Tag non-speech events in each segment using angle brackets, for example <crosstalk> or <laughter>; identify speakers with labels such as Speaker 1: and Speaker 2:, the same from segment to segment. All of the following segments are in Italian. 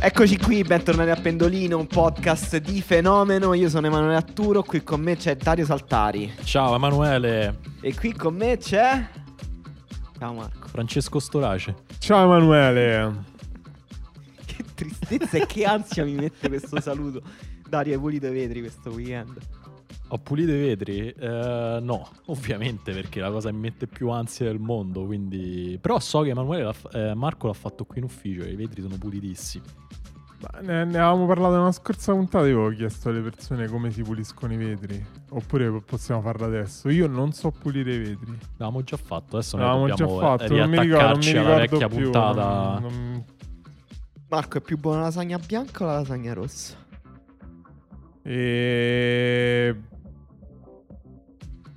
Speaker 1: Eccoci qui, bentornati a Pendolino, un podcast di fenomeno. Io sono Emanuele Atturo, qui con me c'è Dario Saltari.
Speaker 2: Ciao Emanuele,
Speaker 1: E qui con me c'è. Ciao Marco. <laughs>
Speaker 2: Francesco Storace.
Speaker 3: Ciao Emanuele.
Speaker 1: Che tristezza e che ansia mi mette questo saluto. Dario, hai pulito i vetri questo weekend.
Speaker 2: Ho pulito i vetri? Eh, no, <laughs> ovviamente perché è la cosa che mi mette più ansia del mondo, quindi... Però so che Emanuele l'ha f- eh, Marco l'ha fatto qui in ufficio, i vetri sono pulitissimi.
Speaker 3: Ma Ne, ne avevamo parlato nella scorsa puntata. Io avevo chiesto alle persone come si puliscono i vetri. Oppure po- possiamo farlo adesso. Io non so pulire i vetri.
Speaker 2: L'avevamo già fatto, adesso noi
Speaker 3: L'avevamo già
Speaker 2: dobbiamo eh,
Speaker 3: fatto. Non mi ricordo, non mi
Speaker 2: riattaccarci alla vecchia
Speaker 3: ricordo più.
Speaker 2: <laughs> puntata.
Speaker 3: Non- non-
Speaker 1: Marco, è più buona la lasagna bianca o la lasagna rossa?
Speaker 3: E...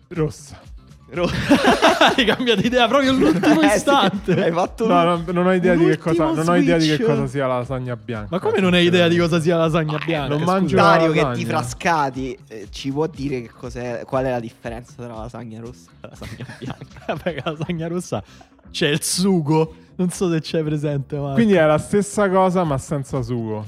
Speaker 3: Rossa.
Speaker 1: <laughs>
Speaker 2: Hai cambiato idea proprio all'ultimo
Speaker 1: Eh, sì,
Speaker 2: istante.
Speaker 1: hai fatto
Speaker 3: No, no, non ho idea di che cosa.
Speaker 1: L'ultimo
Speaker 3: Non ho idea di che
Speaker 1: switch.
Speaker 3: cosa sia la lasagna bianca.
Speaker 2: Ma come non hai idea di cosa sia la lasagna bianca?
Speaker 3: non
Speaker 2: scusa?
Speaker 3: mangio-
Speaker 1: Dario
Speaker 3: la
Speaker 1: che
Speaker 3: lasagna.
Speaker 1: ti frascati eh, ci può dire che cos'è, qual è la differenza tra la lasagna rossa e la lasagna
Speaker 2: <laughs>
Speaker 1: bianca?
Speaker 2: Perché la lasagna rossa c'è il sugo. Non so se c'è presente, Marco.
Speaker 3: Quindi è la stessa cosa, ma senza sugo.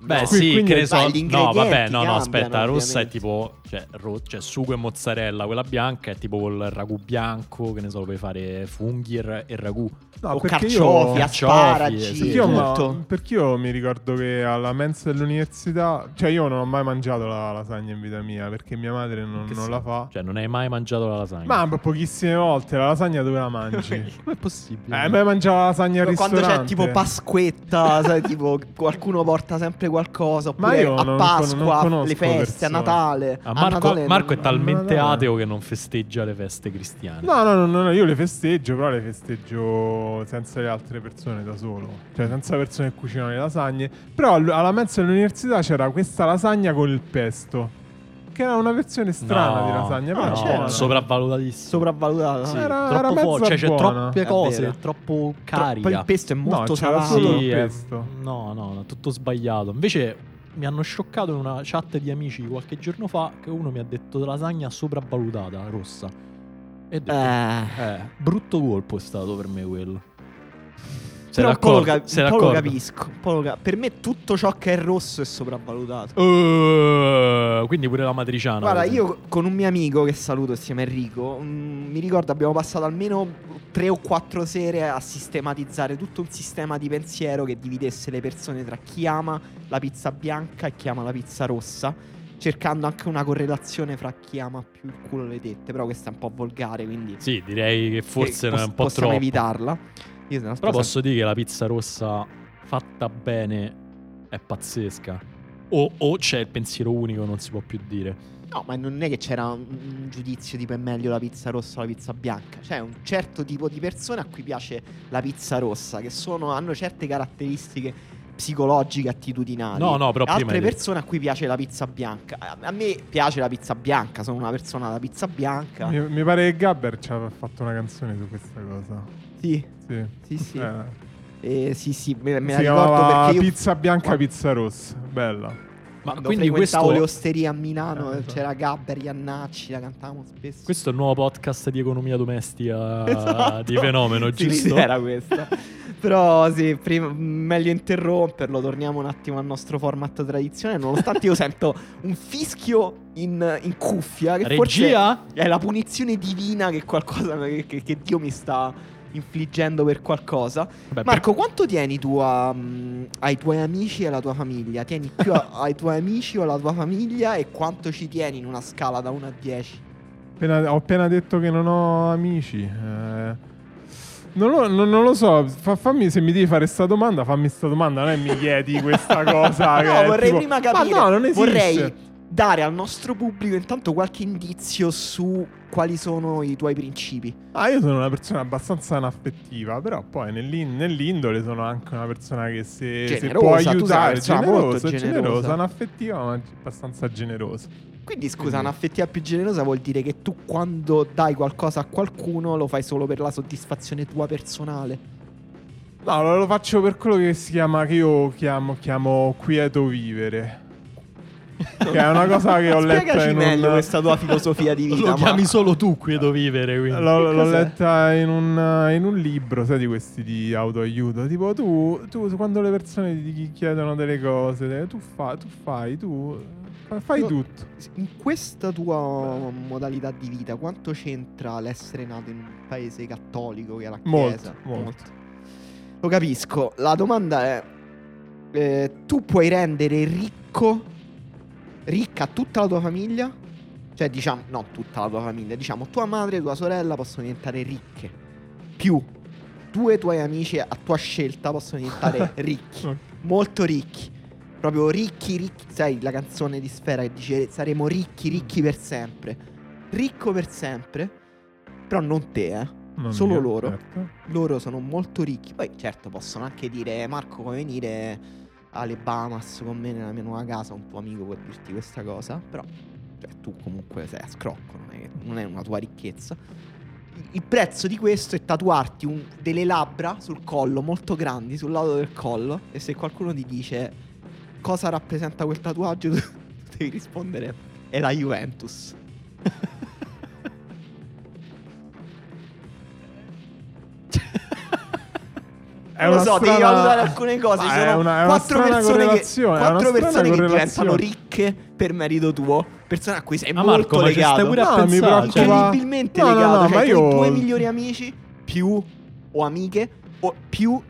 Speaker 2: Beh,
Speaker 1: No.
Speaker 2: sì,
Speaker 3: Quindi-
Speaker 2: che ne so.
Speaker 1: Dai, gli
Speaker 2: no, vabbè,
Speaker 1: ingredienti
Speaker 2: no, no,
Speaker 1: cambiano,
Speaker 2: aspetta, la rossa è
Speaker 1: ovviamente.
Speaker 2: tipo cioè, ro- cioè, sugo e mozzarella, quella bianca è tipo col ragù bianco, che ne so, puoi fare funghi e, ra- e ragù.
Speaker 3: No,
Speaker 1: o
Speaker 3: perché
Speaker 1: carciofi,
Speaker 3: io...
Speaker 1: asparagi,
Speaker 2: carciofi,
Speaker 3: Perché io,
Speaker 2: esatto.
Speaker 3: ma-
Speaker 1: tutto.
Speaker 3: perché io mi ricordo che alla mensa dell'università, cioè io non ho mai mangiato la lasagna in vita mia perché mia madre non,
Speaker 2: Che
Speaker 3: non
Speaker 2: sì.
Speaker 3: la fa.
Speaker 2: Cioè, non hai mai mangiato la lasagna.
Speaker 3: Ma po- pochissime volte la lasagna dove la
Speaker 1: <laughs>
Speaker 3: mangi? eh,
Speaker 2: com'è possibile?
Speaker 3: hai mai mangiato la lasagna al
Speaker 1: Quando
Speaker 3: ristorante?
Speaker 1: c'è tipo Pasquetta, sai, tipo qualcuno porta sempre qualcosa,
Speaker 3: Ma
Speaker 1: oppure a
Speaker 3: io non con- non
Speaker 1: Pasqua,
Speaker 3: conosco
Speaker 1: le feste, a
Speaker 3: persone.
Speaker 1: Natale.
Speaker 2: Ah, Marco,
Speaker 1: a Natale
Speaker 2: Marco è
Speaker 1: non-
Speaker 3: tal-
Speaker 2: talmente
Speaker 3: Natale.
Speaker 2: ateo che non festeggia le feste cristiane.
Speaker 3: No, no, no, no, no, io le festeggio, però le festeggio senza le altre persone da solo, cioè senza persone che cucinano le lasagne. Però all- alla mensa dell'università c'era questa lasagna con il pesto, che era una versione strana
Speaker 2: No, Ah,
Speaker 3: di lasagna,
Speaker 1: Ah,
Speaker 2: no,
Speaker 3: però
Speaker 1: certo.
Speaker 3: c'era.
Speaker 2: sopravvalutatissimo.
Speaker 1: sopravvalutata.
Speaker 2: Sì,
Speaker 1: no?
Speaker 3: Era-
Speaker 2: troppo
Speaker 3: era mezza
Speaker 2: forte, cioè, c'è
Speaker 3: buona.
Speaker 2: troppe
Speaker 1: È vero.
Speaker 2: cose, troppo carica.
Speaker 1: Poi il pesto è molto
Speaker 3: c'era
Speaker 1: salato.
Speaker 3: solo-
Speaker 2: Sì,
Speaker 3: il
Speaker 2: eh,
Speaker 3: pesto.
Speaker 2: no, no, no, tutto sbagliato. Invece mi hanno scioccato in una chat di amici qualche giorno fa che uno mi ha detto lasagna sopravvalutata rossa. E ho detto,
Speaker 1: Eh,
Speaker 2: eh, brutto colpo è stato per me quello. Sei
Speaker 1: però un po' lo,
Speaker 2: d'accordo?
Speaker 1: cap-
Speaker 2: Sei
Speaker 1: un po' lo
Speaker 2: d'accordo?
Speaker 1: capisco. un po' lo cap- per me tutto ciò che è rosso è sopravvalutato.
Speaker 2: Eh, quindi pure la matriciana.
Speaker 1: Guarda,
Speaker 2: per esempio.
Speaker 1: io con un mio amico che saluto, si chiama Enrico, mm, mi ricordo abbiamo passato almeno tre o quattro sere a sistematizzare tutto un sistema di pensiero che dividesse le persone tra chi ama la pizza bianca e chi ama la pizza rossa, cercando anche una correlazione fra chi ama più il culo e le tette, però questa è un po' volgare, quindi
Speaker 2: Sì, direi che forse
Speaker 1: che
Speaker 2: non è
Speaker 1: poss-
Speaker 2: un po'
Speaker 1: possiamo
Speaker 2: troppo.
Speaker 1: evitarla. Io se no
Speaker 2: Però
Speaker 1: sto
Speaker 2: posso dire che la pizza rossa fatta bene è pazzesca. O, o c'è il pensiero unico, non si può più dire.
Speaker 1: No, ma non è che c'era un, un giudizio tipo è meglio la pizza rossa o la pizza bianca. C'è un certo tipo di persone a cui piace la pizza rossa, che sono- hanno certe caratteristiche psicologiche, attitudinali.
Speaker 2: No, no, però
Speaker 1: E
Speaker 2: prima
Speaker 1: Ah, altre
Speaker 2: hai detto-
Speaker 1: persone a cui piace la pizza bianca. A a me piace la pizza bianca, sono una persona da pizza bianca.
Speaker 3: Mi, mi pare che Gabber ci ha fatto una canzone su questa cosa.
Speaker 1: Sì,
Speaker 3: Sì.
Speaker 1: sì, sì.
Speaker 3: Eh,
Speaker 1: Eh, sì, sì, me, me
Speaker 3: si
Speaker 1: la ricordo
Speaker 3: chiamava
Speaker 1: perché io
Speaker 3: Pizza bianca, pizza rossa. Bella.
Speaker 2: Ma
Speaker 1: quando
Speaker 2: quindi
Speaker 1: frequentavo
Speaker 2: questo,
Speaker 1: le osterie a Milano,
Speaker 3: Eh, esatto.
Speaker 1: c'era Gabber, Iannacci, la cantavamo spesso.
Speaker 2: questo è il nuovo podcast di
Speaker 1: <laughs>
Speaker 2: economia domestica
Speaker 1: Esatto.
Speaker 2: di fenomeno,
Speaker 1: Sì,
Speaker 2: giusto?
Speaker 1: sì, era questa. Però sì, prima- meglio interromperlo, torniamo un attimo al nostro format tradizionale, nonostante io sento un fischio in, in cuffia, che forse
Speaker 2: Regia?
Speaker 1: è la punizione divina che, qualcosa, che, che- che Dio mi sta infliggendo per qualcosa.
Speaker 2: Vabbè,
Speaker 1: Marco, quanto tieni tu a, mm, ai tuoi amici e alla tua famiglia? Tieni più
Speaker 2: <laughs>
Speaker 1: a- ai tuoi amici o alla tua famiglia e quanto ci tieni in una scala da 1 a 10?
Speaker 3: Appena- ho appena detto che non ho amici. eh, Non lo, non- non lo so, fa- fammi, se mi devi fare sta domanda, fammi sta domanda, non è mi
Speaker 1: <laughs>
Speaker 3: chiedi questa cosa. che
Speaker 1: no,
Speaker 3: è
Speaker 1: vorrei
Speaker 3: tipo,
Speaker 1: prima capire.
Speaker 3: Ma no, non esiste.
Speaker 1: Vorrei dare al nostro pubblico intanto qualche indizio su quali sono i tuoi principi.
Speaker 3: Ah, io sono una persona abbastanza anaffettiva, però poi nell'in- nell'indole sono anche una persona che se, se
Speaker 1: Generosa, tu
Speaker 3: può
Speaker 1: sei una
Speaker 3: aiutare,
Speaker 1: persona molto
Speaker 3: generosa, generosa,
Speaker 1: generosa.
Speaker 3: anaffettiva, ma abbastanza generosa.
Speaker 1: Quindi scusa,
Speaker 3: Quindi-
Speaker 1: un'affettiva più generosa vuol dire che tu quando dai qualcosa a qualcuno lo fai solo per la soddisfazione tua personale.
Speaker 3: No, lo, lo faccio per quello che si chiama, che io chiamo, chiamo quieto vivere. che è una cosa che ho letto
Speaker 1: <laughs> Spiegaci
Speaker 3: in
Speaker 1: meglio
Speaker 3: un...
Speaker 1: questa tua filosofia di vita.
Speaker 2: Lo chiami
Speaker 1: ma-
Speaker 2: solo tu qui dove vivere, quindi.
Speaker 3: L'ho,
Speaker 1: Che
Speaker 3: l'ho
Speaker 1: cos'è?
Speaker 3: letta in un, in un libro, sai, di questi di autoaiuto. Tipo, tu, tu quando le persone ti chi- chiedono delle cose, tu, fa- tu fai, tu fa- fai
Speaker 1: Io-
Speaker 3: tutto.
Speaker 1: In questa tua modalità di vita, quanto c'entra l'essere nato in un paese cattolico che è la
Speaker 3: Molto,
Speaker 1: Chiesa?
Speaker 3: molto.
Speaker 1: Lo capisco. La domanda è: eh, tu puoi rendere ricco, ricca tutta la tua famiglia? Cioè, diciamo, no, tutta la tua famiglia, diciamo, tua madre e tua sorella possono diventare ricche. Più due tuoi amici a tua scelta possono
Speaker 3: <laughs>
Speaker 1: diventare ricchi
Speaker 3: Ok.
Speaker 1: molto ricchi. Proprio ricchi, ricchi. Sai la canzone di Sfera che dice saremo ricchi, ricchi per sempre. Ricco per sempre, però non te, eh.
Speaker 3: Non
Speaker 1: Solo
Speaker 3: io,
Speaker 1: loro.
Speaker 3: certo.
Speaker 1: Loro sono molto ricchi. Poi certo possono anche dire Marco vuoi venire alle Bahamas con me nella mia nuova casa, un tuo amico può dirti questa cosa, però cioè, tu comunque sei a scrocco, non è, non è una tua ricchezza. Il- Il prezzo di questo è tatuarti un- delle labbra sul collo molto grandi, sul lato del collo, e se qualcuno ti dice cosa rappresenta quel tatuaggio, <laughs> tu tu devi rispondere è la Juventus.
Speaker 3: È
Speaker 1: non lo
Speaker 3: una
Speaker 1: so, devi
Speaker 3: strana-
Speaker 1: valutare alcune cose.
Speaker 3: Ma
Speaker 1: Ci
Speaker 3: è
Speaker 1: sono
Speaker 3: una- è una
Speaker 1: quattro
Speaker 3: strana
Speaker 1: persone, che,
Speaker 3: correlazione, è una
Speaker 1: quattro
Speaker 3: strana
Speaker 1: persone che diventano
Speaker 3: correlazione.
Speaker 1: ricche per merito tuo. Persone a cui sei
Speaker 2: Ah,
Speaker 1: molto
Speaker 2: Marco, ma ci stai
Speaker 1: legato.
Speaker 2: pure
Speaker 3: No,
Speaker 2: a
Speaker 3: mi
Speaker 2: pensare. cioè.
Speaker 3: preoccupa-
Speaker 1: incredibilmente
Speaker 3: Ah, No, no,
Speaker 1: legato.
Speaker 3: no,
Speaker 1: cioè,
Speaker 3: ma
Speaker 1: i tuoi
Speaker 3: io-
Speaker 1: due migliori amici più o amiche o più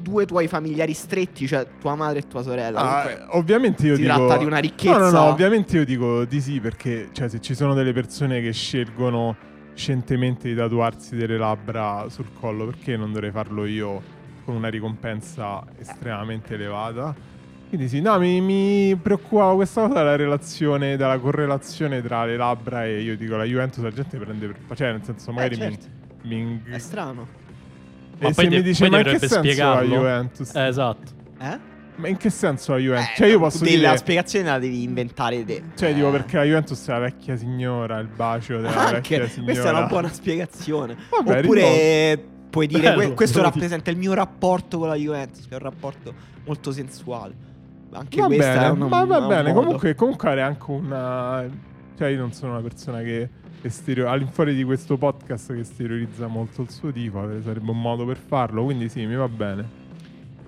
Speaker 1: due tuoi familiari stretti, cioè tua madre e tua sorella.
Speaker 3: Ah,
Speaker 1: Comunque,
Speaker 3: ovviamente io
Speaker 1: si
Speaker 3: dico
Speaker 1: tratta di una ricchezza.
Speaker 3: No, no, no, ovviamente io dico di sì perché cioè, se ci sono delle persone che scelgono scientemente di tatuarsi delle labbra sul collo, perché non dovrei farlo io con una ricompensa estremamente elevata? Quindi sì, no, mi, mi preoccupava questa cosa della relazione, della correlazione tra le labbra e io dico la Juventus la gente prende per... Cioè, nel senso, magari
Speaker 1: Eh, certo,
Speaker 3: mi... mi-
Speaker 1: È strano.
Speaker 2: Ma poi
Speaker 3: e se mi
Speaker 2: de-
Speaker 3: dice
Speaker 2: poi
Speaker 3: ma in che
Speaker 2: dovrebbe
Speaker 3: senso la
Speaker 2: spiegarlo?"
Speaker 3: Juventus?
Speaker 2: Eh, esatto.
Speaker 1: Eh?
Speaker 3: Ma in che senso la Juventus?
Speaker 1: Eh,
Speaker 3: cioè io posso
Speaker 1: della
Speaker 3: dire...
Speaker 1: spiegazione la devi inventare te.
Speaker 3: Cioè,
Speaker 1: Eh.
Speaker 3: tipo, perché la Juventus è la vecchia signora, il bacio della
Speaker 1: Ah, Anche,
Speaker 3: vecchia signora.
Speaker 1: questa è una buona spiegazione.
Speaker 3: Vabbè, Eh,
Speaker 1: Oppure puoi dire
Speaker 2: Bello,
Speaker 1: que- questo
Speaker 2: bravo.
Speaker 1: rappresenta il mio rapporto con la Juventus, che è un rapporto molto sensuale. Anche
Speaker 3: Va
Speaker 1: questa
Speaker 3: bene,
Speaker 1: è una,
Speaker 3: ma va
Speaker 1: un
Speaker 3: bene.
Speaker 1: modo.
Speaker 3: Comunque, comunque era anche una. Cioè, io non sono una persona che, che stereo- all'infuori di questo podcast che stereolizza molto il suo tifo. eh, Sarebbe un modo per farlo. Quindi, sì, mi va bene.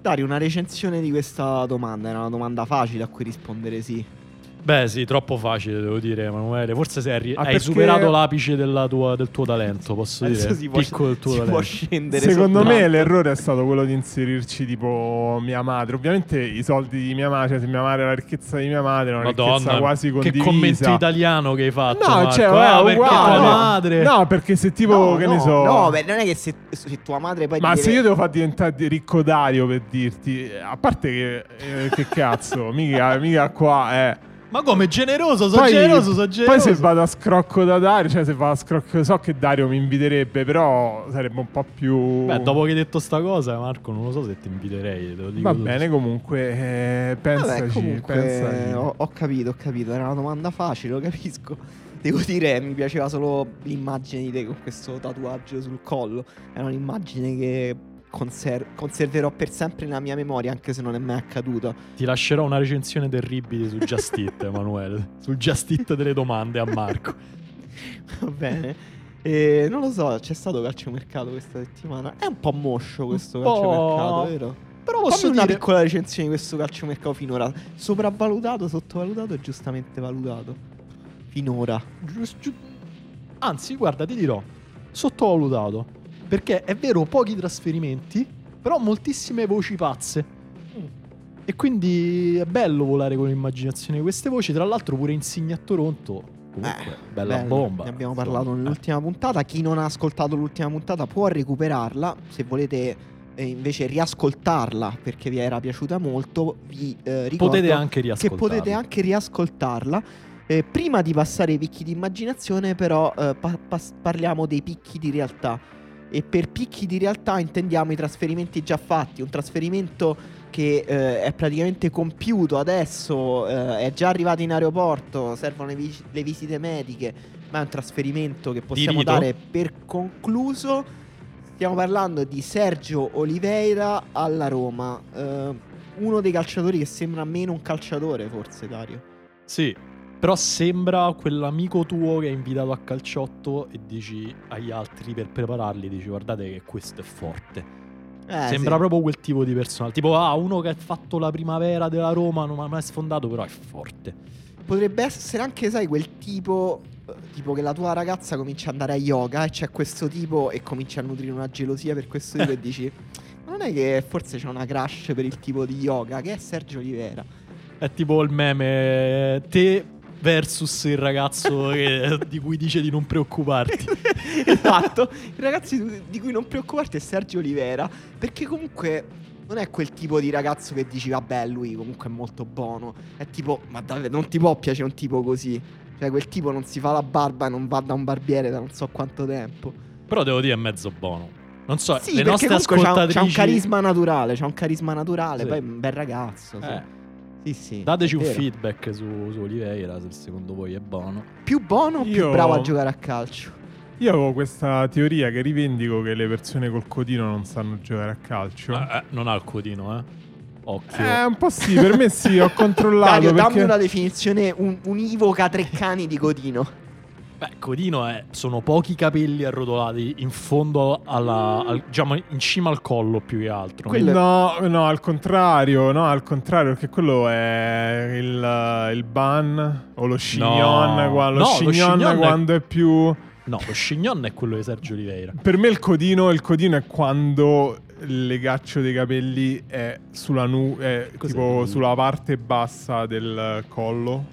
Speaker 1: Dario, una recensione di questa domanda era una domanda facile a cui rispondere sì.
Speaker 2: Beh, sì, troppo facile, devo dire, Emanuele. Forse sei arri-
Speaker 3: Ah,
Speaker 2: hai
Speaker 3: perché-
Speaker 2: superato l'apice della tua- del tuo talento, posso
Speaker 1: Adesso
Speaker 3: eh,
Speaker 2: dire.
Speaker 1: si può,
Speaker 2: Piccolo il tuo
Speaker 1: si può
Speaker 2: talento.
Speaker 1: scendere.
Speaker 3: Secondo
Speaker 1: sotto.
Speaker 3: me, l'errore è stato quello di inserirci, tipo, mia madre. Ovviamente, i soldi di mia madre, cioè, se mia madre è la ricchezza di mia madre, è una ricchezza
Speaker 2: Madonna,
Speaker 3: quasi
Speaker 2: che
Speaker 3: condivisa.
Speaker 2: commento italiano che hai fatto.
Speaker 3: No,
Speaker 2: Marco.
Speaker 3: cioè,
Speaker 2: ah,
Speaker 3: è
Speaker 2: perché
Speaker 3: uguale.
Speaker 2: tua madre.
Speaker 3: No, perché se tipo,
Speaker 1: No,
Speaker 3: che
Speaker 1: no,
Speaker 3: ne so.
Speaker 1: No, beh, non è che se, se tua madre poi
Speaker 3: Ma
Speaker 1: ti
Speaker 3: se
Speaker 1: deve-
Speaker 3: io devo far diventare di- ricco Dario per dirti, eh, a parte che, eh, che cazzo, <laughs> mica, mica qua è.
Speaker 2: Ma come generoso, sono generoso, sono generoso.
Speaker 3: poi se vado a scrocco da Dario, cioè se vado a scrocco, so che Dario mi inviterebbe, però sarebbe un po' più.
Speaker 2: Beh, dopo che hai detto sta cosa, Marco, non lo so se ti inviterei, te lo dico.
Speaker 3: Va
Speaker 2: tutto.
Speaker 3: bene, comunque, eh, pensaci.
Speaker 1: Vabbè, comunque, oh.
Speaker 3: pensaci.
Speaker 1: Ho, ho capito, ho capito. Era una domanda facile, lo capisco. <laughs> Devo dire, mi piaceva solo l'immagine di te con questo tatuaggio sul collo. Era un'immagine che conser- conserverò per sempre nella mia memoria, anche se non è mai accaduta.
Speaker 2: Ti lascerò una recensione terribile su Just It, Emanuele. <laughs> Sul Just It delle domande a Marco.
Speaker 1: <laughs> Va bene. E non lo so, c'è stato calciomercato questa settimana. È un po' moscio questo
Speaker 2: Un po'.
Speaker 1: calciomercato, vero?
Speaker 2: Però
Speaker 1: Posso
Speaker 2: posso
Speaker 1: una
Speaker 2: dire
Speaker 1: piccola recensione di questo calciomercato finora? Sopravvalutato, sottovalutato e giustamente valutato. Finora.
Speaker 2: Gius- giu- Anzi, guarda, ti dirò, sottovalutato, perché è vero pochi trasferimenti, però moltissime voci pazze.
Speaker 1: Mm.
Speaker 2: E quindi è bello volare con l'immaginazione di queste voci, tra l'altro pure Insigne a Toronto Comunque, bella
Speaker 1: Eh, Bello,
Speaker 2: bomba.
Speaker 1: Ne abbiamo
Speaker 2: insomma.
Speaker 1: parlato nell'ultima puntata. Chi non ha ascoltato l'ultima puntata può recuperarla. Se volete eh, invece riascoltarla perché vi era piaciuta molto, vi eh,
Speaker 2: Eh,
Speaker 1: ricordo
Speaker 2: Potete anche
Speaker 1: che
Speaker 2: riascoltarla.
Speaker 1: potete anche riascoltarla. Eh, prima di passare ai picchi di immaginazione, però, eh, pa- pas- parliamo dei picchi di realtà. E per picchi di realtà intendiamo i trasferimenti già fatti. Un trasferimento che eh, è praticamente compiuto adesso, eh, è già arrivato in aeroporto, servono le, vis- le visite mediche, ma è un trasferimento che possiamo
Speaker 2: rito?
Speaker 1: dare per concluso. Stiamo parlando di Sergio Oliveira alla Roma. Eh, uno dei calciatori che sembra meno un calciatore, forse, Dario.
Speaker 2: Sì, però sembra quell'amico tuo che è invitato a calciotto e dici agli altri per prepararli, dici guardate che questo è forte.
Speaker 1: Eh,
Speaker 2: sembra
Speaker 1: sì.
Speaker 2: proprio quel tipo di personaggio. Tipo, ah, uno che ha fatto la primavera della Roma, non ha mai sfondato, però è forte.
Speaker 1: Potrebbe essere anche, sai, quel tipo. eh, Tipo che la tua ragazza comincia ad andare a yoga e c'è questo tipo e comincia a nutrire una gelosia per questo tipo e dici. Ma non è che forse c'è una crush per il tipo di yoga che è Sergio Oliveira.
Speaker 2: È tipo il meme eh, te versus
Speaker 1: <laughs>
Speaker 2: il ragazzo che- di cui dice di non preoccuparti.
Speaker 1: esatto. I ragazzi di cui non preoccuparti è Sergio Oliveira. Perché comunque non è quel tipo di ragazzo che dici, vabbè, lui comunque è molto buono. È tipo, ma davvero, non ti può piacere un tipo così. Cioè, quel tipo non si fa la barba e non va da un barbiere da non so quanto tempo.
Speaker 2: Però devo dire è mezzo buono. Non so,
Speaker 1: sì,
Speaker 2: le
Speaker 1: perché
Speaker 2: nostre
Speaker 1: comunque c'ha un-
Speaker 2: ascoltatrici
Speaker 1: c'ha un carisma naturale, c'ha un carisma naturale,
Speaker 2: Sì.
Speaker 1: poi è un bel ragazzo. sì.
Speaker 2: Eh,
Speaker 1: Sì, sì.
Speaker 2: dateci
Speaker 1: è
Speaker 2: un
Speaker 1: vero.
Speaker 2: feedback su, su Oliveira se secondo voi è buono.
Speaker 1: Più buono o più
Speaker 3: Io-
Speaker 1: bravo a giocare a calcio?
Speaker 3: Io avevo questa teoria che rivendico che le persone col codino non sanno giocare a calcio.
Speaker 2: Eh, eh, non ha il codino, eh. Occhio.
Speaker 3: Eh, un po' sì, per me sì,
Speaker 1: <laughs>
Speaker 3: ho controllato.
Speaker 1: Dario, dammi
Speaker 3: perché-
Speaker 1: una definizione un- univoca tre cani di Godino.
Speaker 2: Beh, codino è sono pochi capelli arrotolati in fondo alla al- diciamo in cima al collo più che altro.
Speaker 1: Quello- quelle-
Speaker 3: No, no, al contrario, no, al contrario, perché quello è il, il ban o lo scignon, qua-
Speaker 2: No,
Speaker 3: lo
Speaker 2: lo
Speaker 3: scignon
Speaker 2: scignon è-
Speaker 3: quando è più...
Speaker 2: No, lo scignon è quello di Sergio Oliveira.
Speaker 3: Per me il codino, il codino è quando il legaccio dei capelli è sulla nu- è
Speaker 2: Cos'è?
Speaker 3: tipo sulla parte bassa del collo.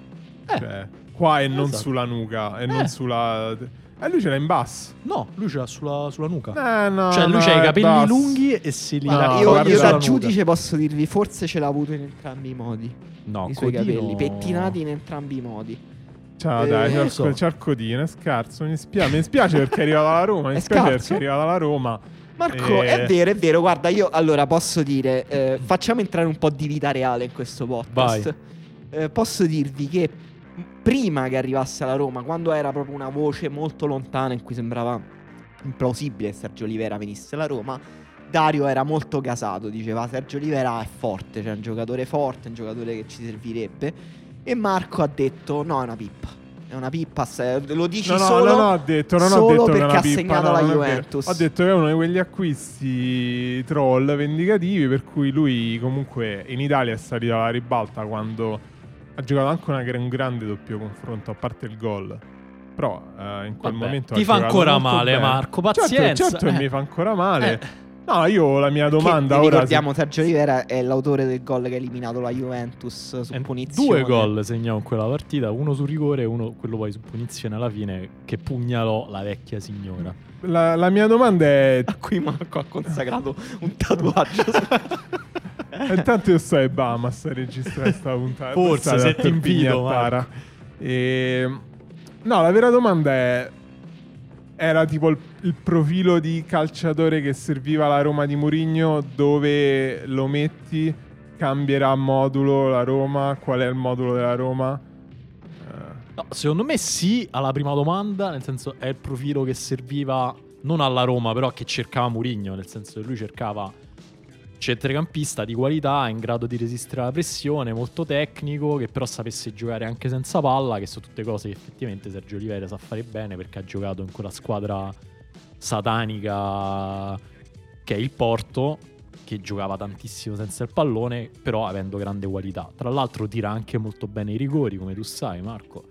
Speaker 2: Eh.
Speaker 3: Cioè, qua e non
Speaker 2: Esatto.
Speaker 3: sulla nuca, e
Speaker 2: Eh.
Speaker 3: non sulla... E lui ce l'ha in basso.
Speaker 2: No, lui ce l'ha sulla, sulla nuca.
Speaker 3: Eh, no,
Speaker 2: Cioè, lui
Speaker 3: no,
Speaker 2: c'ha i
Speaker 3: è
Speaker 2: capelli
Speaker 3: basso.
Speaker 2: lunghi e si li
Speaker 1: Guarda,
Speaker 3: No,
Speaker 1: io,
Speaker 3: guarda,
Speaker 1: io
Speaker 3: sulla
Speaker 1: da
Speaker 3: nuca.
Speaker 1: giudice posso dirvi, forse ce l'ha avuto in entrambi i modi.
Speaker 2: no,
Speaker 1: I suoi
Speaker 2: Codino-
Speaker 1: capelli, pettinati in entrambi i modi.
Speaker 3: Ciao,
Speaker 1: Eh,
Speaker 3: dai,
Speaker 2: non
Speaker 3: c'è,
Speaker 2: lo so.
Speaker 3: il- c'è il codino, è scarso. Mi dispiace, mi dispiace perché è arrivato alla Roma. Mi
Speaker 1: È
Speaker 3: dispiace
Speaker 1: scarso?
Speaker 3: perché è arrivato alla Roma.
Speaker 1: Marco,
Speaker 3: Eh.
Speaker 1: è vero, è vero. Guarda, io allora posso dire, eh, facciamo entrare un po' di vita reale in questo podcast. Eh, posso dirvi che prima che arrivasse alla Roma, quando era proprio una voce molto lontana in cui sembrava implausibile che Sergio Oliveira venisse alla Roma, Dario era molto casato, diceva Sergio Oliveira è forte, cioè è un giocatore forte, un giocatore che ci servirebbe. E Marco ha detto no, è una pippa. È una pippa, se- lo dici
Speaker 3: No, no,
Speaker 1: solo...
Speaker 3: no, no, ho detto, non
Speaker 1: solo
Speaker 3: ho detto che
Speaker 1: perché
Speaker 3: è una
Speaker 1: ha
Speaker 3: pippa,
Speaker 1: segnato
Speaker 3: no,
Speaker 1: la
Speaker 3: non è vero.
Speaker 1: Juventus.
Speaker 3: Ho detto che è uno di quegli acquisti troll vendicativi per cui lui comunque in Italia è salito alla ribalta quando ha giocato anche una- un grande doppio confronto, a parte il gol. Però eh, in quel
Speaker 2: Vabbè,
Speaker 3: momento...
Speaker 2: ti
Speaker 3: ha
Speaker 2: fa
Speaker 3: giocato
Speaker 2: ancora
Speaker 3: molto
Speaker 2: male,
Speaker 3: bene.
Speaker 2: Marco,
Speaker 3: Certo,
Speaker 2: pazienza,
Speaker 3: Certo, che
Speaker 2: eh.
Speaker 3: mi fa ancora male.
Speaker 2: Eh.
Speaker 3: No, io la mia
Speaker 1: che, vi
Speaker 3: domanda ora... se-
Speaker 1: ricordiamo Sergio Rivera è l'autore del gol che ha eliminato la Juventus su
Speaker 2: Eh,
Speaker 1: punizione.
Speaker 2: Due gol segnò in quella partita, uno su rigore e uno quello poi su punizione alla fine che pugnalò la vecchia signora.
Speaker 3: la- la mia domanda è...
Speaker 1: A cui Marco ha consacrato un tatuaggio.
Speaker 2: <laughs>
Speaker 3: E Intanto io sto ai Bahamas a registrare questa puntata.
Speaker 2: Forse,
Speaker 3: Questa
Speaker 2: se
Speaker 3: da
Speaker 2: ti
Speaker 3: Perpignan
Speaker 2: invito,
Speaker 3: a Tara.
Speaker 2: Marco.
Speaker 3: E- No, la vera domanda è... Era tipo il, il profilo di calciatore che serviva alla Roma di Mourinho, dove lo metti, cambierà modulo la Roma, qual è il modulo della Roma? Eh,
Speaker 2: No, secondo me sì alla prima domanda, nel senso è il profilo che serviva non alla Roma, però che cercava Mourinho, nel senso che lui cercava centrocampista di qualità, in grado di resistere alla pressione, molto tecnico, che però sapesse giocare anche senza palla, che sono tutte cose che effettivamente Sergio Oliveira sa fare bene perché ha giocato in quella squadra satanica che è il Porto, che giocava tantissimo senza il pallone, però avendo grande qualità. Tra l'altro tira anche molto bene i rigori, come tu sai Marco,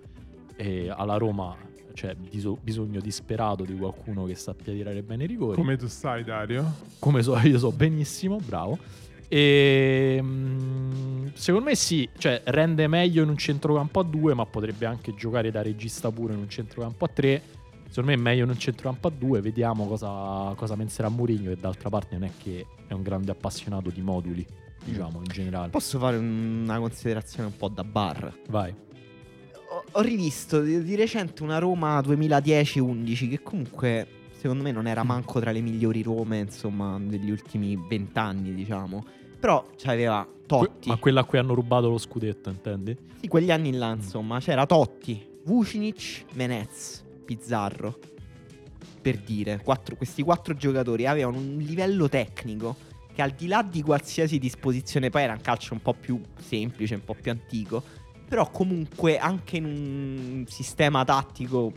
Speaker 2: e alla Roma c'è biso- bisogno disperato di qualcuno che sappia tirare bene i rigori
Speaker 3: come tu sai Dario?
Speaker 2: <laughs> come so, io so benissimo, bravo. E, mm, secondo me sì, cioè rende meglio in un centrocampo a 2, ma potrebbe anche giocare da regista pure in un centrocampo a 3. Secondo me è meglio in un centrocampo a 2, vediamo cosa, cosa penserà Mourinho, che d'altra parte non è che è un grande appassionato di moduli, diciamo, in generale.
Speaker 1: Posso fare una considerazione un po' da bar?
Speaker 2: Vai.
Speaker 1: Ho, ho rivisto di, di recente una Roma 2010-11 che comunque secondo me non era manco tra le migliori Rome, insomma, degli ultimi vent'anni, diciamo. Però c'aveva Totti.
Speaker 2: Ma quella a cui hanno rubato lo scudetto, intendi?
Speaker 1: Sì, quegli anni là, insomma, c'era Totti, Vucinic, Menez, Pizzarro. Per dire, quattro- questi quattro giocatori avevano un livello tecnico che al di là di qualsiasi disposizione, poi era un calcio un po' più semplice, un po' più antico, però comunque anche in un sistema tattico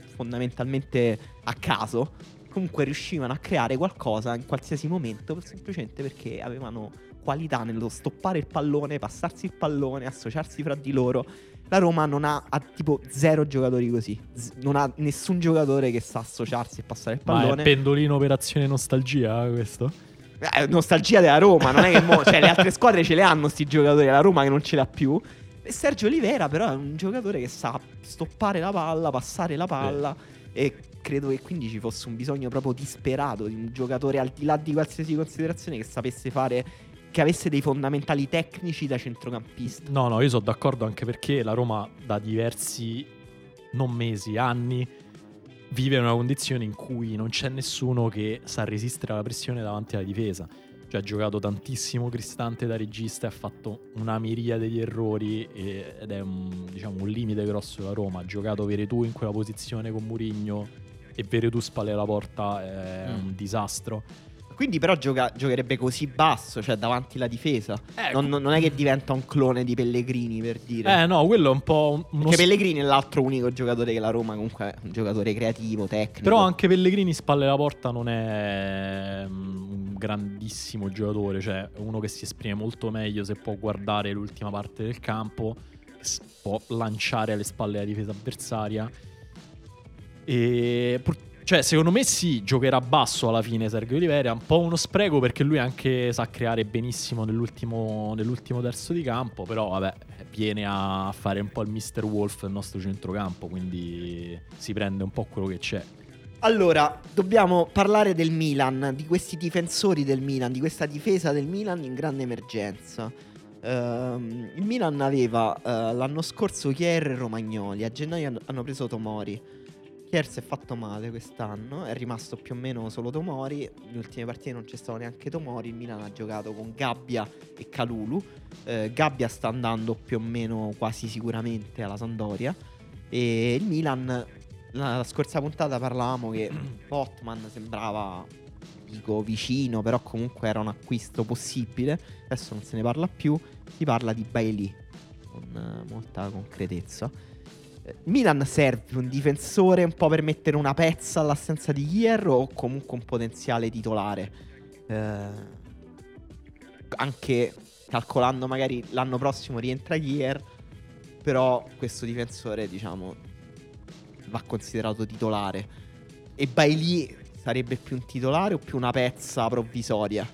Speaker 1: fondamentalmente a caso, comunque riuscivano a creare qualcosa in qualsiasi momento, semplicemente perché avevano qualità nello stoppare il pallone, passarsi il pallone, associarsi fra di loro. La Roma non ha, ha tipo zero giocatori così. Z- non ha nessun giocatore che sa associarsi e passare il
Speaker 2: Ma è
Speaker 1: pallone.
Speaker 2: pendolino operazione nostalgia eh, questo?
Speaker 1: Eh, nostalgia della Roma, non è che mo- cioè, le altre squadre ce le hanno sti giocatori, la Roma che non ce l'ha più. E Sergio Oliveira però è un giocatore che sa stoppare la palla, passare la palla e credo che quindi ci fosse un bisogno proprio disperato di un giocatore al di là di qualsiasi considerazione che sapesse fare che avesse dei fondamentali tecnici da centrocampista.
Speaker 2: No, no, io sono d'accordo anche perché la Roma da diversi, non mesi, anni, vive una condizione in cui non c'è nessuno che sa resistere alla pressione davanti alla difesa. Cioè ha giocato tantissimo Cristante da regista e ha fatto una miriade di errori e- ed è un, diciamo, un limite grosso della Roma. Ha giocato Veretù in quella posizione con Murigno e Veretù spalle alla porta è
Speaker 1: Mm.
Speaker 2: un disastro.
Speaker 1: Quindi però gioca- giocherebbe così basso, cioè davanti alla difesa. Eh, Non, non- non è che diventa un clone di Pellegrini per dire.
Speaker 2: Eh no, quello è un po' un- uno
Speaker 1: Perché Pellegrini è l'altro unico giocatore che la Roma comunque è un giocatore creativo, tecnico.
Speaker 2: Però anche Pellegrini spalle alla porta non è mm, un grandissimo giocatore, cioè è uno che si esprime molto meglio se può guardare l'ultima parte del campo, s- può lanciare alle spalle la difesa avversaria. E pur- cioè, secondo me sì, giocherà basso alla fine Sergio Oliveira, è un po' uno spreco perché lui anche sa creare benissimo nell'ultimo, nell'ultimo terzo di campo, però vabbè, viene a fare un po' il Mr. Wolf del nostro centrocampo, quindi si prende un po' quello che c'è.
Speaker 1: Allora, dobbiamo parlare del Milan, di questi difensori del Milan, di questa difesa del Milan in grande emergenza. Ehm, il Milan aveva eh, l'anno scorso Chier e Romagnoli, a gennaio han- hanno preso Tomori. Chier si è fatto male quest'anno, è rimasto più o meno solo Tomori, le ultime partite non c'è stato neanche Tomori, il Milan ha giocato con Gabbia e Calulu, Eh, Gabbia sta andando più o meno quasi sicuramente alla Sandoria e il Milan la, la scorsa puntata parlavamo che Botman sembrava dico vicino, però comunque era un acquisto possibile. Adesso non se ne parla più. Si parla di Bailey con eh, molta concretezza. Eh, Milan serve un difensore un po' per mettere una pezza all'assenza di Hierro o comunque un potenziale titolare. Eh, anche calcolando magari l'anno prossimo rientra Hierro, però questo difensore diciamo va considerato titolare. E Bailey sarebbe più un titolare o più una pezza provvisoria?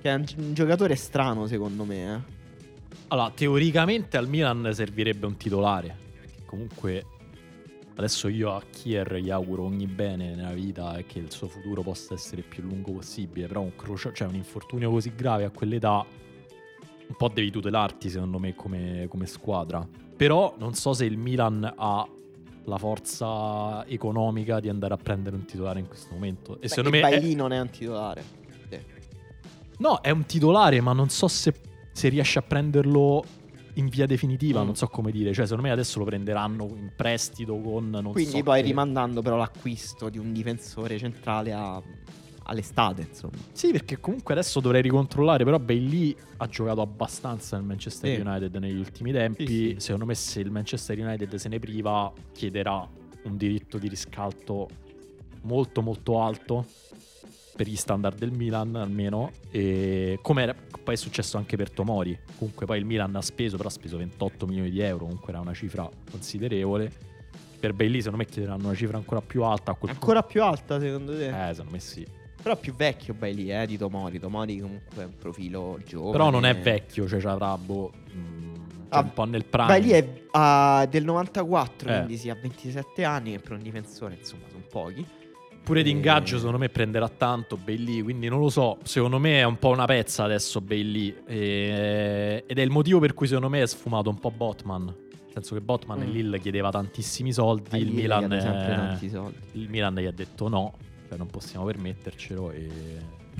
Speaker 1: Che è un, gi- un giocatore strano, secondo me. eh.
Speaker 2: Allora, teoricamente al Milan servirebbe un titolare. Perché comunque adesso io a Kier gli auguro ogni bene nella vita e che il suo futuro possa essere il più lungo possibile. Però un, crocio- cioè, un infortunio così grave a quell'età un po' devi tutelarti, secondo me, come, come squadra. Però non so se il Milan ha la forza economica di andare a prendere un titolare in questo momento. E secondo me
Speaker 1: Perché
Speaker 2: è-
Speaker 1: Bailey non è un titolare.
Speaker 2: No, è un titolare, ma non so se, se riesce a prenderlo in via definitiva,
Speaker 1: Mm.
Speaker 2: non so come dire. Cioè, secondo me adesso lo prenderanno in prestito con... Non
Speaker 1: Quindi
Speaker 2: so
Speaker 1: poi
Speaker 2: che-
Speaker 1: rimandando però l'acquisto di un difensore centrale a- all'estate, insomma.
Speaker 2: Sì, perché comunque adesso dovrei ricontrollare, però Bailey ha giocato abbastanza nel Manchester
Speaker 1: Sì.
Speaker 2: United negli ultimi tempi.
Speaker 1: Sì, sì.
Speaker 2: Secondo me se il Manchester United se ne priva chiederà un diritto di riscatto molto molto alto per gli standard del Milan almeno e come era- poi è successo anche per Tomori comunque poi il Milan ha speso però ha speso 28 milioni di euro comunque era una cifra considerevole per Bailey secondo me chiederanno una cifra ancora più alta a quel punto-
Speaker 1: Ancora più alta, secondo te?
Speaker 2: eh, secondo me sì.
Speaker 1: Però più vecchio vai lì, eh, di Tomori. Tomori comunque è un profilo giovane.
Speaker 2: Però non è vecchio, cioè c'avrà boh, mm, cioè
Speaker 1: Ah,
Speaker 2: un po' nel prime.
Speaker 1: Vai lì è ah, del 94,
Speaker 2: Eh.
Speaker 1: quindi si ha 27 anni e per un difensore, insomma, sono pochi.
Speaker 2: Pure di ingaggio
Speaker 1: Eh.
Speaker 2: secondo me prenderà tanto Bailey, quindi non lo so, secondo me è un po' una pezza adesso Bailey e- ed è il motivo per cui secondo me è sfumato un po' Botman, nel senso che Botman e
Speaker 1: Mm.
Speaker 2: Lille chiedeva tantissimi soldi,
Speaker 1: Ai
Speaker 2: il
Speaker 1: Lille
Speaker 2: Milan,
Speaker 1: gli hanno sempre
Speaker 2: eh,
Speaker 1: tanti soldi.
Speaker 2: il Milan gli ha detto no, cioè non possiamo permettercelo e...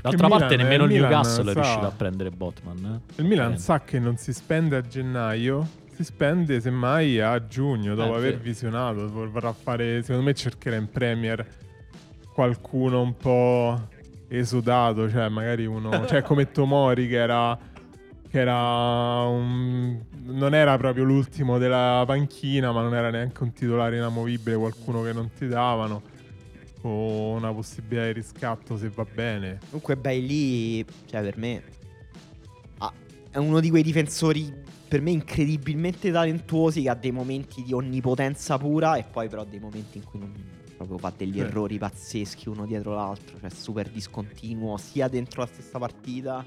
Speaker 2: D'altra
Speaker 3: Milan-
Speaker 2: parte nemmeno il
Speaker 3: Milan
Speaker 2: Newcastle è
Speaker 3: sa-
Speaker 2: riuscito a prendere Botman. eh.
Speaker 3: Il Milan
Speaker 2: Eh.
Speaker 3: sa che non si spende a gennaio, si spende semmai a giugno, dopo
Speaker 2: Eh,
Speaker 3: aver
Speaker 2: sì.
Speaker 3: visionato. Vorrà fare, secondo me cercherà in Premier qualcuno un po' esodato, cioè
Speaker 2: <laughs>
Speaker 3: magari uno, cioè come Tomori che era che era un, non era proprio l'ultimo della panchina, ma non era neanche un titolare inamovibile, qualcuno che non ti davano o una possibilità di riscatto se va bene.
Speaker 1: Comunque Bailey, cioè per me ha- è uno di quei difensori per me incredibilmente talentuosi che ha dei momenti di onnipotenza pura e poi però dei momenti in cui non proprio fa degli
Speaker 3: Sì.
Speaker 1: errori pazzeschi uno dietro l'altro, cioè super discontinuo sia dentro la stessa partita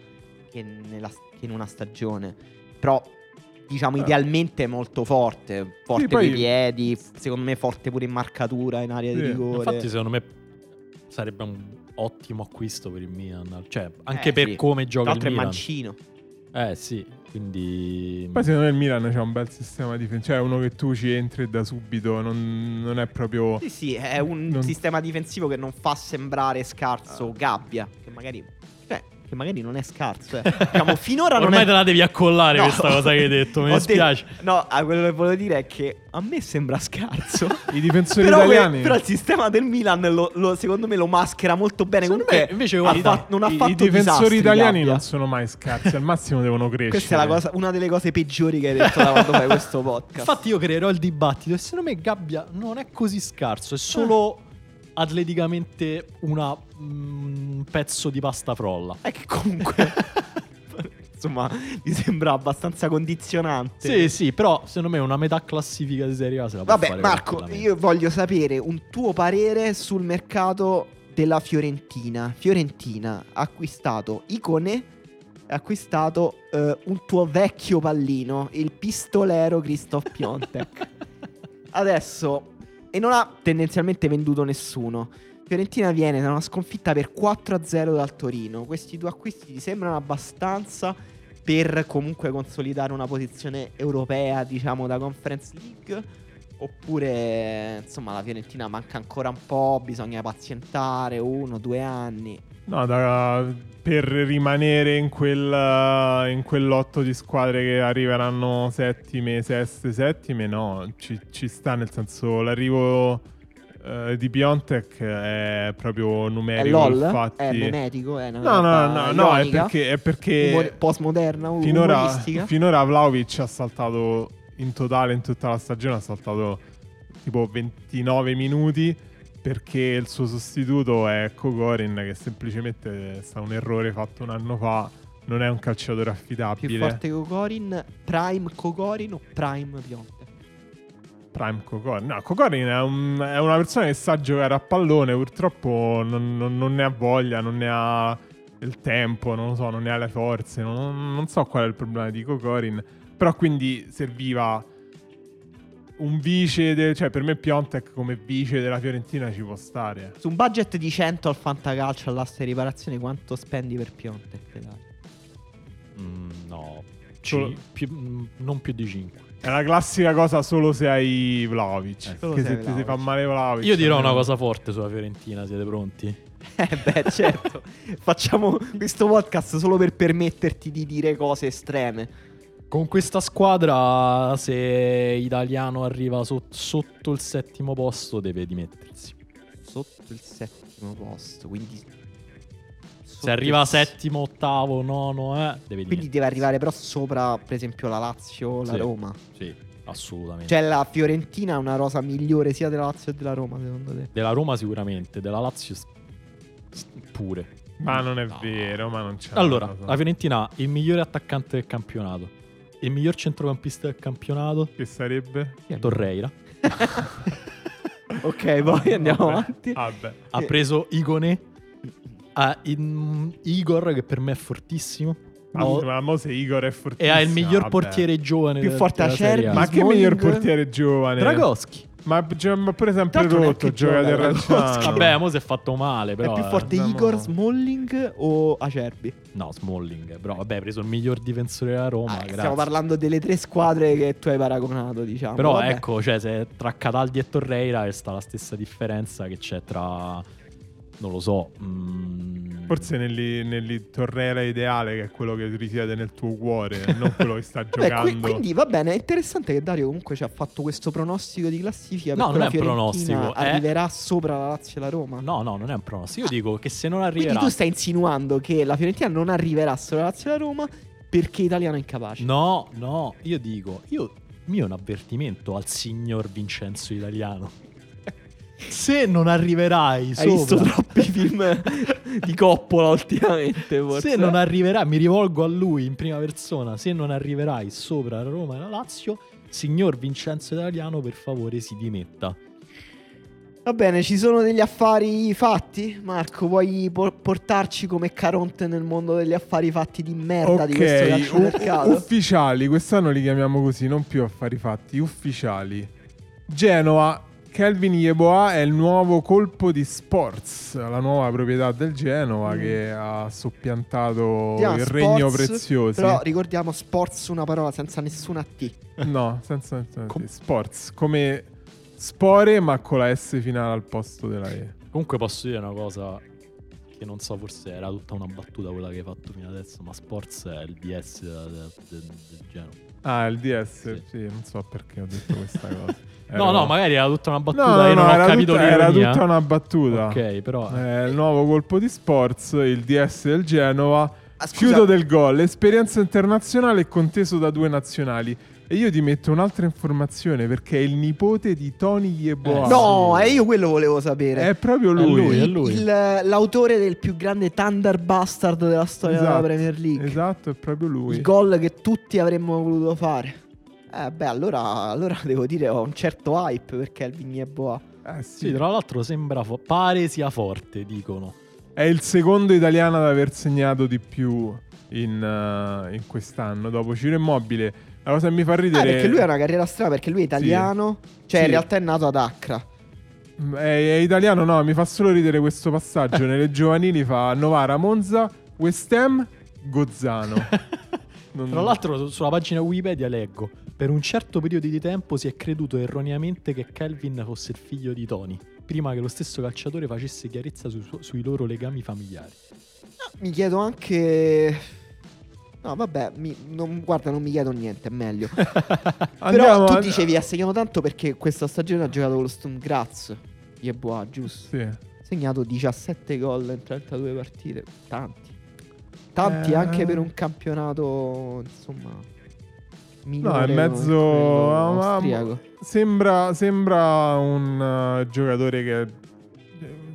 Speaker 1: che, nella- che in una stagione. Però diciamo
Speaker 3: Eh.
Speaker 1: idealmente molto forte, forte
Speaker 3: poi-
Speaker 1: coi piedi, f- secondo me forte pure in marcatura in area
Speaker 3: Sì,
Speaker 1: di rigore.
Speaker 2: Infatti, secondo me sarebbe un ottimo acquisto per il Milan. Cioè, anche
Speaker 1: Eh,
Speaker 2: per
Speaker 1: sì.
Speaker 2: come
Speaker 1: Tra
Speaker 2: gioca il
Speaker 1: l'altro è
Speaker 2: Milan.
Speaker 1: mancino.
Speaker 2: eh sì, quindi
Speaker 3: Poi secondo me il Milan c'ha un bel sistema difensivo, cioè uno che tu ci entri e da subito, non, non è proprio...
Speaker 1: Sì, sì, è un
Speaker 3: Non-
Speaker 1: sistema difensivo che non fa sembrare scarso Gabbia, che magari, cioè, che magari non è scarso.
Speaker 2: <laughs>
Speaker 1: eh. Diciamo, finora non
Speaker 2: Ormai
Speaker 1: è...
Speaker 2: te la devi accollare
Speaker 1: No.
Speaker 2: questa cosa che hai detto. Mi
Speaker 1: <laughs> Ho
Speaker 2: dispiace.
Speaker 1: detto- no, ah, quello che volevo dire è che a me sembra
Speaker 2: <laughs>
Speaker 1: scarso.
Speaker 3: I difensori
Speaker 1: però, que-
Speaker 3: italiani...
Speaker 1: però il sistema del Milan, lo- lo- secondo me, lo maschera molto bene.
Speaker 2: Secondo
Speaker 1: Comunque,
Speaker 2: me, invece,
Speaker 1: ha
Speaker 2: guarda,
Speaker 1: fa- non ha
Speaker 3: i-
Speaker 1: fatto
Speaker 3: I difensori
Speaker 1: disastri,
Speaker 3: italiani
Speaker 1: Gabbia.
Speaker 3: non sono mai scarsi, al massimo devono
Speaker 1: <laughs>
Speaker 3: crescere.
Speaker 1: Questa è la cosa- una delle cose peggiori che hai detto da quando fai
Speaker 2: <laughs>
Speaker 1: questo podcast.
Speaker 2: Infatti, io creerò il dibattito. E secondo me Gabbia non è così scarso, è solo atleticamente una- mm, un pezzo di pasta frolla.
Speaker 1: è che comunque, insomma, mi sembra abbastanza condizionante.
Speaker 2: Sì, sì, però secondo me una metà classifica di Serie A se la può
Speaker 1: Vabbè,
Speaker 2: fare
Speaker 1: Marco,
Speaker 2: tranquillamente.
Speaker 1: io voglio sapere un tuo parere sul mercato della Fiorentina. Fiorentina ha acquistato Icone, ha acquistato eh, un tuo vecchio pallino, il pistolero Christoph
Speaker 2: <laughs>
Speaker 1: Piontek. Adesso, e non ha tendenzialmente venduto nessuno. Fiorentina viene da una sconfitta per 4-0 dal Torino. Questi due acquisti ti sembrano abbastanza per comunque consolidare una posizione europea, diciamo, da Conference League? Oppure, insomma, la Fiorentina manca ancora un po', bisogna pazientare uno, due anni.
Speaker 3: No, da- per rimanere in, quel, in quell'otto di squadre che arriveranno settime, seste, settime, no, ci, ci sta nel senso l'arrivo eh, di Piontek è proprio
Speaker 1: È
Speaker 3: numerico.
Speaker 1: LOL?
Speaker 3: infatti...
Speaker 1: È memetico? È una
Speaker 3: No, no,
Speaker 1: roba
Speaker 3: no, no, è
Speaker 1: ironica?
Speaker 3: perché, è perché
Speaker 1: Umor- postmoderna, u-
Speaker 3: finora,
Speaker 1: umoristica?
Speaker 3: finora Vlaovic ha saltato in totale, in tutta la stagione, ha saltato tipo 29 minuti perché il suo sostituto è Kogorin che semplicemente è stato un errore fatto un anno fa, non è un calciatore
Speaker 1: Più
Speaker 3: affidabile.
Speaker 1: forte Kokorin, Prime Kokorin o Prime Piontek?
Speaker 3: Prime Kokorin. No, Kokorin è, un- è una persona che sa giocare a pallone, purtroppo non, non- non ne ha voglia, non ne ha il tempo, non lo so, non ne ha le forze, non, non so qual è il problema di Kokorin. Però quindi serviva un vice, de- cioè per me Piontek come vice della Fiorentina ci può stare.
Speaker 1: Su un budget di 100 al Fantacalcio all'asta di riparazione, quanto spendi per Piontek? Dai.
Speaker 2: <laughs> Mm, no,
Speaker 3: Solo-
Speaker 2: Ci- più- mm, non più di 5.
Speaker 3: È la classica cosa solo se hai Vlaovic,
Speaker 1: solo
Speaker 3: che
Speaker 1: se
Speaker 3: se,
Speaker 1: hai
Speaker 3: ti si
Speaker 1: Vlahovic.
Speaker 3: fa male Vlaovic.
Speaker 2: Eh, Io dirò
Speaker 3: non-
Speaker 2: una cosa forte sulla Fiorentina, siete pronti?
Speaker 1: Eh beh, certo. <laughs> Facciamo questo podcast solo per permetterti di dire cose estreme.
Speaker 2: Con questa squadra, se Italiano arriva so- sotto il settimo posto, deve dimettersi.
Speaker 1: Sotto il settimo posto, quindi...
Speaker 2: Se arriva settimo, ottavo, nono, eh, deve
Speaker 1: Quindi
Speaker 2: dimettersi.
Speaker 1: deve arrivare però sopra, per esempio, la Lazio, la
Speaker 2: Sì.
Speaker 1: Roma.
Speaker 2: Sì, assolutamente.
Speaker 1: Cioè la Fiorentina ha una rosa migliore sia della Lazio che della Roma, secondo
Speaker 2: <laughs>
Speaker 1: te?
Speaker 2: della Roma sicuramente, della Lazio s- s- pure.
Speaker 3: Ma non è
Speaker 2: No.
Speaker 3: vero, ma non c'è.
Speaker 1: Ah,
Speaker 3: una
Speaker 2: Allora,
Speaker 3: cosa.
Speaker 2: la Fiorentina ha il migliore attaccante del campionato, il miglior centrocampista del campionato,
Speaker 3: che sarebbe?
Speaker 2: Torreira.
Speaker 1: ok, poi andiamo
Speaker 3: Vabbè,
Speaker 1: avanti.
Speaker 2: Ah,
Speaker 3: Vabbè.
Speaker 2: Ha
Speaker 1: Eh.
Speaker 2: preso Igone, a in- Igor, che per me è fortissimo.
Speaker 3: Ma,
Speaker 2: Ho-
Speaker 3: ma mo se Igor è
Speaker 2: e
Speaker 3: fortissimo.
Speaker 2: ha il miglior
Speaker 3: vabbè.
Speaker 2: portiere giovane.
Speaker 1: Più
Speaker 2: de-
Speaker 1: forte
Speaker 2: della
Speaker 1: Acerbi.
Speaker 2: Serie A.
Speaker 3: Ma che
Speaker 1: Smalling.
Speaker 3: miglior portiere giovane?
Speaker 2: Dragoschi.
Speaker 3: Ma, gio- ma pure sempre
Speaker 1: Tanto non è
Speaker 3: rotto,
Speaker 1: che
Speaker 3: gioca
Speaker 1: gioca,
Speaker 3: del
Speaker 1: Dragoschi.
Speaker 3: Racciano.
Speaker 2: Vabbè, mo si è fatto male, però.
Speaker 1: è più
Speaker 2: eh. Oh
Speaker 1: forte
Speaker 3: eh,
Speaker 1: Igor,
Speaker 3: no.
Speaker 1: Smalling o Acerbi?
Speaker 2: No, Smalling. eh, Però, vabbè, ha preso il miglior difensore della Roma.
Speaker 1: Ah,
Speaker 2: grazie.
Speaker 1: stiamo parlando delle tre squadre che tu hai paragonato, diciamo.
Speaker 2: Però
Speaker 1: Vabbè.
Speaker 2: ecco, cioè, se tra Cataldi e Torreira sta la stessa differenza che c'è tra. Non lo so. mm,
Speaker 3: Forse nell'i, nell'i Torrera ideale, che è quello che risiede nel tuo cuore, non quello che sta
Speaker 1: Vabbè, qui-
Speaker 3: giocando.
Speaker 1: quindi va bene, è interessante che Dario comunque ci ha fatto questo pronostico di classifica.
Speaker 2: No,
Speaker 1: perché
Speaker 2: non
Speaker 1: la
Speaker 2: è un
Speaker 1: Fiorentina
Speaker 2: pronostico, eh. è-
Speaker 1: Arriverà sopra la Lazio e la Roma.
Speaker 2: No, no, non è un pronostico. Io dico che se non
Speaker 1: Quindi
Speaker 2: arriverà.
Speaker 1: tu stai insinuando che la Fiorentina non arriverà sopra la Lazio e la Roma perché Italiano è incapace.
Speaker 2: No, no, io dico. Io. Mio è un avvertimento al signor Vincenzo
Speaker 3: <laughs>
Speaker 2: Italiano. Se non arriverai
Speaker 1: Hai visto
Speaker 2: sopra-
Speaker 1: troppi film di Coppola ultimamente. Forse.
Speaker 2: Se non arriverai, mi rivolgo a lui in prima persona, se non arriverai sopra la Roma e la Lazio, signor Vincenzo Italiano, per favore si dimetta.
Speaker 1: Va bene, ci sono degli affari fatti. Marco, vuoi po- portarci come Caronte nel mondo degli affari fatti di merda di questo
Speaker 3: Ok, u- oh,
Speaker 1: calciomercato?
Speaker 3: u- ufficiali, quest'anno li chiamiamo così, non più affari fatti, ufficiali. Genoa, Kelvin Yeboah è il nuovo colpo di Sports, la nuova proprietà del Genoa
Speaker 1: Mm.
Speaker 3: che ha soppiantato
Speaker 1: Diamo
Speaker 3: il
Speaker 1: Sports,
Speaker 3: Regno Prezioso.
Speaker 1: Però ricordiamo sports una parola senza nessuna T.
Speaker 3: No, senza, senza-
Speaker 2: Com-
Speaker 3: Sports, come spore ma con la S finale al posto della E.
Speaker 2: Comunque posso dire una cosa che non so, forse era tutta una battuta quella che hai fatto fino adesso, ma Sports è il DS del Genova.
Speaker 3: Ah, il DS,
Speaker 2: Sì.
Speaker 3: sì. non so perché ho detto questa cosa.
Speaker 2: <laughs> No, no,
Speaker 3: ma
Speaker 2: magari era tutta una battuta,
Speaker 3: No, no,
Speaker 2: io
Speaker 3: no,
Speaker 2: non ho
Speaker 3: era,
Speaker 2: capito
Speaker 3: tutta, era
Speaker 2: l'ironia.
Speaker 3: tutta una battuta.
Speaker 2: Ok, però
Speaker 3: Eh, il nuovo colpo di Sports, il DS del Genova,
Speaker 1: Ah, scusa,
Speaker 3: chiudo del gol, esperienza internazionale e conteso da due nazionali. E io ti metto un'altra informazione perché è il nipote di Tony Yeboah.
Speaker 2: Eh,
Speaker 1: No,
Speaker 2: sì.
Speaker 1: e io quello volevo sapere.
Speaker 3: È proprio
Speaker 2: È lui,
Speaker 3: Eh, lui. Esatto.
Speaker 2: è
Speaker 1: Il- il- eh, l'autore del più grande Thunder Bastard della storia
Speaker 3: Esatto,
Speaker 1: della Premier League.
Speaker 3: Esatto, è proprio lui.
Speaker 1: Il gol che tutti avremmo voluto fare. Eh, beh, allora, allora <laughs> devo dire ho un certo hype perché Alvin è Ah, boa.
Speaker 3: Eh, sì.
Speaker 2: sì, tra l'altro sembra fo- pare sia forte, dicono.
Speaker 3: <laughs> È il secondo italiano ad aver segnato di più in, eh, in quest'anno, dopo Ciro Immobile. La cosa che mi fa
Speaker 1: Eh,
Speaker 3: ridere
Speaker 1: perché lui ha una carriera strana, perché lui è italiano, cioè in
Speaker 3: Sì.
Speaker 1: realtà è nato ad Accra.
Speaker 3: Mm, è, è italiano, no, mi fa solo ridere
Speaker 1: <laughs>
Speaker 3: questo passaggio. Nelle giovanili fa Novara, Monza, West Ham,
Speaker 1: <laughs>
Speaker 3: Gozzano. Non-
Speaker 2: Tra l'altro su- sulla pagina Wikipedia leggo Per un certo periodo di tempo si è creduto erroneamente che Calvin fosse il figlio di Tony Prima che lo stesso calciatore facesse chiarezza su- su- sui loro legami
Speaker 3: <laughs>
Speaker 2: familiari
Speaker 1: Mi chiedo anche... No, vabbè, mi- non- guarda, non mi chiedo niente, è
Speaker 3: <laughs>
Speaker 1: meglio.
Speaker 3: Andiamo,
Speaker 1: Però tu
Speaker 3: and-
Speaker 1: dicevi ha segnato tanto perché questa stagione ha giocato con lo Stone Graz. Yeboah, giusto?
Speaker 3: Sì.
Speaker 1: Ha segnato 17 gol in 32 partite. Tanti. Tanti
Speaker 3: Eh.
Speaker 1: anche per un campionato, insomma...
Speaker 3: No, è
Speaker 1: minore come
Speaker 3: mezzo.
Speaker 1: quello
Speaker 3: ah, ma-
Speaker 1: austriaco.
Speaker 3: Sembra, sembra un eh, giocatore che eh,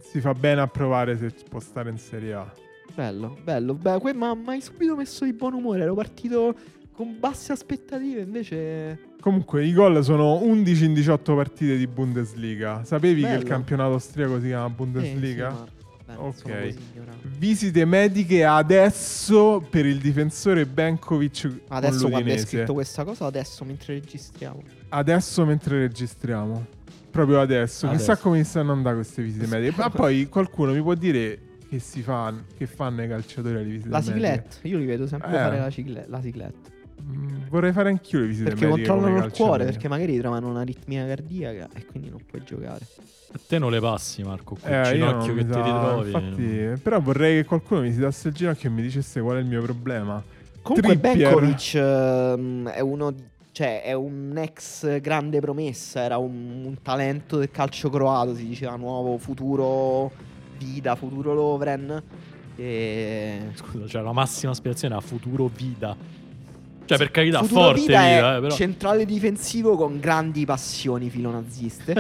Speaker 3: si fa bene a provare se può stare in Serie A.
Speaker 1: Bello, bello. Beh, que- ma mi hai subito messo di buon umore. Ero partito con basse aspettative, invece...
Speaker 3: Comunque, i gol sono 11 in 18 partite di Bundesliga. Sapevi che il
Speaker 1: Bello.
Speaker 3: campionato austriaco si chiama Bundesliga?
Speaker 1: Eh, sì, ma- vabbè, non sono
Speaker 3: Ok.
Speaker 1: così ignorante.
Speaker 3: Visite mediche adesso per il difensore Benkovic
Speaker 1: Ma Adesso
Speaker 3: con
Speaker 1: quando hai
Speaker 3: l'Udinese.
Speaker 1: scritto questa cosa, adesso mentre registriamo.
Speaker 3: Adesso mentre registriamo. Proprio adesso. Chissà
Speaker 2: Adesso.
Speaker 3: come mi stanno andando queste visite mediche. Ma poi qualcuno mi può dire che si fa, che fanno i calciatori alle visite
Speaker 1: La
Speaker 3: mediche?
Speaker 1: ciclette, io li vedo sempre
Speaker 3: Eh.
Speaker 1: fare la, cicle- la ciclette.
Speaker 3: Mm, Vorrei fare anch'io le visite
Speaker 1: Perché
Speaker 3: mediche. come
Speaker 1: controllano il
Speaker 3: calciatori.
Speaker 1: cuore, perché magari trovano un'aritmia cardiaca e quindi non puoi giocare.
Speaker 2: A te non le passi Marco, quel
Speaker 3: Eh, io
Speaker 2: ginocchio
Speaker 3: non
Speaker 2: che
Speaker 3: mi
Speaker 2: ti
Speaker 3: sa-
Speaker 2: ritrovi
Speaker 3: Infatti, però vorrei che qualcuno mi si dasse il ginocchio e mi dicesse qual è il mio problema.
Speaker 1: Comunque
Speaker 3: Trippier.
Speaker 1: Benkovic ehm, è uno di- cioè è un ex grande promessa, era un, un talento del calcio croato, si diceva nuovo futuro Vida, futuro Lovren. E...
Speaker 2: Scusa, cioè la massima aspirazione a futuro Vida Cioè per carità,
Speaker 1: futuro
Speaker 2: forte
Speaker 1: Vida
Speaker 2: Vida,
Speaker 1: è
Speaker 2: eh, però
Speaker 1: centrale difensivo con grandi passioni
Speaker 2: <laughs>
Speaker 1: filonaziste.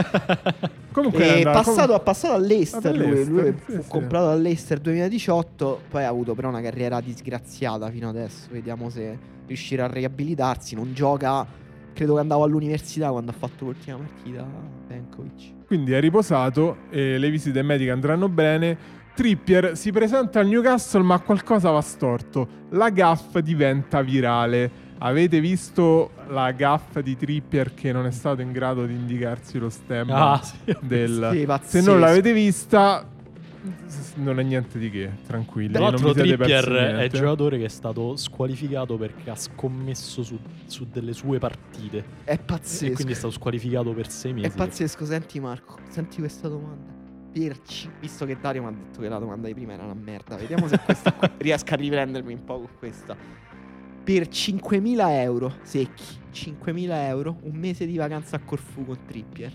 Speaker 3: Comunque,
Speaker 1: È
Speaker 3: era-
Speaker 1: passato,
Speaker 3: comunque-
Speaker 1: ha passato all'Ester.
Speaker 3: Ah,
Speaker 1: Lui,
Speaker 3: dall'Ester,
Speaker 1: lui
Speaker 3: sì,
Speaker 1: fu
Speaker 3: sì.
Speaker 1: comprato all'Ester 2018. Poi ha avuto però una carriera disgraziata fino adesso. Vediamo se riuscirà a riabilitarsi. Non gioca. Credo che andavo all'università quando ha fatto l'ultima partita. Benkovic.
Speaker 3: Quindi è riposato, e le visite mediche andranno bene. Trippier si presenta al Newcastle ma qualcosa va storto. La gaff diventa virale. Avete visto la gaff di Trippier che non è stato in grado di indicarsi lo
Speaker 2: <laughs>
Speaker 3: stemma
Speaker 2: Ah,
Speaker 3: <laughs>
Speaker 2: sì.
Speaker 3: del...
Speaker 1: Sì,
Speaker 3: Se
Speaker 1: pazzesco.
Speaker 3: non l'avete vista, s- non è niente di che, tranquilli.
Speaker 2: Tra
Speaker 3: non
Speaker 2: l'altro
Speaker 3: vi siete persi
Speaker 2: Trippier è
Speaker 3: niente.
Speaker 2: giocatore che è stato squalificato perché ha scommesso su, su delle sue partite
Speaker 1: È
Speaker 2: e
Speaker 1: pazzesco.
Speaker 2: quindi è stato squalificato per sei mesi.
Speaker 1: È
Speaker 2: <laughs>
Speaker 1: pazzesco, senti Marco, senti questa domanda. Pirci, visto che Dario mi ha detto che la domanda di prima era una merda, vediamo se questa
Speaker 3: <laughs>
Speaker 1: qua riesco a riprendermi un po' con questa. Per 5.000 euro secchi, 5.000 euro, un mese di vacanza a Corfu con Trippier.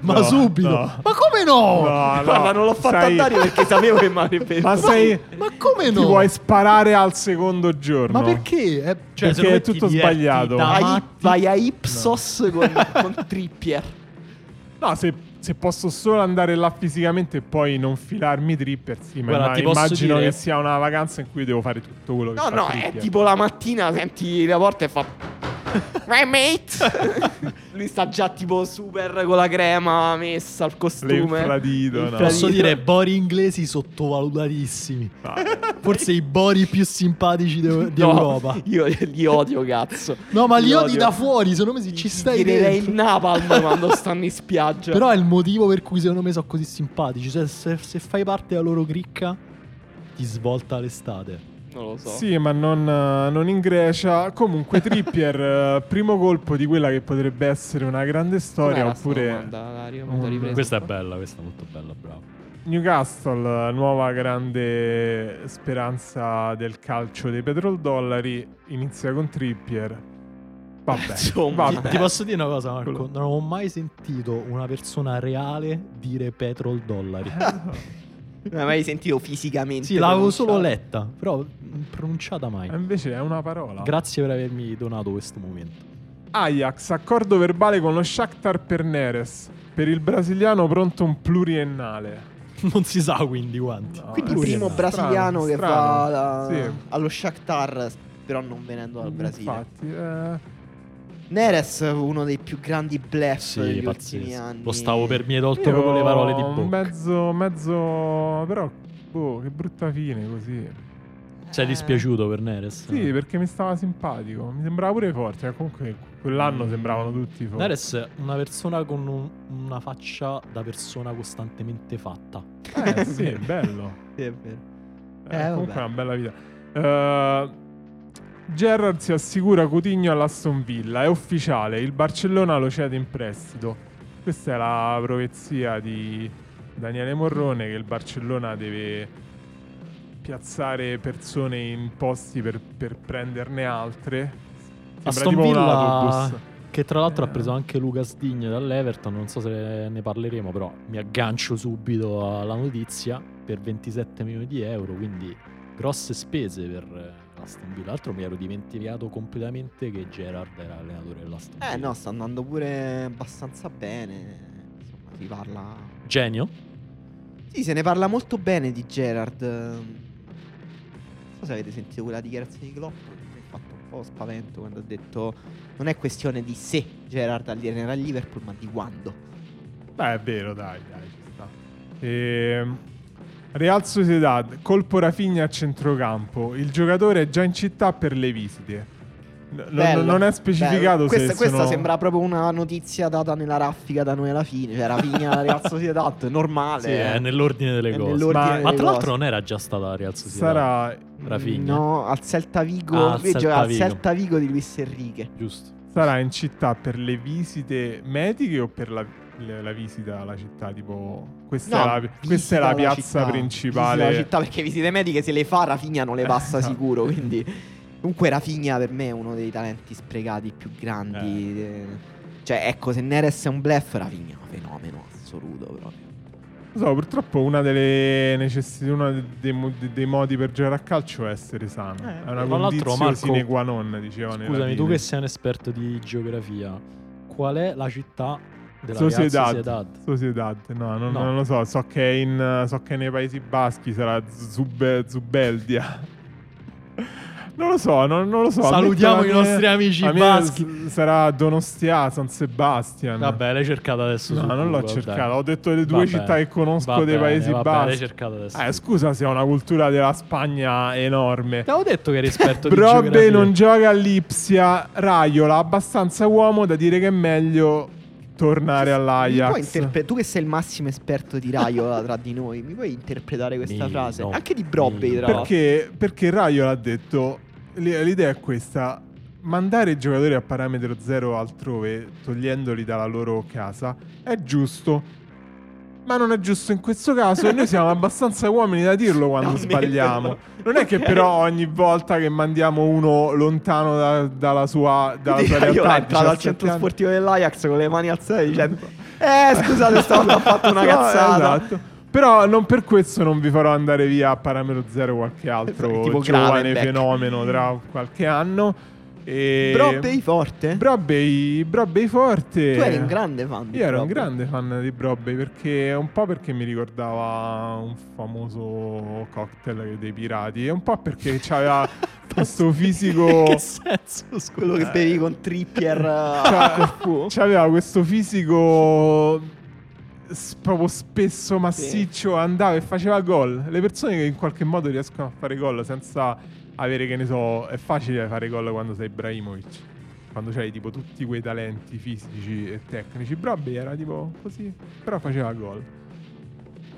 Speaker 2: Ma
Speaker 3: No,
Speaker 2: subito!
Speaker 3: no.
Speaker 2: Ma come no?
Speaker 3: Ah, No, no,
Speaker 1: Guarda, non l'ho fatto
Speaker 3: sai-
Speaker 1: a Dario perché sapevo che mi avrebbe...
Speaker 3: Ma sei...
Speaker 2: Ma come
Speaker 3: Ti
Speaker 2: no?
Speaker 3: vuoi sparare al secondo giorno?
Speaker 2: Ma perché? Eh, cioè, È-
Speaker 3: Perché
Speaker 2: secondo me
Speaker 3: è
Speaker 2: ti
Speaker 3: tutto
Speaker 2: diverti
Speaker 3: sbagliato.
Speaker 2: da
Speaker 1: Vai-
Speaker 2: matti.
Speaker 1: vai a Ipsos con, con Trippier.
Speaker 3: No, se, se posso solo andare là fisicamente e poi non filarmi Tripper, sì, ma
Speaker 2: Guarda,
Speaker 3: ma
Speaker 2: ti posso
Speaker 3: immagino
Speaker 2: dire-
Speaker 3: che sia una vacanza in cui devo fare tutto quello che
Speaker 1: No,
Speaker 3: fa
Speaker 1: no, è
Speaker 3: Trippier.
Speaker 1: tipo la mattina senti la porta e fa
Speaker 3: <laughs>
Speaker 1: My mate <laughs> Lui sta già tipo super con la crema messa al costume
Speaker 3: L'infradito, no.
Speaker 1: Infradito.
Speaker 2: Posso
Speaker 1: <laughs>
Speaker 2: dire bori inglesi sottovalutatissimi.
Speaker 3: No,
Speaker 2: Forse i bori più simpatici <laughs> de- di
Speaker 1: No,
Speaker 2: Europa.
Speaker 1: Io li odio cazzo
Speaker 2: No, ma li odi da fuori, secondo me si- ci stai
Speaker 1: Tirerei
Speaker 2: dentro.
Speaker 1: il napalm quando stanno in spiaggia
Speaker 3: Cioè.
Speaker 2: Però è il motivo per cui secondo me sono così simpatici. Cioè, se, se fai parte della loro cricca, ti svolta l'estate.
Speaker 1: Non lo so
Speaker 3: Sì, ma non, eh, non in Grecia. Comunque,
Speaker 1: <laughs>
Speaker 3: Trippier, eh, primo colpo di quella che potrebbe essere una grande storia.
Speaker 1: Com'era sta
Speaker 3: Oppure
Speaker 1: domanda, Dario? Me la
Speaker 3: Mm,
Speaker 1: ripresa
Speaker 2: Questa è
Speaker 1: qua?
Speaker 2: bella, questa è molto bella, bravo.
Speaker 3: Newcastle, eh, nuova grande speranza del calcio dei petrodollari. Inizia con Trippier. Vabbè,
Speaker 1: Insomma,
Speaker 3: vabbè.
Speaker 1: Vabbè.
Speaker 2: Ti posso dire una cosa, Marco?
Speaker 3: Ah, Quello-
Speaker 2: Non ho mai sentito una persona reale dire petrol dollari.
Speaker 3: Eh,
Speaker 1: Non hai mai sentito fisicamente
Speaker 2: Sì, l'avevo
Speaker 1: pronunciare.
Speaker 2: solo letta, però mh, pronunciata mai.
Speaker 3: E invece è una parola.
Speaker 2: Grazie per avermi donato questo momento. <laughs>
Speaker 3: Ajax, accordo verbale con lo Shakhtar per Neres. Per il brasiliano pronto un pluriennale.
Speaker 2: Non si sa quindi quanti.
Speaker 3: No,
Speaker 1: Quindi
Speaker 3: eh,
Speaker 1: il
Speaker 2: Pure
Speaker 1: primo
Speaker 2: no.
Speaker 1: brasiliano
Speaker 3: Strano,
Speaker 1: che va
Speaker 3: strano.
Speaker 1: alla-
Speaker 3: Sì.
Speaker 1: allo Shakhtar Però non venendo dal Brasile
Speaker 3: Infatti, eh,
Speaker 1: Neres uno dei più grandi bluff
Speaker 2: Sì,
Speaker 1: degli ultimi
Speaker 2: pazzesco.
Speaker 1: anni.
Speaker 2: Lo stavo per mi hai tolto
Speaker 3: io
Speaker 2: proprio le parole di
Speaker 3: un
Speaker 2: bocca.
Speaker 3: Mezzo, mezzo, però, boh, che brutta fine così.
Speaker 2: Sei
Speaker 1: Eh.
Speaker 2: Cioè, dispiaciuto per Neres?
Speaker 3: Sì,
Speaker 2: No.
Speaker 3: perché mi stava simpatico. Mi sembrava pure forte. ma Comunque,
Speaker 2: Mm.
Speaker 3: quell'anno sembravano tutti forti.
Speaker 2: Neres è una persona con un- una faccia da persona costantemente fatta.
Speaker 3: Eh, sì, è bello.
Speaker 1: Sì, è vero.
Speaker 3: Eh,
Speaker 1: Eh,
Speaker 3: comunque
Speaker 1: vabbè.
Speaker 3: è una bella vita. Eh, Gerrard si assicura Coutinho all'Aston Villa, è ufficiale, il Barcellona lo cede in prestito. Questa è la profezia di Daniele Morrone che il Barcellona deve piazzare persone in posti per, per prenderne altre. Sembra
Speaker 2: Aston
Speaker 3: tipo un
Speaker 2: Villa,
Speaker 3: autobus.
Speaker 2: che tra l'altro ha
Speaker 3: Eh.
Speaker 2: preso anche Lucas Digne dall'Everton, non so se ne parleremo, però mi aggancio subito alla notizia per 27 milioni di euro, quindi grosse spese per eh, l'Aston Villa. Tra l'altro mi ero dimenticato completamente che Gerard era allenatore dell'Aston Villa.
Speaker 1: Eh no, sta andando pure abbastanza bene. Insomma, si parla.
Speaker 2: Genio?
Speaker 1: Sì, se ne parla molto bene di Gerard. Non so se avete sentito quella dichiarazione di Klopp. che Mi ha fatto un po' spavento quando ha detto. Non è questione di se Gerard allienerà il Liverpool, ma di quando.
Speaker 3: Beh, è vero, dai, dai, ci sta. Ehm, Real Sociedad, colpo Rafinha a centrocampo. Il giocatore è già in città per le visite. N- non-
Speaker 1: Bello.
Speaker 3: non è
Speaker 1: Bello.
Speaker 3: specificato
Speaker 1: questa,
Speaker 3: se
Speaker 1: questa
Speaker 3: sono-
Speaker 1: sembra proprio una notizia data nella raffica da noi alla fine. Cioè, Rafinha alla Real Sociedad, normale. eh.
Speaker 2: Sì, eh, è nell'ordine delle
Speaker 1: È
Speaker 2: cose.
Speaker 1: nell'ordine
Speaker 2: ma,
Speaker 1: delle
Speaker 2: ma tra l'altro
Speaker 1: cose.
Speaker 2: non era già stata la Real Sociedad,
Speaker 3: sarà,
Speaker 2: Rafinha.
Speaker 1: No, al Celta Vigo.
Speaker 2: Ah, al
Speaker 1: lui gioca al
Speaker 2: Celta Vigo.
Speaker 1: Celta Vigo di Luis Enrique.
Speaker 2: giusto?
Speaker 3: sarà in città per le visite mediche o per la, le- la visita alla città? Tipo, questa,
Speaker 1: No,
Speaker 3: è, la,
Speaker 1: visita
Speaker 3: questa è la
Speaker 1: la
Speaker 3: piazza
Speaker 1: città.
Speaker 3: principale. Eh.
Speaker 1: Visita la città perché visite mediche se le fa Rafinha non le passa sicuro, quindi comunque Rafinha per me è uno dei talenti sprecati più grandi. eh. Cioè, ecco, se Neres è un bluff, Rafinha è un fenomeno assoluto proprio.
Speaker 3: Non so, purtroppo una delle necessità, uno de- dei, mo- de- dei modi per giocare a calcio è essere sano.
Speaker 1: Eh,
Speaker 3: è una
Speaker 2: tra l'altro,
Speaker 3: condizione
Speaker 2: Marco,
Speaker 3: sine qua non, dicevano i
Speaker 2: Scusami, tu
Speaker 3: latini.
Speaker 2: che sei un esperto di geografia, qual è la città della Real
Speaker 3: Sociedad.
Speaker 2: Sociedad?
Speaker 3: Sociedad. No, non,
Speaker 2: No.
Speaker 3: non lo so. So che, è in, so che nei Paesi Baschi sarà Zube- Zubeldia. <laughs> Non lo so, non, non lo so.
Speaker 2: Salutiamo
Speaker 3: Ammetto
Speaker 2: i
Speaker 3: la mia-
Speaker 2: nostri amici
Speaker 3: la mia
Speaker 2: baschi.
Speaker 3: s- sarà Donostia, San Sebastian.
Speaker 2: Vabbè, l'hai cercata adesso.
Speaker 3: No,
Speaker 2: su
Speaker 3: non l'ho
Speaker 2: Google,
Speaker 3: cercata.
Speaker 2: dai.
Speaker 3: Ho detto le due
Speaker 2: Va
Speaker 3: città
Speaker 2: bene,
Speaker 3: che conosco
Speaker 2: va
Speaker 3: dei
Speaker 2: bene,
Speaker 3: Paesi
Speaker 2: va bene, L'hai
Speaker 3: Bassi.
Speaker 2: cercata adesso.
Speaker 3: Eh, scusa se ho una cultura della Spagna enorme.
Speaker 2: Ti avevo detto che eri esperto di
Speaker 3: Brobbe
Speaker 2: geografia.
Speaker 3: non
Speaker 2: <laughs>
Speaker 3: gioca all'Ipsia, Raiola, abbastanza uomo da dire che è meglio tornare
Speaker 1: Mi puoi
Speaker 3: all'Ajax.
Speaker 1: interpre- tu che sei il massimo esperto di Raiola tra di noi, mi puoi interpretare questa
Speaker 2: Mi-
Speaker 1: frase?
Speaker 2: no.
Speaker 1: Anche di Brobby,
Speaker 2: Mi-
Speaker 1: tra l'altro.
Speaker 3: Perché, perché Raiola ha detto, l- l'idea è questa, mandare i giocatori a parametro zero altrove, togliendoli dalla loro casa, è giusto. Ma non è giusto in questo caso e noi siamo abbastanza uomini da dirlo quando
Speaker 1: Ammetto.
Speaker 3: sbagliamo. Non è che
Speaker 1: Ok.
Speaker 3: però ogni volta che mandiamo uno lontano da- dalla sua, dalla
Speaker 1: Quindi
Speaker 3: sua
Speaker 1: <laughs> Raiola
Speaker 3: realtà...
Speaker 1: è entrato al
Speaker 3: 17
Speaker 1: centro
Speaker 3: anni.
Speaker 1: sportivo dell'Ajax con le mani alzate
Speaker 3: <laughs>
Speaker 1: dicendo Eh scusate stavo ho fatto una
Speaker 3: No,
Speaker 1: cazzata
Speaker 3: esatto. Però non per questo non vi farò andare via a parametro zero qualche altro
Speaker 1: Tipo
Speaker 3: giovane
Speaker 1: Gravenbeck.
Speaker 3: fenomeno tra qualche anno. E...
Speaker 1: Brobbey forte?
Speaker 3: Brobbey- Brobbey forte.
Speaker 1: eh? tu eri un grande fan di
Speaker 3: eh, Io ero un
Speaker 1: Brobbey.
Speaker 3: grande fan di Brobbey perché un po' perché mi ricordava un famoso cocktail dei pirati e un po' perché
Speaker 1: <laughs>
Speaker 3: c'aveva questo fisico
Speaker 2: che senso, scusa?
Speaker 1: Quello che bevi con
Speaker 3: <laughs>
Speaker 1: Trippier eh, a
Speaker 3: Eh. Cioè,
Speaker 1: Corfù.
Speaker 3: C'aveva questo fisico s- proprio spesso, massiccio, andava e faceva gol. Le persone che in qualche modo riescono a fare gol senza avere, che ne so, è facile fare gol quando sei Ibrahimovic. Quando c'hai tipo tutti quei talenti fisici e tecnici. Brobby era tipo così, però faceva gol.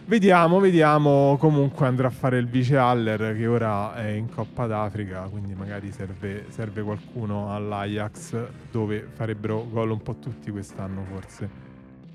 Speaker 3: Vediamo, vediamo. Comunque andrà a fare il vice Haller che ora è in Coppa d'Africa, quindi magari serve, serve qualcuno all'Ajax dove farebbero gol un po' tutti quest'anno forse.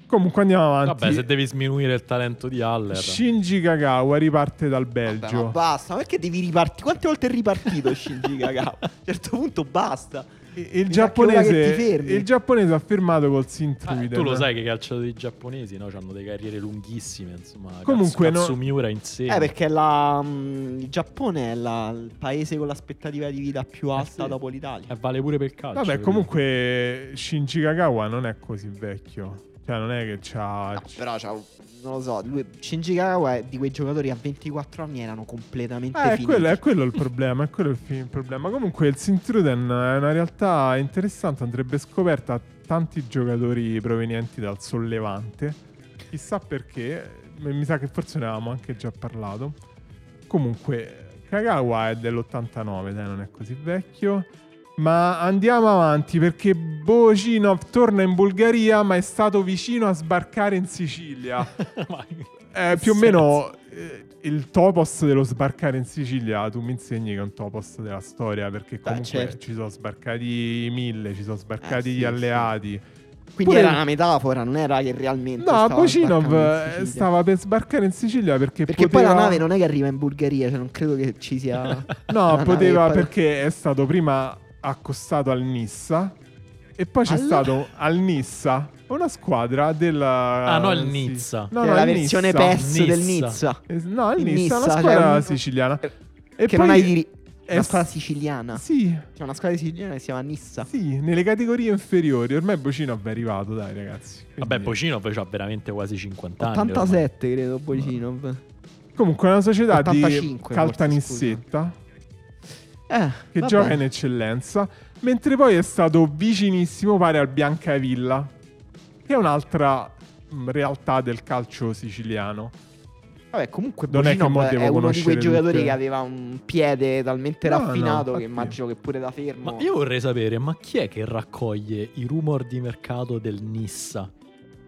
Speaker 3: Comunque andiamo avanti.
Speaker 2: Vabbè, se devi sminuire il talento di Haller.
Speaker 3: Shinji Kagawa riparte dal
Speaker 1: Vabbè, ma
Speaker 3: Belgio.
Speaker 1: basta, ma perché devi ripartire? Quante volte è ripartito Shinji Kagawa? A un certo punto basta.
Speaker 3: E-
Speaker 1: Mi sa
Speaker 3: il,
Speaker 1: che
Speaker 3: giapponese,
Speaker 1: ora che ti fermi.
Speaker 3: il giapponese ha firmato col Sintruiden.
Speaker 2: Eh, tu lo sai che i calciatori giapponesi no? hanno delle carriere lunghissime. Insomma,
Speaker 3: Comunque, no-
Speaker 2: Kats- Katsumiura in sé.
Speaker 1: Eh, perché la, mm, il Giappone è la- il paese con l'aspettativa di vita più alta
Speaker 2: sì.
Speaker 1: dopo l'Italia.
Speaker 2: Eh, vale pure per il calcio.
Speaker 3: Vabbè,
Speaker 2: capito?
Speaker 3: comunque Shinji Kagawa non è così vecchio. Cioè non è che c'ha...
Speaker 1: No, però c'ha un- non lo so, lui, Shinji Kagawa è di quei giocatori a 24 anni erano completamente
Speaker 3: Eh, è
Speaker 1: finiti.
Speaker 3: quello, è quello il problema, è quello il, fi- il problema. Comunque il Sintruden è una realtà interessante, andrebbe scoperta a tanti giocatori provenienti dal sollevante. Chissà perché, mi mi sa che forse ne avevamo anche già parlato. Comunque Kagawa è dell'89, dai, non è così vecchio. Ma andiamo avanti perché Bocinov torna in Bulgaria ma è stato vicino a sbarcare in Sicilia.
Speaker 2: <laughs> Ma-
Speaker 3: Eh, più o meno eh, il topos dello sbarcare in Sicilia, tu mi insegni che è un topos della storia, perché comunque
Speaker 1: certo. Eh,
Speaker 3: ci sono sbarcati i mille, ci sono sbarcati
Speaker 1: sì,
Speaker 3: gli
Speaker 1: sì.
Speaker 3: alleati.
Speaker 1: Quindi
Speaker 3: pure-
Speaker 1: era una metafora, non era che realmente
Speaker 3: No,
Speaker 1: stava
Speaker 3: Bocinov
Speaker 1: sbarcando in
Speaker 3: eh,
Speaker 1: Sicilia.
Speaker 3: stava per sbarcare in Sicilia perché,
Speaker 1: Perché
Speaker 3: poteva...
Speaker 1: poi la nave non è che arriva in Bulgaria, cioè non credo che ci
Speaker 3: <laughs>
Speaker 1: sia
Speaker 3: No,
Speaker 1: La
Speaker 3: poteva
Speaker 1: nave poi-
Speaker 3: perché è stato prima accostato al Nissa e poi c'è
Speaker 1: Al-
Speaker 3: stato al Nissa una squadra della...
Speaker 2: Ah, no, il
Speaker 3: sì.
Speaker 2: Nizza.
Speaker 3: No, no,
Speaker 1: Cioè, la
Speaker 3: il
Speaker 1: versione
Speaker 3: Nizza.
Speaker 1: PES del
Speaker 2: Nizza.
Speaker 1: Nizza.
Speaker 3: Eh, No, il
Speaker 1: Il
Speaker 3: Nissa, una
Speaker 1: Nizza,
Speaker 3: squadra
Speaker 1: cioè un-
Speaker 3: siciliana. E
Speaker 1: Che non
Speaker 3: poi
Speaker 1: hai diri-
Speaker 3: è
Speaker 1: una
Speaker 3: s-
Speaker 1: squadra siciliana.
Speaker 3: Sì,
Speaker 1: C'è una squadra siciliana che si chiama Nissa.
Speaker 3: sì, nelle categorie inferiori. Ormai Bocinov è arrivato, dai ragazzi. Quindi-
Speaker 2: Vabbè, Pocino poi ha veramente quasi 50 anni. ormai.
Speaker 1: 87 credo Bocinov.
Speaker 3: Comunque è una società
Speaker 1: 85
Speaker 3: di Caltanissetta
Speaker 1: Eh,
Speaker 3: che
Speaker 1: vabbè.
Speaker 3: gioca in eccellenza, mentre poi è stato vicinissimo pare al Biancavilla, che è un'altra mh, realtà del calcio siciliano.
Speaker 1: Vabbè, comunque
Speaker 3: Non è che
Speaker 1: Bocinov
Speaker 3: mo
Speaker 1: è,
Speaker 3: devo
Speaker 1: uno di
Speaker 3: conoscere
Speaker 1: quei giocatori
Speaker 3: tutte.
Speaker 1: che aveva un piede talmente
Speaker 3: No,
Speaker 1: raffinato
Speaker 3: no, infatti.
Speaker 1: che immagino che pure da fermo.
Speaker 2: Ma io vorrei sapere, ma chi è che raccoglie i rumor di mercato del Nissa?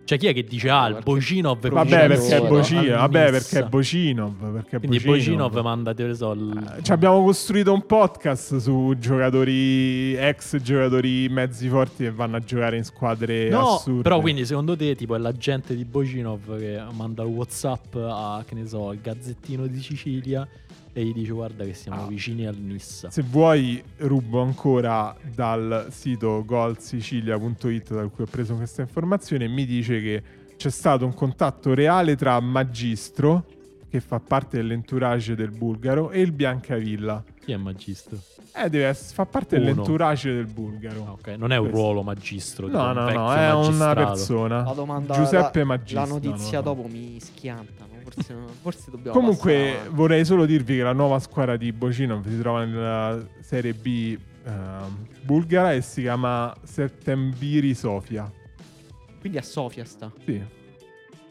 Speaker 2: Cioè, chi è che dice, ah, il
Speaker 1: Perché-
Speaker 2: Bocinov è
Speaker 3: Vabbè, perché è
Speaker 1: Bocinov,
Speaker 3: Bocinov,
Speaker 2: al Nissa.
Speaker 3: vabbè, perché è Bocinov, perché è
Speaker 2: Quindi
Speaker 3: Bocinov.
Speaker 2: Bocinov manda che ne so, il-
Speaker 3: Eh, Ci abbiamo costruito un podcast su giocatori, ex giocatori mezzi forti che vanno a giocare in squadre
Speaker 2: No,
Speaker 3: assurde.
Speaker 2: però quindi secondo te tipo è l'agente di Bocinov che manda un Whatsapp a che ne so, il Gazzettino di Sicilia e gli dice "Guarda che siamo
Speaker 3: Ah.
Speaker 2: vicini al Nissa".
Speaker 3: Se vuoi rubo ancora dal sito golsicilia.it da cui ho preso questa informazione, mi dice che c'è stato un contatto reale tra Magistro, che fa parte dell'entourage del Bulgaro, e il Biancavilla.
Speaker 2: Chi è Magisto?
Speaker 3: Eh, deve ess- fa parte
Speaker 2: Uno.
Speaker 3: dell'entourage del bulgaro.
Speaker 2: Ah, ok, non è un
Speaker 3: Questo.
Speaker 2: ruolo magistro. tipo
Speaker 3: No,
Speaker 2: un
Speaker 3: no,
Speaker 2: vecchio
Speaker 3: no, è una
Speaker 2: magistrato.
Speaker 3: persona.
Speaker 1: La domanda
Speaker 3: Giuseppe
Speaker 1: la,
Speaker 3: Magisto.
Speaker 1: La notizia
Speaker 3: no, no.
Speaker 1: dopo mi schiantano. Forse, forse dobbiamo.
Speaker 3: Comunque
Speaker 1: passare avanti.
Speaker 3: vorrei solo dirvi che la nuova squadra di Bocinov si trova nella Serie B ehm, bulgara e si chiama Septembiri Sofia.
Speaker 1: quindi a Sofia sta.
Speaker 3: Sì,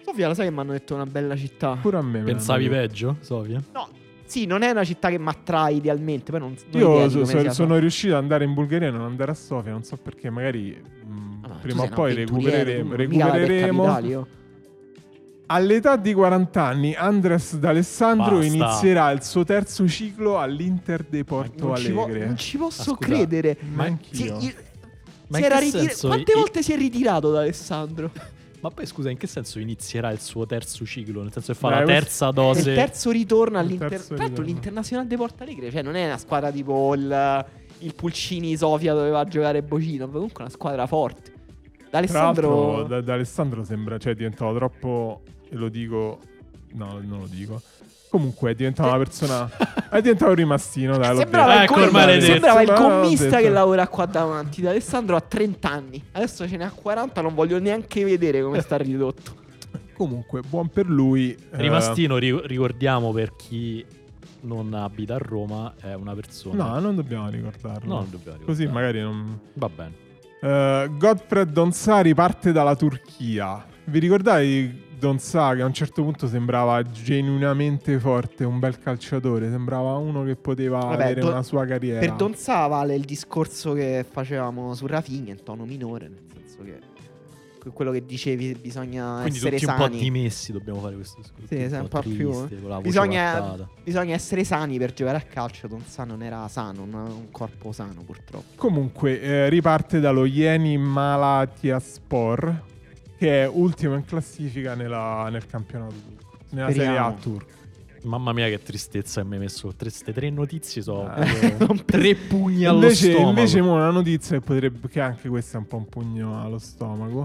Speaker 1: Sofia, lo sai che mi hanno detto una bella città?
Speaker 3: pure a me. me l'hanno
Speaker 2: Pensavi
Speaker 3: detto.
Speaker 2: peggio, Sofia?
Speaker 1: No, sì, non è una città che mi attrae idealmente. Poi non, non ho idea
Speaker 3: Io
Speaker 1: di
Speaker 3: so-
Speaker 1: come
Speaker 3: so-
Speaker 1: sia
Speaker 3: sono riuscito ad andare in Bulgaria e non andare a Sofia, non so perché, magari mh,
Speaker 1: Sofia. Ah, ma tu
Speaker 3: prima o
Speaker 1: sei un
Speaker 3: poi
Speaker 1: avventuriero,
Speaker 3: recupereremo.
Speaker 1: tu non mica la per
Speaker 3: recupereremo.
Speaker 1: capitali, oh.
Speaker 3: All'età di 40 anni, Andres D'Alessandro
Speaker 2: Basta.
Speaker 3: inizierà il suo terzo ciclo all'Inter de Porto
Speaker 1: Non ci, vo-
Speaker 3: Alegre.
Speaker 1: non ci posso
Speaker 2: Ah, scusa.
Speaker 1: credere.
Speaker 3: Ma
Speaker 1: Si-
Speaker 3: anch'io.
Speaker 1: il-
Speaker 2: Ma
Speaker 1: si
Speaker 2: in
Speaker 1: era
Speaker 2: che
Speaker 1: ritira-
Speaker 2: senso?
Speaker 1: Quante
Speaker 2: I-
Speaker 1: volte si è ritirato da Alessandro?
Speaker 2: Ma poi scusa, in che senso inizierà il suo terzo ciclo? Nel senso che fa
Speaker 3: Beh,
Speaker 2: la
Speaker 3: questo-
Speaker 2: terza
Speaker 1: Il
Speaker 2: dose.
Speaker 1: terzo ritorno
Speaker 3: Il
Speaker 1: all'inter...
Speaker 3: terzo
Speaker 1: Tra l'altro
Speaker 3: ritorno.
Speaker 1: l'Internazionale di Porto Alegre, cioè non è una squadra tipo il, il Pulcini Sofia dove va a giocare Bocino, comunque è una squadra forte.
Speaker 3: Tra
Speaker 1: D'Alessandro
Speaker 3: l'altro, da, da Alessandro sembra, cioè, è diventato troppo. E lo dico, no, non lo dico. Comunque, è diventato una persona. è diventato un rimastino. Dai, l'ho
Speaker 1: sembrava,
Speaker 3: detto.
Speaker 1: il
Speaker 2: Ecco,
Speaker 1: com-
Speaker 2: ormai l'hai detto.
Speaker 1: sembrava il
Speaker 3: Sembrava- l'ho
Speaker 1: commista
Speaker 3: detto.
Speaker 1: che lavora qua davanti. D'Alessandro ha 30 anni, adesso ce ne ha 40, non voglio neanche vedere come sta ridotto.
Speaker 3: <laughs> Comunque, buon per lui. eh,
Speaker 2: Rimastino, ri- ricordiamo per chi non abita a Roma, è una persona.
Speaker 3: no, non dobbiamo ricordarlo.
Speaker 2: No, non dobbiamo ricordare.
Speaker 3: Così magari non.
Speaker 2: Va bene.
Speaker 3: Eh, Godfred Donsari parte dalla Turchia. Vi ricordate di Donsà che a un certo punto sembrava genuinamente forte, un bel calciatore? Sembrava uno che poteva
Speaker 1: Vabbè,
Speaker 3: avere
Speaker 1: Don-
Speaker 3: una sua carriera.
Speaker 1: Per Donza vale il discorso che facevamo su Rafinha in tono minore, nel senso che que- quello che dicevi bisogna
Speaker 2: Quindi
Speaker 1: essere
Speaker 2: tutti
Speaker 1: sani.
Speaker 2: un po' dimessi dobbiamo fare questo discorso.
Speaker 1: Sì,
Speaker 2: un po'
Speaker 1: sempre più,
Speaker 2: triste, con la voce
Speaker 1: Bisogna,
Speaker 2: guardata.
Speaker 1: bisogna essere sani per giocare a calcio. Donza non era sano, non aveva un corpo sano purtroppo.
Speaker 3: Comunque, eh, riparte dallo Ieni Malatyaspor, che è ultimo in classifica nella- nel campionato turco, nella Serie A
Speaker 1: Speriamo.
Speaker 3: turca.
Speaker 2: Mamma mia, che tristezza che mi hai messo. Queste tre notizie so. proprio
Speaker 3: Ah.
Speaker 1: <laughs> Non pe-
Speaker 2: <laughs> tre pugni allo
Speaker 3: Invece,
Speaker 2: stomaco. <laughs>
Speaker 3: invece mo, una notizia che, potrebbe, che anche questa è un po' un pugno allo stomaco.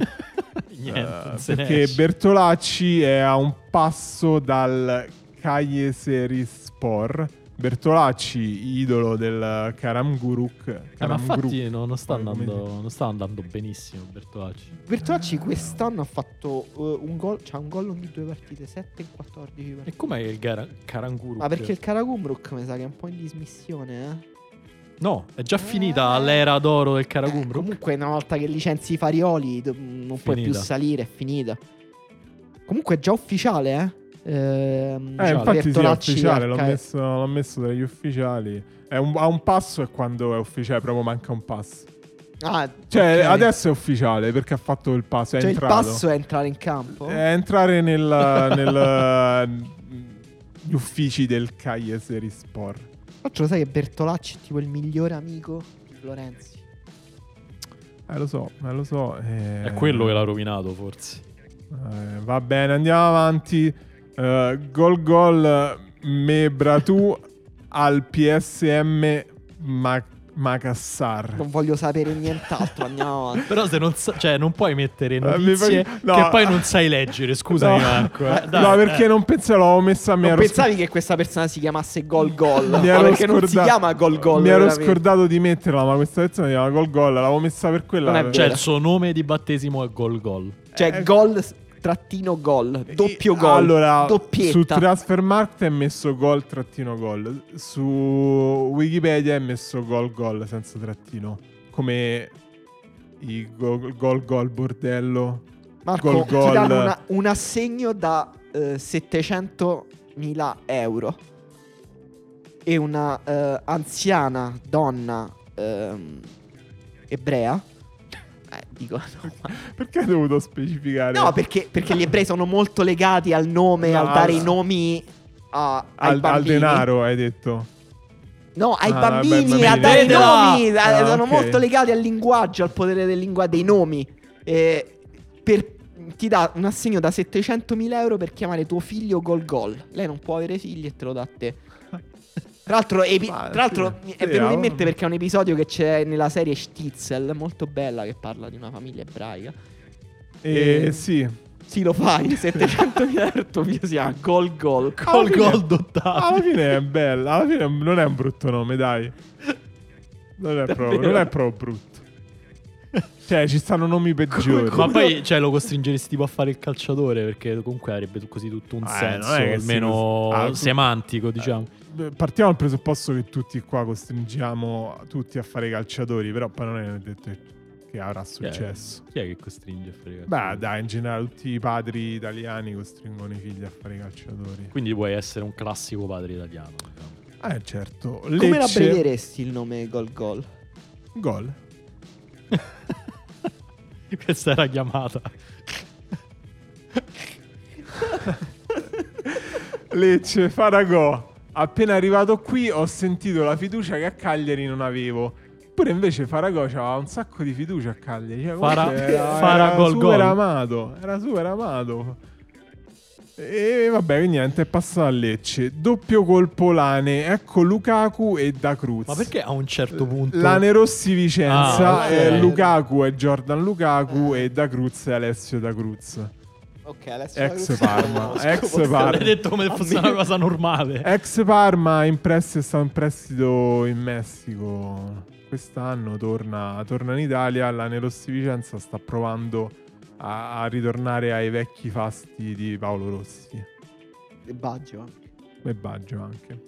Speaker 2: <laughs> Niente, non
Speaker 3: Eh,
Speaker 2: se ne
Speaker 3: perché
Speaker 2: esce.
Speaker 3: Bertolacci è a un passo dal Kayserispor. Bertolacci, idolo del Karamguruk.
Speaker 2: Eh, ma
Speaker 3: Karamguruk.
Speaker 2: infatti no, non, sta
Speaker 3: poi, come
Speaker 2: andando, non sta andando benissimo Bertolacci.
Speaker 1: Bertolacci quest'anno ha fatto eh, un gol, c'ha un gol ogni due partite, 7 in 14
Speaker 2: E
Speaker 1: partite.
Speaker 2: com'è il gara- Karanguru?
Speaker 1: Ma perché il Karagumruk mi sa che è un po' in dismissione, eh?
Speaker 2: No, è già finita l'era d'oro del Karagumru.
Speaker 1: Eh, Comunque, una volta che licenzi i Farioli, do- non puoi più
Speaker 2: Finita.
Speaker 1: salire, è finita. Comunque, è già ufficiale, eh? Ehm,
Speaker 3: Eh,
Speaker 1: cioè,
Speaker 3: infatti sì, è
Speaker 1: Bertolacci
Speaker 3: ufficiale,
Speaker 1: al
Speaker 3: l'ho
Speaker 1: Ca-
Speaker 3: messo, l'ho messo tra gli ufficiali. È un- a un passo è quando è ufficiale, proprio manca un passo.
Speaker 1: Ah,
Speaker 3: Cioè,
Speaker 1: ok.
Speaker 3: adesso è ufficiale perché ha fatto il passo, è
Speaker 1: Cioè, il
Speaker 3: entrato. Eh,
Speaker 1: passo è entrare in campo.
Speaker 3: È
Speaker 1: <laughs>
Speaker 3: entrare nel, nel- gli uffici del Kayserispor.
Speaker 1: Tra l'altro, sai che Bertolacci è tipo il migliore amico di Florenzi.
Speaker 3: Eh, lo so, eh, lo so. eh.
Speaker 2: È quello che l'ha rovinato, forse.
Speaker 3: Eh, va bene, andiamo avanti. Eh, gol gol Mebratu al PSM Ma- Macassar.
Speaker 1: Non voglio sapere nient'altro. andiamo
Speaker 2: <laughs>
Speaker 1: avanti.
Speaker 2: Però se non sa- cioè, non puoi mettere
Speaker 3: Eh, mi
Speaker 2: notizie
Speaker 3: fa- no.
Speaker 2: che poi non sai leggere, scusami
Speaker 3: No.
Speaker 2: Marco. eh.
Speaker 3: Eh,
Speaker 2: Dai,
Speaker 3: no,
Speaker 2: eh.
Speaker 3: perché non pensavo, l'avevo messa a me.
Speaker 1: Non
Speaker 3: ero
Speaker 1: pensavi che questa persona si chiamasse Gol Gol?
Speaker 3: sc- mi
Speaker 1: Ma
Speaker 3: ero
Speaker 1: perché non si
Speaker 3: scorda-
Speaker 1: chiama Gol Gol?
Speaker 3: Mi ero
Speaker 1: veramente.
Speaker 3: scordato di metterla, ma questa lezione si chiama Gol Gol. L'avevo messa per quella.
Speaker 1: Non è
Speaker 2: Cioè, il suo nome di battesimo è Gol Gol.
Speaker 1: Cioè,
Speaker 3: Eh,
Speaker 1: Gol trattino Gol, doppio
Speaker 3: Eh,
Speaker 1: Gol,
Speaker 3: Allora, su
Speaker 1: doppietta.
Speaker 3: Transfermarkt è messo gol trattino gol. Su Wikipedia è messo gol gol senza trattino. Come i gol gol, gol bordello.
Speaker 1: Marco,
Speaker 3: Gol,
Speaker 1: ti
Speaker 3: gol.
Speaker 1: danno una- un assegno da 700.000 euro e una eh, anziana donna ehm, ebrea. Eh, dico, no, ma-
Speaker 3: Perché hai dovuto specificare?
Speaker 1: no, perché, perché gli ebrei sono molto legati al nome,
Speaker 3: No,
Speaker 1: al dare
Speaker 3: al-
Speaker 1: i nomi a, ai
Speaker 3: al, al
Speaker 1: bambini.
Speaker 3: denaro hai detto.
Speaker 1: No, ai
Speaker 3: Ah, beh,
Speaker 1: bambini, a
Speaker 3: bambini.
Speaker 1: dare i
Speaker 2: Vedela!
Speaker 1: nomi. a-
Speaker 3: Ah,
Speaker 1: sono
Speaker 3: ok.
Speaker 1: molto legati al linguaggio, al potere del lingua- dei nomi. Eh, per- ti dà un assegno da 700.000 euro per chiamare tuo figlio Gol Gol. Lei non può avere figli e te lo dà a te. Tra l'altro, epi-
Speaker 3: Ma
Speaker 1: tra l'altro
Speaker 3: sì,
Speaker 1: mi-
Speaker 3: sì,
Speaker 1: è venuto in
Speaker 3: ah,
Speaker 1: mente perché è un episodio che c'è nella serie Stitzel, molto bella, che parla di una famiglia ebraica.
Speaker 3: E
Speaker 1: Eh.
Speaker 3: sì.
Speaker 1: Sì, lo fai, <laughs> 700 miliardi, mio si ha Ah, gol gol.
Speaker 2: Col
Speaker 3: Alla fine-
Speaker 2: <laughs> gol dottato.
Speaker 3: Alla fine è bella, alla fine non è un brutto nome, dai. Non è, proprio, non è proprio brutto. Cioè, ci stanno nomi peggiori.
Speaker 2: Ma poi cioè, lo costringeresti tipo a fare il calciatore perché comunque avrebbe così tutto un
Speaker 3: Eh,
Speaker 2: senso,
Speaker 3: non è che
Speaker 2: almeno
Speaker 3: si- Ah, tu-
Speaker 2: semantico, diciamo.
Speaker 3: Beh, eh, Partiamo dal presupposto che tutti qua costringiamo tutti a fare i calciatori, però poi non è detto che avrà successo.
Speaker 2: Eh, Chi è che costringe a fare il
Speaker 3: Beh,
Speaker 2: calciatore?
Speaker 3: dai, in generale tutti i padri italiani costringono i figli a fare i calciatori.
Speaker 2: Quindi puoi essere un classico padre italiano. diciamo. <laughs>
Speaker 3: Eh, certo.
Speaker 1: Come la
Speaker 3: Lecce,
Speaker 1: abbreveresti il nome gol gol?
Speaker 3: gol.
Speaker 2: Questa era chiamata.
Speaker 3: Lecce, Faragò. Appena arrivato qui ho sentito la fiducia che a Cagliari non avevo. Pure invece Faragò aveva un sacco di fiducia a Cagliari. Cioè,
Speaker 2: Fara-
Speaker 3: comunque era,
Speaker 2: Fara
Speaker 3: era
Speaker 2: gol
Speaker 3: super
Speaker 2: gol.
Speaker 3: amato. Era super amato. E vabbè, quindi niente, è passato a Lecce. Doppio colpo Lane. Ecco Lukaku e Da Cruz.
Speaker 2: Ma perché a un certo punto...
Speaker 3: Lane Rossi Vicenza,
Speaker 2: Ah, ok.
Speaker 3: eh, Lukaku è Jordan Lukaku e Da Cruz è Alessio Da Cruz.
Speaker 1: Ok, adesso
Speaker 3: Ex Parma,
Speaker 1: <laughs>
Speaker 3: ex Parma.
Speaker 2: <laughs> L'hai detto come se fosse una cosa normale.
Speaker 3: Ex Parma in prestito, è stato in prestito in Messico. Quest'anno torna, torna in Italia. La Nerossi Vicenza sta provando a, a ritornare ai vecchi fasti di Paolo Rossi
Speaker 1: Eh, Baggio.
Speaker 3: e Baggio anche.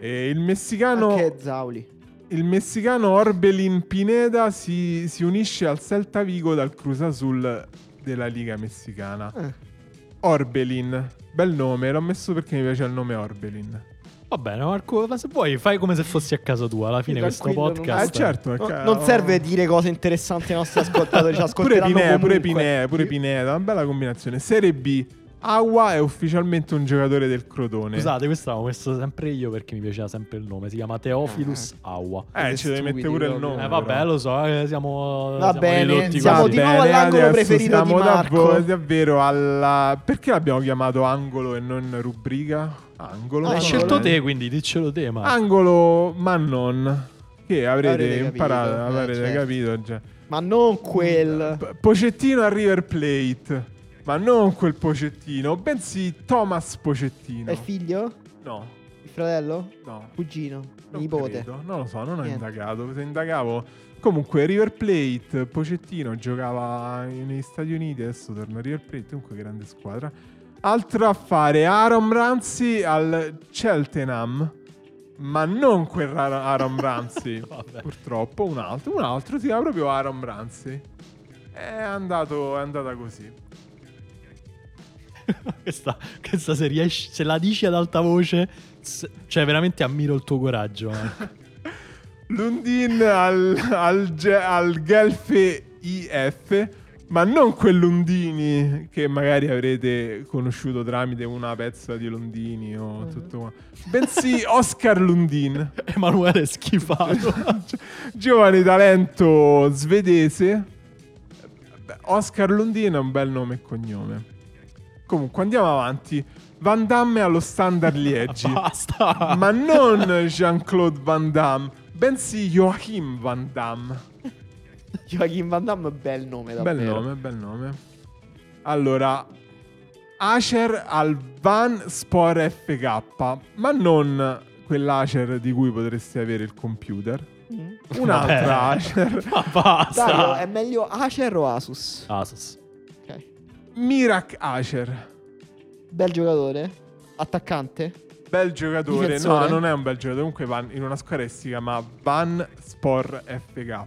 Speaker 3: E il messicano,
Speaker 1: Anche Zauli.
Speaker 3: il messicano Orbelin Pineda si, si unisce al Celta Vigo dal Cruz Azul della Liga Messicana.
Speaker 1: Eh.
Speaker 3: Orbelin, bel nome, l'ho messo perché mi piace il nome Orbelin.
Speaker 2: Va bene, Marco, ma se vuoi fai come se fossi a casa tua. Alla fine
Speaker 1: Sì,
Speaker 2: questo
Speaker 1: tranquillo, non-
Speaker 2: podcast...
Speaker 3: Eh certo,
Speaker 1: No,
Speaker 3: perché-
Speaker 1: non serve dire cose interessanti ai
Speaker 3: <laughs>
Speaker 1: nostri ascoltatori. Ci
Speaker 3: Pure
Speaker 1: ascolteranno
Speaker 3: Pinè, pure
Speaker 1: comunque.
Speaker 3: Pinè, pure Pineda, una bella combinazione. Serie B, Agua è ufficialmente un giocatore del Crotone.
Speaker 2: Scusate, questo l'avevo messo sempre io perché mi piaceva sempre il nome. Si chiama Teofilus Aua.
Speaker 3: Eh, ci devi
Speaker 1: Stupidi
Speaker 3: mettere pure il
Speaker 1: proprio.
Speaker 3: nome.
Speaker 2: Eh, vabbè,
Speaker 3: però.
Speaker 2: lo so, eh, siamo,
Speaker 1: Va
Speaker 2: siamo
Speaker 1: bene,
Speaker 2: ridotti Eh,
Speaker 1: siamo
Speaker 2: così.
Speaker 1: di nuovo
Speaker 3: bene,
Speaker 1: all'angolo
Speaker 3: adesso
Speaker 1: preferito di
Speaker 3: siamo da
Speaker 1: Marco.
Speaker 3: voi, davvero alla... Perché l'abbiamo chiamato angolo e non rubrica? Angolo.
Speaker 1: Ah,
Speaker 2: Hai
Speaker 3: va
Speaker 2: scelto
Speaker 3: bene.
Speaker 2: te, quindi diccelo te, ma...
Speaker 3: Angolo, ma non. Che avrete,
Speaker 1: Avrete capito,
Speaker 3: imparato,
Speaker 1: eh,
Speaker 3: avrete
Speaker 1: certo.
Speaker 3: capito già.
Speaker 1: Ma non quel.
Speaker 3: P- Pocettino a River Plate, ma non quel Pocettino, bensì Thomas Pocettino.
Speaker 1: È figlio?
Speaker 3: no,
Speaker 1: Il fratello?
Speaker 3: no.
Speaker 1: Cugino?
Speaker 3: Non
Speaker 1: nipote?
Speaker 3: credo, Non lo so, non ho
Speaker 1: Niente.
Speaker 3: indagato. Se indagavo. Comunque, River Plate, Pocettino giocava negli Stati Uniti, adesso torna a River Plate, comunque grande squadra. Altro affare, Aaron Ramsey al Cheltenham, ma non quel ra-
Speaker 1: <laughs>
Speaker 3: Aaron Ramsey,
Speaker 2: Vabbè.
Speaker 3: purtroppo, un altro, un altro si chiama proprio Aaron Ramsey. È, andato, è andata così.
Speaker 2: questa, questa se riesci, se la dici ad alta voce, s- cioè veramente ammiro il tuo coraggio. Marco.
Speaker 3: Lundin al, al, Ge- al Gelfe IF, ma non quel Lundini che magari avrete conosciuto tramite una pezza di Londini o tutto qua. Bensì Oscar Lundin,
Speaker 2: Emanuele è schifato.
Speaker 3: <laughs> giovane talento svedese. Beh, Oscar Lundin è un bel nome e cognome. Comunque andiamo avanti. Van Damme allo
Speaker 2: <laughs>
Speaker 3: standard Liegi.
Speaker 2: Basta.
Speaker 3: Ma non Jean-Claude Van Damme, bensì Joachim Van Damme.
Speaker 1: <laughs> Joachim Van Damme, bel nome. Davvero.
Speaker 3: Bel nome, bel nome. Allora, Acer al Van Sport FK, ma non quell'Acer di cui potresti avere il computer.
Speaker 1: Mm.
Speaker 3: Un'altra
Speaker 2: Vabbè.
Speaker 3: Acer.
Speaker 2: Ma
Speaker 1: Dario, è
Speaker 2: basta.
Speaker 1: meglio Acer o Asus?
Speaker 2: Asus.
Speaker 1: Ok.
Speaker 3: Mirak Acer.
Speaker 1: Bel giocatore? Attaccante?
Speaker 3: Bel giocatore,
Speaker 1: Difensore.
Speaker 3: no, non è un bel giocatore. Comunque, va in una squadra che si chiama Van Sport FK.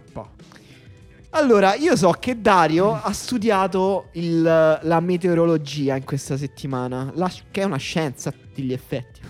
Speaker 1: Allora, io so che Dario ha studiato il- la meteorologia in questa settimana, la- che è una scienza a tutti gli effetti.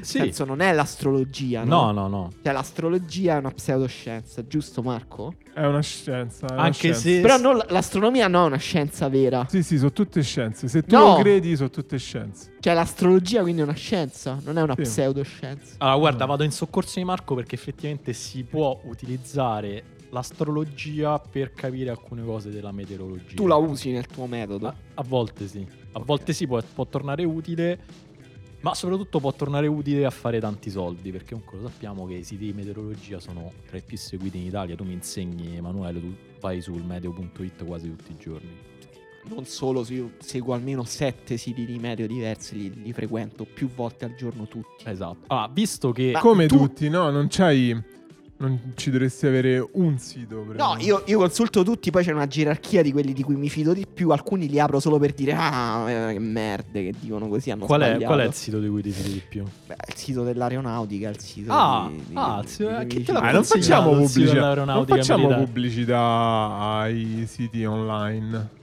Speaker 2: Sì.
Speaker 1: Penso non è l'astrologia, no?
Speaker 2: No, no, no.
Speaker 1: Cioè, l'astrologia è una pseudoscienza, giusto Marco?
Speaker 3: È una scienza. è una
Speaker 2: Anche
Speaker 3: scienza.
Speaker 2: se
Speaker 1: Però non- l'astronomia no è una scienza vera.
Speaker 3: Sì, sì, sono tutte scienze. Se tu
Speaker 1: No!
Speaker 3: lo credi, sono tutte scienze.
Speaker 1: Cioè, l'astrologia quindi è una scienza, non è una
Speaker 3: Sì.
Speaker 1: pseudoscienza.
Speaker 2: Allora, guarda, vado in soccorso di Marco perché effettivamente si può utilizzare l'astrologia per capire alcune cose della meteorologia.
Speaker 1: Tu la usi nel tuo metodo.
Speaker 2: A, a volte sì, a volte sì può, può tornare utile, ma soprattutto può tornare utile a fare tanti soldi, perché comunque lo sappiamo che i siti di meteorologia sono tra i più seguiti in Italia. Tu mi insegni, Emanuele, tu vai sul meteo.it quasi tutti i giorni.
Speaker 1: non solo, se io seguo almeno sette siti di medio diversi, li, li frequento più volte al giorno tutti.
Speaker 2: Esatto. Allora, visto che...
Speaker 1: Ma-
Speaker 3: Come
Speaker 1: Ah, tu-
Speaker 3: tutti, no? Non c'hai. Non ci dovresti avere un sito. per-
Speaker 1: No, io, io consulto tutti, poi c'è una gerarchia di quelli di cui mi fido di più, alcuni li apro solo per dire ah, eh, che merde che dicono così, hanno
Speaker 2: Qual è,
Speaker 1: sbagliato".
Speaker 2: qual è il sito di cui ti fidi di più?
Speaker 1: Beh, il sito dell'aeronautica, il sito
Speaker 2: Ah,
Speaker 1: di, di-
Speaker 2: ah,
Speaker 1: di-
Speaker 2: sì, eh,
Speaker 1: di-
Speaker 2: chi
Speaker 1: di-
Speaker 2: te l'ha
Speaker 3: Ah, non
Speaker 2: consigliato?
Speaker 3: facciamo
Speaker 2: il sito
Speaker 3: pubblicità. Non
Speaker 2: dell'aeronautica
Speaker 3: facciamo
Speaker 2: militare.
Speaker 3: pubblicità ai siti online.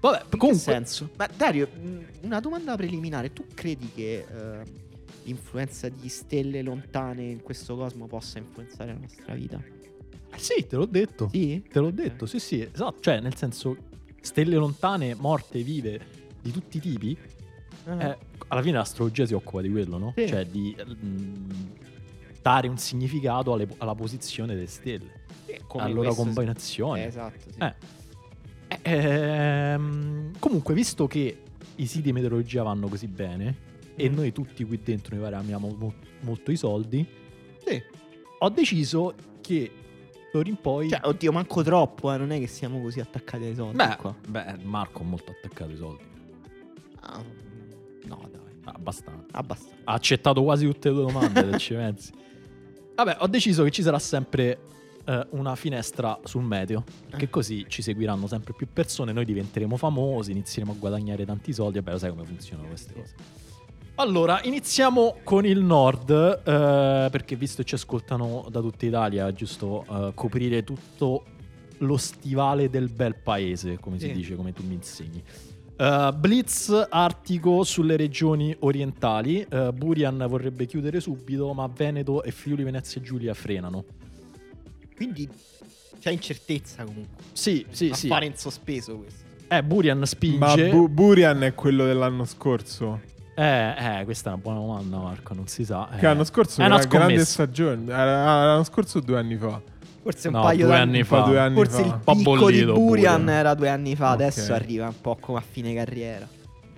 Speaker 2: Vabbè,
Speaker 1: In che
Speaker 2: comunque...
Speaker 1: senso? Ma Dario, mh, una domanda preliminare, tu credi che eh, l'influenza di stelle lontane in questo cosmo possa influenzare la nostra vita?
Speaker 2: Eh Sì, te l'ho detto.
Speaker 1: Sì?
Speaker 2: Te l'ho detto, sì, sì, esatto. Cioè, nel senso, stelle lontane, morte, vive, di tutti i tipi.
Speaker 1: Ah.
Speaker 2: eh, alla fine l'astrologia si occupa di quello, no?
Speaker 1: Sì.
Speaker 2: Cioè, di mm, dare un significato alle- alla posizione delle stelle,
Speaker 1: Sì, Eh, come
Speaker 2: alla loro
Speaker 1: Ah, questo-
Speaker 2: combinazione.
Speaker 1: Eh, esatto, sì.
Speaker 2: Eh. Ehm, comunque, visto che i siti di meteorologia vanno così bene e
Speaker 1: Mm.
Speaker 2: noi tutti qui dentro ne variamo mo- molto i soldi,
Speaker 1: Sì.
Speaker 2: ho deciso che d'ora in poi...
Speaker 1: Cioè, oddio, manco troppo, eh, non è che siamo così attaccati ai soldi
Speaker 2: beh,
Speaker 1: qua.
Speaker 2: beh, Marco ha molto attaccato i soldi,
Speaker 1: Ah, mh, no, dai,
Speaker 2: abbastanza.
Speaker 1: abbastanza.
Speaker 2: Ha accettato quasi tutte le domande, se ci pensi. Vabbè, ho deciso che ci sarà sempre eh, una finestra sul medio, perché
Speaker 1: Eh.
Speaker 2: così ci seguiranno sempre più persone, noi diventeremo famosi, inizieremo a guadagnare tanti soldi, vabbè, lo sai come funzionano queste cose. Allora, iniziamo con il nord, eh, perché visto che ci ascoltano da tutta Italia, è giusto eh, coprire tutto lo stivale del bel paese, come si
Speaker 1: Sì.
Speaker 2: dice, come tu mi insegni. Eh, blitz artico sulle regioni orientali. Eh, Burian vorrebbe chiudere subito, ma Veneto e Friuli Venezia e Giulia frenano.
Speaker 1: Quindi c'è incertezza comunque.
Speaker 2: Sì, sì, sì.
Speaker 1: Affare in sospeso questo.
Speaker 2: Eh, Burian
Speaker 3: Ma
Speaker 2: spinge.
Speaker 3: Bu- Burian è quello dell'anno scorso.
Speaker 2: eh, eh, questa è una buona domanda, Marco. Non si sa. eh.
Speaker 3: Che l'anno scorso
Speaker 2: è
Speaker 3: era
Speaker 2: una
Speaker 3: una grande
Speaker 2: scommessa.
Speaker 3: stagione. Era- ah, l'anno scorso o due anni fa.
Speaker 1: Forse un
Speaker 2: No,
Speaker 1: paio
Speaker 2: due
Speaker 1: d'anni
Speaker 2: anni
Speaker 3: Fa
Speaker 2: fa.
Speaker 3: due anni
Speaker 1: Forse
Speaker 3: fa.
Speaker 1: il
Speaker 2: po'
Speaker 1: picco di
Speaker 2: bollito
Speaker 1: Burian
Speaker 2: pure.
Speaker 1: era due anni fa, adesso
Speaker 3: Ok.
Speaker 1: arriva un po' come a fine carriera.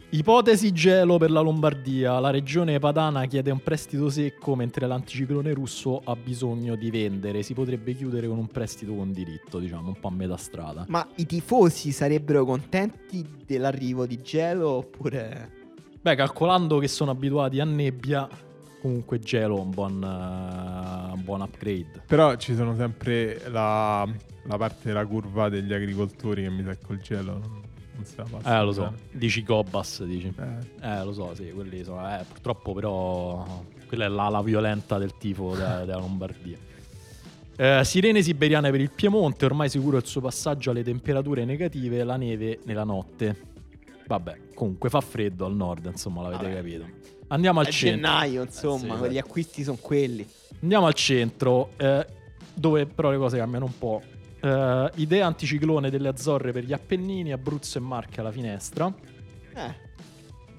Speaker 2: Ipotesi gelo per la Lombardia. La regione padana chiede un prestito secco mentre l'anticiclone russo ha bisogno di vendere. Si potrebbe chiudere con un prestito con diritto, diciamo, un po' a metà strada.
Speaker 1: Ma i tifosi sarebbero contenti dell'arrivo di gelo oppure...
Speaker 2: Beh, calcolando che sono abituati a nebbia, comunque gelo è un buon, eh, un buon upgrade.
Speaker 3: Però ci sono sempre la, la parte della curva degli agricoltori che mi sa col gelo. Non, non se la passa
Speaker 2: Eh, lo so.
Speaker 3: bene.
Speaker 2: Dici Gobbas, dici.
Speaker 3: Eh,
Speaker 2: Eh, lo so, sì, quelli sono... Eh, purtroppo però... Quella è l'ala violenta del tifo de- della Lombardia. Eh, sirene siberiane per il Piemonte, ormai sicuro il suo passaggio alle temperature negative, la neve nella notte. Vabbè, comunque fa freddo al nord, insomma, l'avete
Speaker 1: Vabbè.
Speaker 2: capito. Andiamo al
Speaker 1: a
Speaker 2: centro.
Speaker 1: gennaio, insomma,
Speaker 2: sì,
Speaker 1: quegli
Speaker 2: esatto.
Speaker 1: acquisti sono quelli.
Speaker 2: Andiamo al centro, eh, dove però le cose cambiano un po'. Eh, idea anticiclone delle Azzorre per gli Appennini, Abruzzo e Marche alla finestra.
Speaker 1: Eh,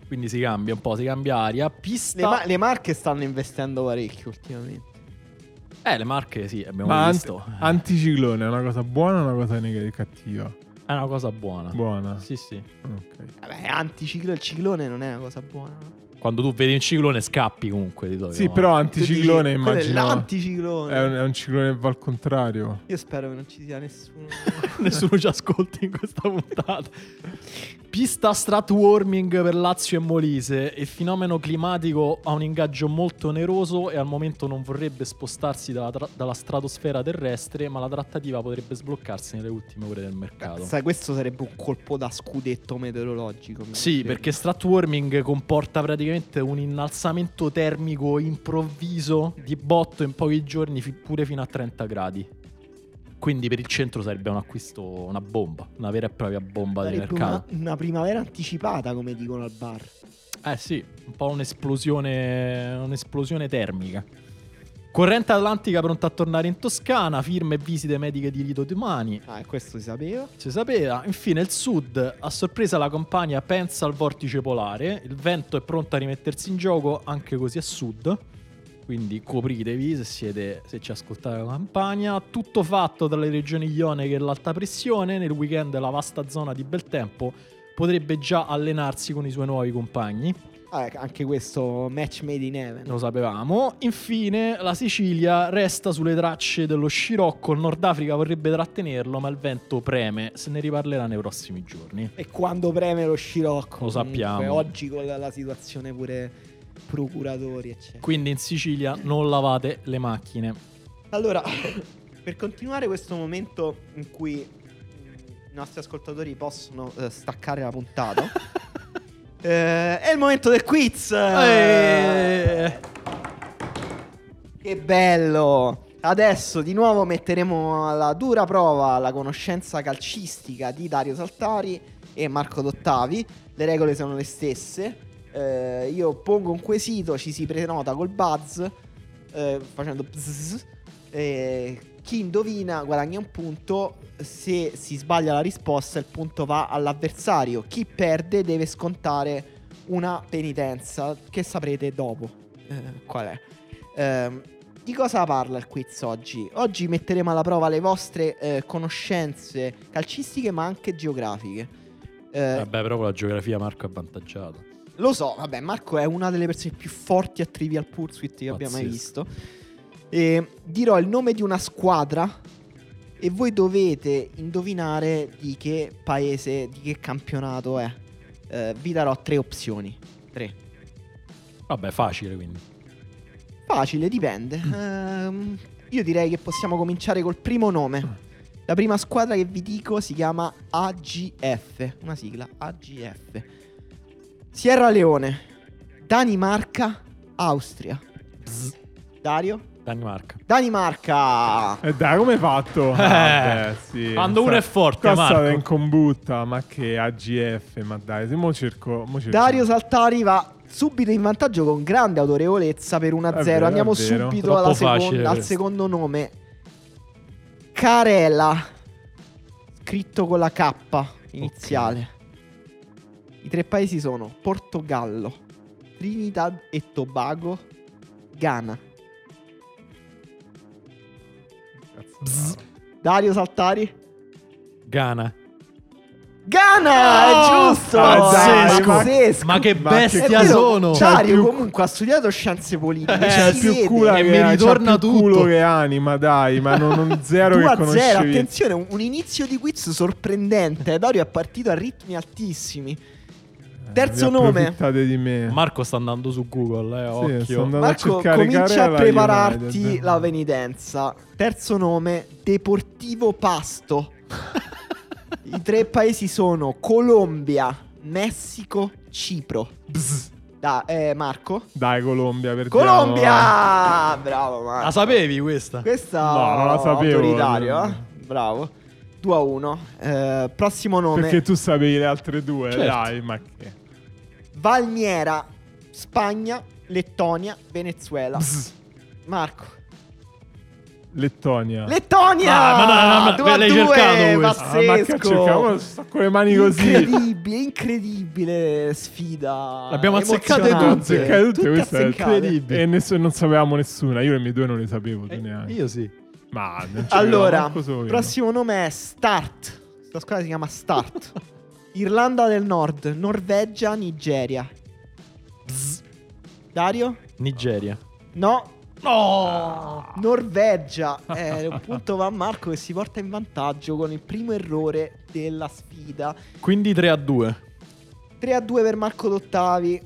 Speaker 2: Quindi si cambia un po', si cambia aria.
Speaker 1: le,
Speaker 2: Pista.
Speaker 1: ma- le marche stanno investendo parecchio ultimamente.
Speaker 2: eh, le Marche sì, abbiamo
Speaker 3: Ma ant-
Speaker 2: visto. eh.
Speaker 3: anticiclone è una cosa buona o una cosa neg- cattiva?
Speaker 2: È una cosa buona.
Speaker 3: Buona.
Speaker 2: Sì, sì.
Speaker 3: Ok.
Speaker 1: Vabbè, anticiclo, il ciclone non è una cosa buona.
Speaker 2: Quando tu vedi un ciclone scappi comunque di solito.
Speaker 3: Sì,
Speaker 2: no? <laughs>
Speaker 3: però anticiclone
Speaker 1: Quello è
Speaker 3: immagino.
Speaker 1: l'anticiclone.
Speaker 3: È un, è un ciclone che va al contrario.
Speaker 1: Io spero che non ci sia nessuno.
Speaker 2: <laughs> Nessuno ci ascolta in questa puntata. Pista strat warming per Lazio e Molise. Il fenomeno climatico ha un ingaggio molto oneroso e al momento non vorrebbe spostarsi dalla, tra- dalla stratosfera terrestre, ma la trattativa potrebbe sbloccarsi nelle ultime ore del mercato.
Speaker 1: Sai, questo sarebbe un colpo da scudetto meteorologico. mi
Speaker 2: Sì,
Speaker 1: credo.
Speaker 2: perché strat warming comporta praticamente un innalzamento termico improvviso di botto in pochi giorni, fi- pure fino a 30 gradi. Quindi per il centro sarebbe un acquisto, una bomba, una vera e propria bomba di
Speaker 1: Sarebbe
Speaker 2: mercato.
Speaker 1: una, una primavera anticipata, come dicono al bar.
Speaker 2: Eh sì, un po' un'esplosione, un'esplosione termica. Corrente atlantica pronta a tornare in Toscana, firme e visite mediche di Lido domani.
Speaker 1: Ah, e questo si sapeva.
Speaker 2: Si sapeva. Infine il sud, a sorpresa la compagna pensa al vortice polare, il vento è pronto a rimettersi in gioco anche così a sud. Quindi copritevi se, siete, se ci ascoltate la campagna. Tutto fatto tra le regioni ioniche e l'alta pressione. Nel weekend la vasta zona di bel tempo potrebbe già allenarsi con i suoi nuovi compagni.
Speaker 1: Ah, anche questo match made in heaven.
Speaker 2: Lo sapevamo. Infine, la Sicilia resta sulle tracce dello scirocco. Il Nordafrica vorrebbe trattenerlo, ma il vento preme. Se ne riparlerà nei prossimi giorni.
Speaker 1: E quando preme lo scirocco.
Speaker 2: Lo sappiamo.
Speaker 1: comunque, Oggi con la, la situazione pure procuratori, eccetera.
Speaker 2: Quindi in Sicilia non lavate le macchine.
Speaker 1: Allora, <laughs> per continuare questo momento in cui mm, i nostri ascoltatori possono eh, staccare la puntata, eh, è il momento del quiz!
Speaker 2: <laughs> Eh.
Speaker 1: Che bello! Adesso di nuovo metteremo alla dura prova la conoscenza calcistica di Dario Saltari e Marco Dottavi. Le regole sono le stesse. Eh, io pongo un quesito, ci si prenota col buzz, eh, facendo bzzz. eh, chi indovina guadagna un punto, se si sbaglia la risposta il punto va all'avversario. Chi perde deve scontare una penitenza che saprete dopo eh, qual è. Ehm, di cosa parla il quiz oggi? Oggi metteremo alla prova le vostre eh, conoscenze calcistiche ma anche geografiche. Eh,
Speaker 2: Vabbè, però con la geografia Marco è avvantaggiato.
Speaker 1: lo so, vabbè, Marco è una delle persone più forti a Trivial Pursuit che abbia mai
Speaker 2: Pazzesco.
Speaker 1: visto. E dirò il nome di una squadra e voi dovete indovinare di che paese, di che campionato è. Eh, vi darò tre opzioni. Tre.
Speaker 2: Vabbè, facile quindi.
Speaker 1: Facile, dipende. Ehm, io direi che possiamo cominciare col primo nome. La prima squadra che vi dico si chiama AGF, una sigla AGF. Sierra Leone, Danimarca, Austria.
Speaker 2: Bzz.
Speaker 1: Dario?
Speaker 2: Danimarca.
Speaker 1: Danimarca!
Speaker 3: E Eh, dai, come hai fatto? Vabbè, sì.
Speaker 2: Eh. Quando uno è forte,
Speaker 3: Qua state in
Speaker 2: Marco.
Speaker 3: combutta, ma che AGF, ma dai, se mo cerco... Mo cerco.
Speaker 1: Dario Saltari va subito in vantaggio con grande autorevolezza per 1-0.
Speaker 3: È vero,
Speaker 1: Andiamo
Speaker 3: è vero.
Speaker 1: subito
Speaker 2: Troppo
Speaker 1: alla seconda-
Speaker 2: facile
Speaker 1: al
Speaker 2: questo.
Speaker 1: secondo nome. Carela, scritto con la K iniziale. I tre paesi sono Portogallo, Trinidad e Tobago, Ghana.
Speaker 3: Cazzo,
Speaker 2: Bzz.
Speaker 1: Dario Saltari.
Speaker 2: Ghana.
Speaker 1: Ghana,
Speaker 2: Oh,
Speaker 1: è giusto!
Speaker 2: pazzesco.
Speaker 1: Pazzesco!
Speaker 2: Ma che
Speaker 3: Ah, Ma che
Speaker 2: bestia
Speaker 1: quello-
Speaker 2: sono!
Speaker 3: Cioè,
Speaker 1: Dario
Speaker 3: più-
Speaker 1: comunque ha studiato scienze politiche.
Speaker 2: Eh,
Speaker 3: C'è
Speaker 1: si
Speaker 3: più,
Speaker 1: vede.
Speaker 3: culo
Speaker 2: E
Speaker 3: che,
Speaker 2: mi
Speaker 3: c'ha
Speaker 2: ritorna
Speaker 3: più
Speaker 2: tutto.
Speaker 3: culo che anima, dai, ma non,
Speaker 1: <laughs>
Speaker 3: non zero che
Speaker 1: 2 0,
Speaker 3: conoscevi.
Speaker 1: attenzione, un, un inizio di quiz sorprendente. Dario è partito a ritmi altissimi.
Speaker 3: Eh,
Speaker 1: terzo
Speaker 3: vi
Speaker 1: nome.
Speaker 3: approfittate di me.
Speaker 2: Marco sta andando su Google, eh,
Speaker 3: Sì, sto
Speaker 2: occhio. <laughs>
Speaker 3: andando a
Speaker 1: Marco,
Speaker 3: cercare
Speaker 1: comincia a
Speaker 3: Carella
Speaker 1: prepararti
Speaker 3: United.
Speaker 1: la penitenza. Terzo nome, Deportivo Pasto. I
Speaker 3: <laughs>
Speaker 1: tre paesi sono Colombia, Messico, Cipro.
Speaker 3: Bzz.
Speaker 1: Da, eh, Marco.
Speaker 3: Dai, Colombia, perdiamo.
Speaker 1: Colombia! Bravo Marco.
Speaker 2: La sapevi questa?
Speaker 1: Questa
Speaker 3: No, non la sapevo.
Speaker 1: autoritario, eh? Bravo. 2 a 1. Eh, prossimo nome.
Speaker 3: Perché tu sapevi le altre due,
Speaker 2: Certo.
Speaker 3: dai, ma che...
Speaker 1: Valmiera, Spagna, Lettonia, Venezuela.
Speaker 3: Bzz.
Speaker 1: Marco.
Speaker 3: Lettonia.
Speaker 1: Lettonia!
Speaker 2: Ah, ma no, no, no,
Speaker 1: Due a
Speaker 2: l'hai
Speaker 1: due,
Speaker 2: cercato questo.
Speaker 3: Ah, ma che
Speaker 1: pazzesco.
Speaker 3: cercavo, sto con le mani così.
Speaker 1: incredibile, incredibile sfida.
Speaker 2: L'abbiamo azzeccate
Speaker 1: emozionante.
Speaker 2: tutte.
Speaker 3: Azzeccate Ah, tutte, questo è
Speaker 1: azzeccate.
Speaker 3: E ness- non sapevamo nessuna, io le mie due non le sapevo, tu
Speaker 2: Eh,
Speaker 3: neanche.
Speaker 2: io sì.
Speaker 3: Ma non
Speaker 2: Cioè,
Speaker 3: ci
Speaker 1: Allora,
Speaker 3: credo manco solo io.
Speaker 1: prossimo nome è Start. La squadra si chiama
Speaker 2: <laughs>
Speaker 1: Start. Irlanda del Nord, Norvegia, Nigeria. Dario?
Speaker 2: Nigeria.
Speaker 1: No,
Speaker 2: No!
Speaker 1: Norvegia. Eh, un punto va a Marco che si porta in vantaggio con il primo errore della sfida.
Speaker 2: Quindi 3 a 2.
Speaker 1: 3 a 2 per Marco Dottavi.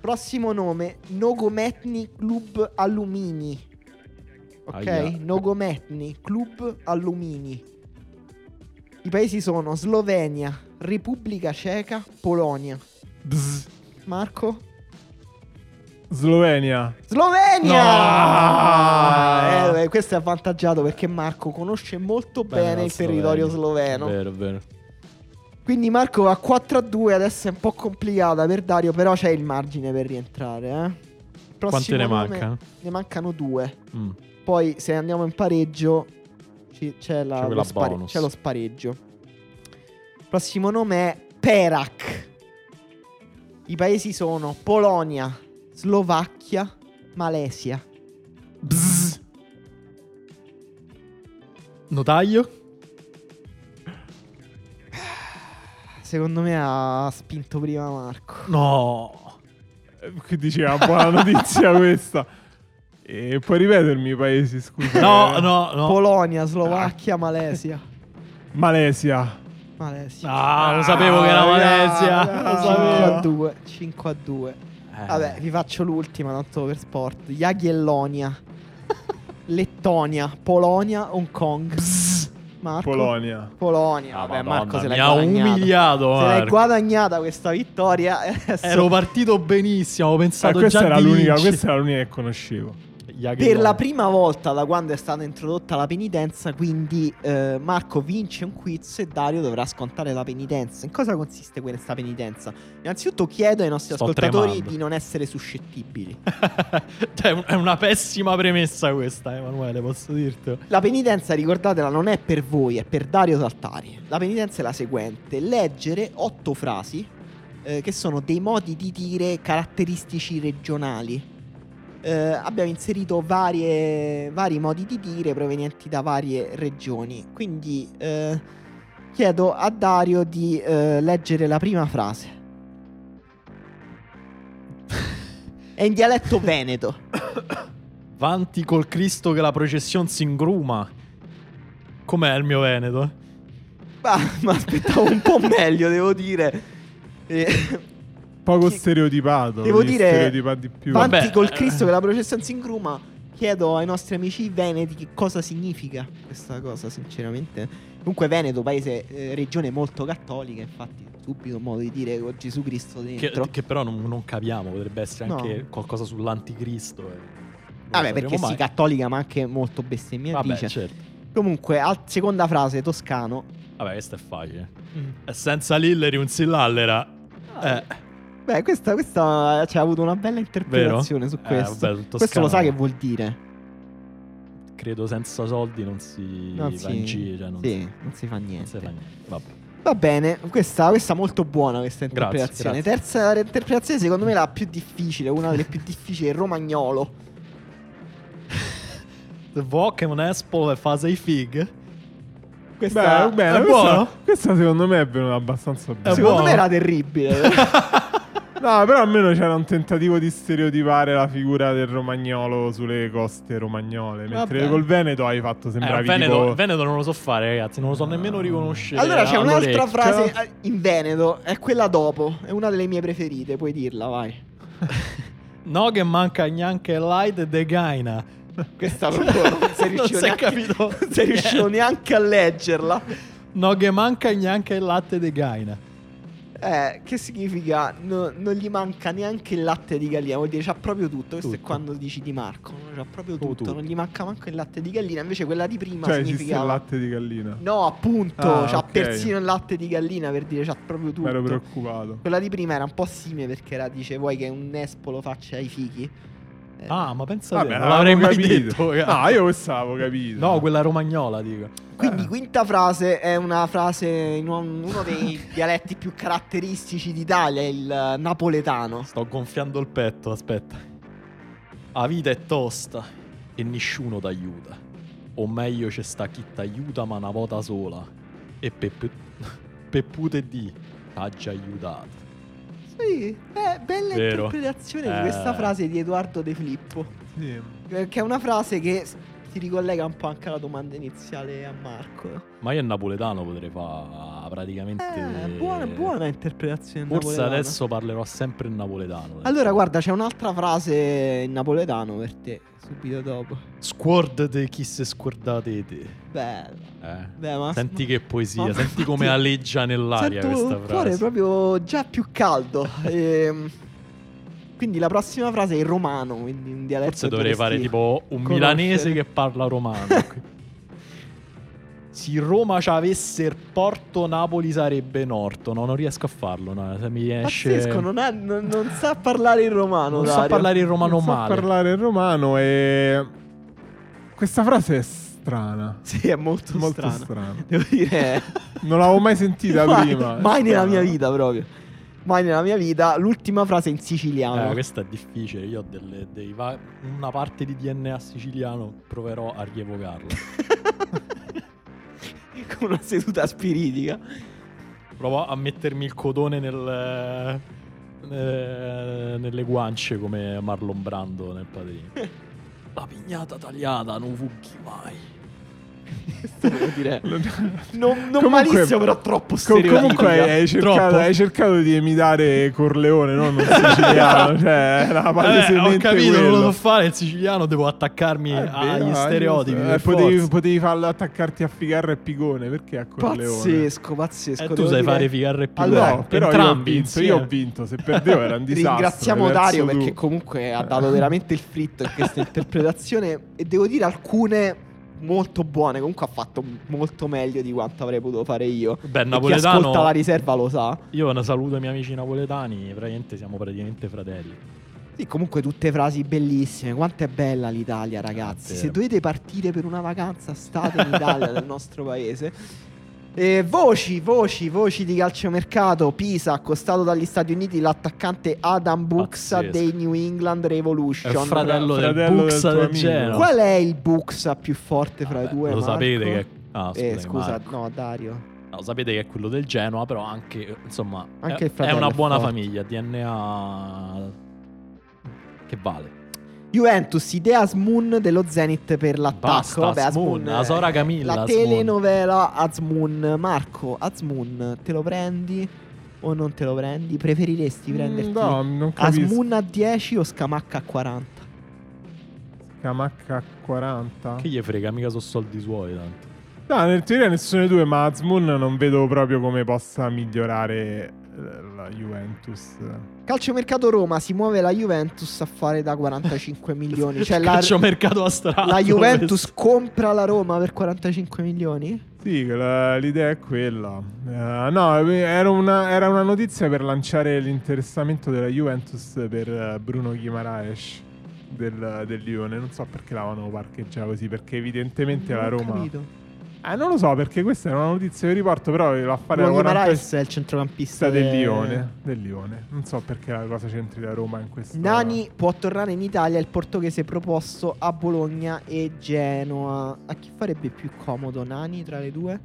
Speaker 1: Prossimo nome, Nogometni Club Alumini. Ok?
Speaker 2: Aia.
Speaker 1: Nogometni Club Alumini. I paesi sono Slovenia, Repubblica Ceca, Polonia.
Speaker 3: Bzz.
Speaker 1: Marco?
Speaker 3: Slovenia.
Speaker 1: Slovenia!
Speaker 3: No!
Speaker 1: Eh, beh, questo è avvantaggiato perché Marco conosce molto
Speaker 2: Bella
Speaker 1: bene il
Speaker 2: Slovenia.
Speaker 1: territorio sloveno.
Speaker 2: Vero, vero.
Speaker 1: Quindi Marco va 4 a 2, adesso è un po' complicata per Dario, però c'è il margine per rientrare. Eh? Il
Speaker 2: Quante
Speaker 1: prossimo
Speaker 2: ne
Speaker 1: nome-
Speaker 2: manca?
Speaker 1: Ne mancano due.
Speaker 2: Mm.
Speaker 1: Poi se andiamo in pareggio ci- c'è, la-
Speaker 2: C'è quella
Speaker 1: lo spare-
Speaker 2: bonus.
Speaker 1: c'è lo spareggio. Prossimo nome è Perak. I paesi sono Polonia, Slovacchia, Malesia.
Speaker 2: Bzz. Notaio?
Speaker 1: Secondo me ha spinto prima Marco.
Speaker 2: No.
Speaker 3: Eh, Che diceva buona notizia questa. E puoi ripetermi i paesi, scusa.
Speaker 2: No,
Speaker 3: Eh,
Speaker 2: no, no. Ah.
Speaker 1: Polonia, Slovacchia,
Speaker 2: <laughs>
Speaker 1: Malesia.
Speaker 3: Malesia.
Speaker 1: Malesia.
Speaker 2: Ah, lo sapevo che era
Speaker 3: Ah,
Speaker 2: Valencia.
Speaker 3: ah,
Speaker 2: Lo
Speaker 1: 5 a
Speaker 2: sapevo.
Speaker 1: 2. 5 a 2.
Speaker 2: Eh.
Speaker 1: Vabbè, vi faccio l'ultima, tanto per sport.
Speaker 2: <laughs>
Speaker 1: Jagiellonia. Lettonia, Polonia, Hong Kong. Marco.
Speaker 3: Polonia.
Speaker 1: Polonia.
Speaker 2: Ah,
Speaker 1: Vabbè,
Speaker 2: Madonna,
Speaker 1: Marco se l'hai
Speaker 2: mi ha
Speaker 1: guadagnata.
Speaker 2: umiliato.
Speaker 1: Se l'hai
Speaker 2: Marco. Eh,
Speaker 1: guadagnata questa vittoria. eh, e adesso
Speaker 2: Ero partito benissimo, avevo
Speaker 3: Eh,
Speaker 2: pensato
Speaker 3: questa,
Speaker 2: già
Speaker 3: era
Speaker 2: di
Speaker 3: l'unica,
Speaker 2: vincere.
Speaker 3: questa era l'unica che conoscevo.
Speaker 1: per
Speaker 2: <laughs>
Speaker 1: la prima volta da quando è stata introdotta la penitenza, quindi eh, Marco vince un quiz e Dario dovrà scontare la penitenza. In cosa consiste questa penitenza? Innanzitutto chiedo ai nostri
Speaker 2: Sto
Speaker 1: ascoltatori
Speaker 2: tremando.
Speaker 1: di non essere suscettibili.
Speaker 2: Cioè, è un- è una pessima premessa questa, Emanuele, posso dirtelo.
Speaker 1: La penitenza, ricordatela, non è per voi, è per Dario Saltari. La penitenza è la seguente: leggere otto frasi eh, che sono dei modi di dire caratteristici regionali. Eh, abbiamo inserito varie- vari modi di dire provenienti da varie regioni. Quindi eh, chiedo a Dario di eh, leggere la prima frase. È in dialetto veneto.
Speaker 2: Vanti col Cristo che la processione si ingruma. Com'è il mio Veneto?
Speaker 1: <laughs> Ma mi aspettavo un po' meglio, devo dire. Eh,
Speaker 3: Poco
Speaker 1: Chi- <laughs>
Speaker 3: stereotipato.
Speaker 1: Devo
Speaker 3: gli
Speaker 1: dire-
Speaker 3: Stereotipa di più.
Speaker 2: Vabbè. eh.
Speaker 1: Vanti col Cristo che la processione si ingruma. Chiedo ai nostri amici veneti che cosa significa questa cosa, sinceramente. Comunque, Veneto, paese, eh, regione molto cattolica, infatti, subito un modo di dire con Gesù Cristo
Speaker 2: Che,
Speaker 1: dentro.
Speaker 2: che però non, non capiamo, potrebbe essere
Speaker 1: No.
Speaker 2: anche qualcosa sull'anticristo. eh. Non lo
Speaker 1: Vabbè,
Speaker 2: sapremo
Speaker 1: perché
Speaker 2: mai.
Speaker 1: sì, cattolica, ma anche molto bestemmiatrice.
Speaker 2: Vabbè, certo.
Speaker 1: Comunque, al- seconda frase, toscano.
Speaker 2: Vabbè, questa è facile. E senza Lilleri un sillallera. Eh,
Speaker 1: Beh, questa, questa c'è avuto una bella interpretazione su
Speaker 2: Eh,
Speaker 1: questo.
Speaker 2: vabbè, tutto
Speaker 1: questo lo sa
Speaker 2: scano.
Speaker 1: che vuol dire.
Speaker 2: credo senza soldi non si
Speaker 1: Non
Speaker 2: va
Speaker 1: si-
Speaker 2: in giro, cioè non,
Speaker 1: sì, non si fa
Speaker 2: non si
Speaker 1: niente.
Speaker 2: fa niente. Vabbè.
Speaker 1: Va bene, questa, questa è molto buona questa
Speaker 2: Grazie,
Speaker 1: interpretazione.
Speaker 2: grazie.
Speaker 1: Terza interpretazione secondo me la più difficile, una delle più difficili, il romagnolo.
Speaker 2: Vo che un espo e fa sei fig.
Speaker 1: Questa
Speaker 3: Beh, bene,
Speaker 2: è
Speaker 3: questa,
Speaker 2: buono?
Speaker 3: questa secondo me è venuta abbastanza bene.
Speaker 1: secondo
Speaker 2: buono.
Speaker 1: me era terribile.
Speaker 2: <laughs>
Speaker 3: No, però almeno c'era un tentativo di stereotipare la figura del romagnolo sulle coste romagnole. Mentre
Speaker 1: Vabbè.
Speaker 3: col Veneto hai fatto
Speaker 2: Eh, il
Speaker 3: sembravi
Speaker 2: Veneto,
Speaker 3: tipo...
Speaker 2: il Veneto non lo so fare, ragazzi, non lo so nemmeno riconoscere. Ah,
Speaker 1: allora c'è un'altra
Speaker 2: all'orecchio.
Speaker 1: frase eh, in Veneto, è quella dopo, è una delle mie preferite, puoi dirla, vai.
Speaker 2: No, che manca neanche light de gaina.
Speaker 1: Questa proprio non sei
Speaker 2: <laughs> Non si
Speaker 1: riuscito
Speaker 2: è
Speaker 1: neanche,
Speaker 2: capito.
Speaker 1: non sei riuscito neanche a leggerla.
Speaker 2: No, che manca neanche il latte de gaina.
Speaker 1: Eh, che significa no- non gli manca neanche il latte di gallina, vuol dire c'ha proprio tutto. Questo è
Speaker 2: Tutto.
Speaker 1: quando dici di Marco, no? c'ha proprio tutto,
Speaker 2: Proprio tutto.
Speaker 1: non gli manca manco il latte di gallina, invece quella di prima
Speaker 3: Cioè, esiste il
Speaker 1: significava
Speaker 3: latte di gallina.
Speaker 1: No, appunto,
Speaker 3: Ah,
Speaker 1: c'ha
Speaker 3: ok.
Speaker 1: persino il latte di gallina per dire c'ha proprio
Speaker 3: Mi ero
Speaker 1: tutto.
Speaker 3: preoccupato.
Speaker 1: Quella di prima era un po' simile perché era dice vuoi che un nespolo faccia i fichi? Eh,
Speaker 2: Ah, ma pensa
Speaker 3: Vabbè,
Speaker 2: te, non
Speaker 3: l'avevo
Speaker 2: l'avrei mai
Speaker 3: capito.
Speaker 2: detto.
Speaker 3: No,
Speaker 2: ragazzi.
Speaker 3: io questa l'avevo capito.
Speaker 2: No, quella romagnola, dico.
Speaker 3: Eh.
Speaker 1: Quindi quinta frase è una frase in un- uno
Speaker 3: <laughs>
Speaker 1: dei dialetti più caratteristici d'Italia, il eh, napoletano.
Speaker 2: Sto gonfiando il petto, aspetta. La vita è tosta e nessuno t'aiuta. O meglio, c'è sta chi t'aiuta ma una volta sola. E <laughs> Peppe... Peppute di t'ha già aiutato.
Speaker 1: Sì, beh, bella
Speaker 2: Vero.
Speaker 1: interpretazione di
Speaker 2: Eh.
Speaker 1: questa frase di Edoardo De Filippo.
Speaker 3: Sì.
Speaker 1: eh, Che è una frase che s- si ricollega un po' anche alla domanda iniziale a Marco.
Speaker 2: Ma io il napoletano potrei fare praticamente...
Speaker 1: Eh, buona, buona interpretazione.
Speaker 2: Forse
Speaker 1: napoletana.
Speaker 2: adesso parlerò sempre il napoletano.
Speaker 1: Allora, guarda, c'è un'altra frase in napoletano per te, subito dopo.
Speaker 2: Scordate chi se scordate.
Speaker 1: Bella.
Speaker 2: Eh.
Speaker 1: Beh, ma,
Speaker 2: Senti che poesia,
Speaker 1: ma-
Speaker 2: senti come aleggia nell'aria
Speaker 1: Sento
Speaker 2: questa
Speaker 1: il cuore
Speaker 2: frase.
Speaker 1: proprio già più
Speaker 2: <laughs>
Speaker 1: caldo. Ehm, quindi la prossima frase è in romano, quindi un dialetto.
Speaker 2: Forse dovrei
Speaker 1: dovresti-
Speaker 2: fare tipo un
Speaker 1: conoscere.
Speaker 2: milanese che parla <laughs> romano. Se Roma ci avesse il porto, Napoli sarebbe Norto. No, non riesco a farlo. no, se mi esce.
Speaker 1: Pazzesco, non, ha- non- non sa parlare il romano.
Speaker 2: Non so
Speaker 1: Dario.
Speaker 2: parlare il romano
Speaker 3: Non so
Speaker 2: male.
Speaker 3: parlare il romano e... Questa frase è strana.
Speaker 1: <laughs> Sì, è molto,
Speaker 3: molto
Speaker 1: strana.
Speaker 3: strana.
Speaker 1: Devo
Speaker 2: <laughs>
Speaker 1: dire.
Speaker 3: Non l'avevo
Speaker 1: <laughs>
Speaker 3: mai sentita
Speaker 1: mai,
Speaker 3: prima. È
Speaker 1: Mai nella
Speaker 3: strana.
Speaker 1: mia vita, proprio. Mai nella mia vita. L'ultima frase in siciliano.
Speaker 2: Eh, questa è difficile. Io ho delle- dei va- una parte di DNA siciliano. Proverò a rievocarla.
Speaker 1: <laughs> Con una seduta spiritica.
Speaker 2: Provo a mettermi il codone nel. eh, nelle guance come Marlon Brando nel padrino. La pignata tagliata, non fughi mai.
Speaker 1: Devo
Speaker 2: <laughs>
Speaker 1: dire. Non, non
Speaker 3: Comunque-
Speaker 1: malissimo, però troppo
Speaker 3: Com-
Speaker 1: stereotipica.
Speaker 3: comunque hai cercato,
Speaker 2: eh, Troppo.
Speaker 3: hai cercato di imitare Corleone, non
Speaker 2: <laughs>
Speaker 3: un siciliano. cioè, era
Speaker 2: Eh,
Speaker 3: palesemente
Speaker 2: ho capito,
Speaker 3: quello.
Speaker 2: non lo so fare il siciliano, devo attaccarmi
Speaker 3: Eh, è vero,
Speaker 2: agli
Speaker 3: eh,
Speaker 2: stereotipi.
Speaker 3: giusto. Eh,
Speaker 2: per
Speaker 3: potevi,
Speaker 2: forza.
Speaker 3: potevi farlo attaccarti a Figarra e Pigone perché a Corleone?
Speaker 1: Pazzesco, pazzesco.
Speaker 2: Eh, tu
Speaker 1: devo
Speaker 2: sai
Speaker 1: dire.
Speaker 2: fare figarre più
Speaker 3: Allora,
Speaker 2: eh,
Speaker 3: però
Speaker 2: entrambi eh.
Speaker 3: io ho vinto, io ho
Speaker 2: insieme.
Speaker 3: vinto, se
Speaker 1: <laughs>
Speaker 3: perdevo era un disastro.
Speaker 1: Ringraziamo
Speaker 3: hai perso
Speaker 1: Dario
Speaker 3: tu.
Speaker 1: perché comunque ha dato veramente il fritto in
Speaker 3: <laughs>
Speaker 1: questa interpretazione e devo dire alcune molto buone, comunque ha fatto molto meglio di quanto avrei potuto fare io.
Speaker 2: Beh,
Speaker 1: E Chi
Speaker 2: napoletano,
Speaker 1: ascolta la riserva lo sa.
Speaker 2: io ne saluto i miei amici napoletani, praticamente siamo praticamente fratelli.
Speaker 1: Sì, comunque tutte frasi bellissime. Quanto è bella l'Italia, ragazzi.
Speaker 2: Ah, vero.
Speaker 1: Se dovete partire per una vacanza, state in
Speaker 2: <laughs>
Speaker 1: Italia, nel nostro paese. E voci, voci, voci di calciomercato. Pisa, accostato dagli Stati Uniti, l'attaccante Adam Buxa
Speaker 2: Pazzesco.
Speaker 1: dei New England
Speaker 2: È
Speaker 1: Revolution.
Speaker 2: il fratello,
Speaker 3: Fratello del
Speaker 2: del Buxa
Speaker 3: tuo
Speaker 2: del,
Speaker 3: amico.
Speaker 2: Genoa.
Speaker 1: Qual è il Buxa più forte fra i
Speaker 2: Vabbè,
Speaker 1: due?
Speaker 2: Lo
Speaker 1: Marco?
Speaker 2: sapete che... Ah,
Speaker 1: Eh,
Speaker 2: scusami,
Speaker 1: scusa,
Speaker 2: Marco.
Speaker 1: no, Dario.
Speaker 2: No, sapete che è quello del Genoa, però anche, insomma,
Speaker 1: Anche
Speaker 2: è-
Speaker 1: il
Speaker 2: è,
Speaker 1: fratello
Speaker 2: una
Speaker 1: è
Speaker 2: buona
Speaker 1: forte.
Speaker 2: famiglia, DNA che vale.
Speaker 1: Juventus, Ideas Moon dello Zenit per l'attacco.
Speaker 2: Basta, Asmun,
Speaker 1: Asmun,
Speaker 2: la Sora Camilla,
Speaker 1: eh, La
Speaker 2: Asmun.
Speaker 1: telenovela Azmoon. Marco, Azmoon, te lo prendi o non te lo prendi? Preferiresti
Speaker 3: Mm,
Speaker 1: prenderti
Speaker 3: No, non capisco.
Speaker 1: Azmoon a 10 o Scamacca a 40?
Speaker 3: Camacca 40.
Speaker 2: Che gli frega, mica sono soldi suoi tanto.
Speaker 3: No, nel teoria nessuno dei due, ma Azmoon non vedo proprio come possa migliorare eh, la Juventus.
Speaker 1: Calciomercato Roma, si muove la Juventus a fare da
Speaker 2: <laughs>
Speaker 1: 45 milioni. Cioè la,
Speaker 2: Calcio mercato a strada.
Speaker 1: la Juventus compra la Roma per 45 milioni?
Speaker 3: Sì, la- l'idea è quella. Eh, no, eh, era una, era una notizia per lanciare l'interessamento della Juventus per eh, Bruno Guimaraes del, del Lione. Non so perché l'avano parcheggiato così, perché evidentemente
Speaker 1: Non
Speaker 3: la
Speaker 1: ho
Speaker 3: Roma...
Speaker 1: capito.
Speaker 3: Eh, non lo so, perché questa era una notizia che riporto, però la fare la
Speaker 1: Bruno
Speaker 3: 40
Speaker 1: Guimaraes è il centrocampista
Speaker 3: del Lione, del Lione. Non so perché la cosa c'entri la Roma in questo
Speaker 1: Nani può tornare in Italia, il portoghese proposto a Bologna e Genoa. A chi farebbe più comodo Nani tra le due?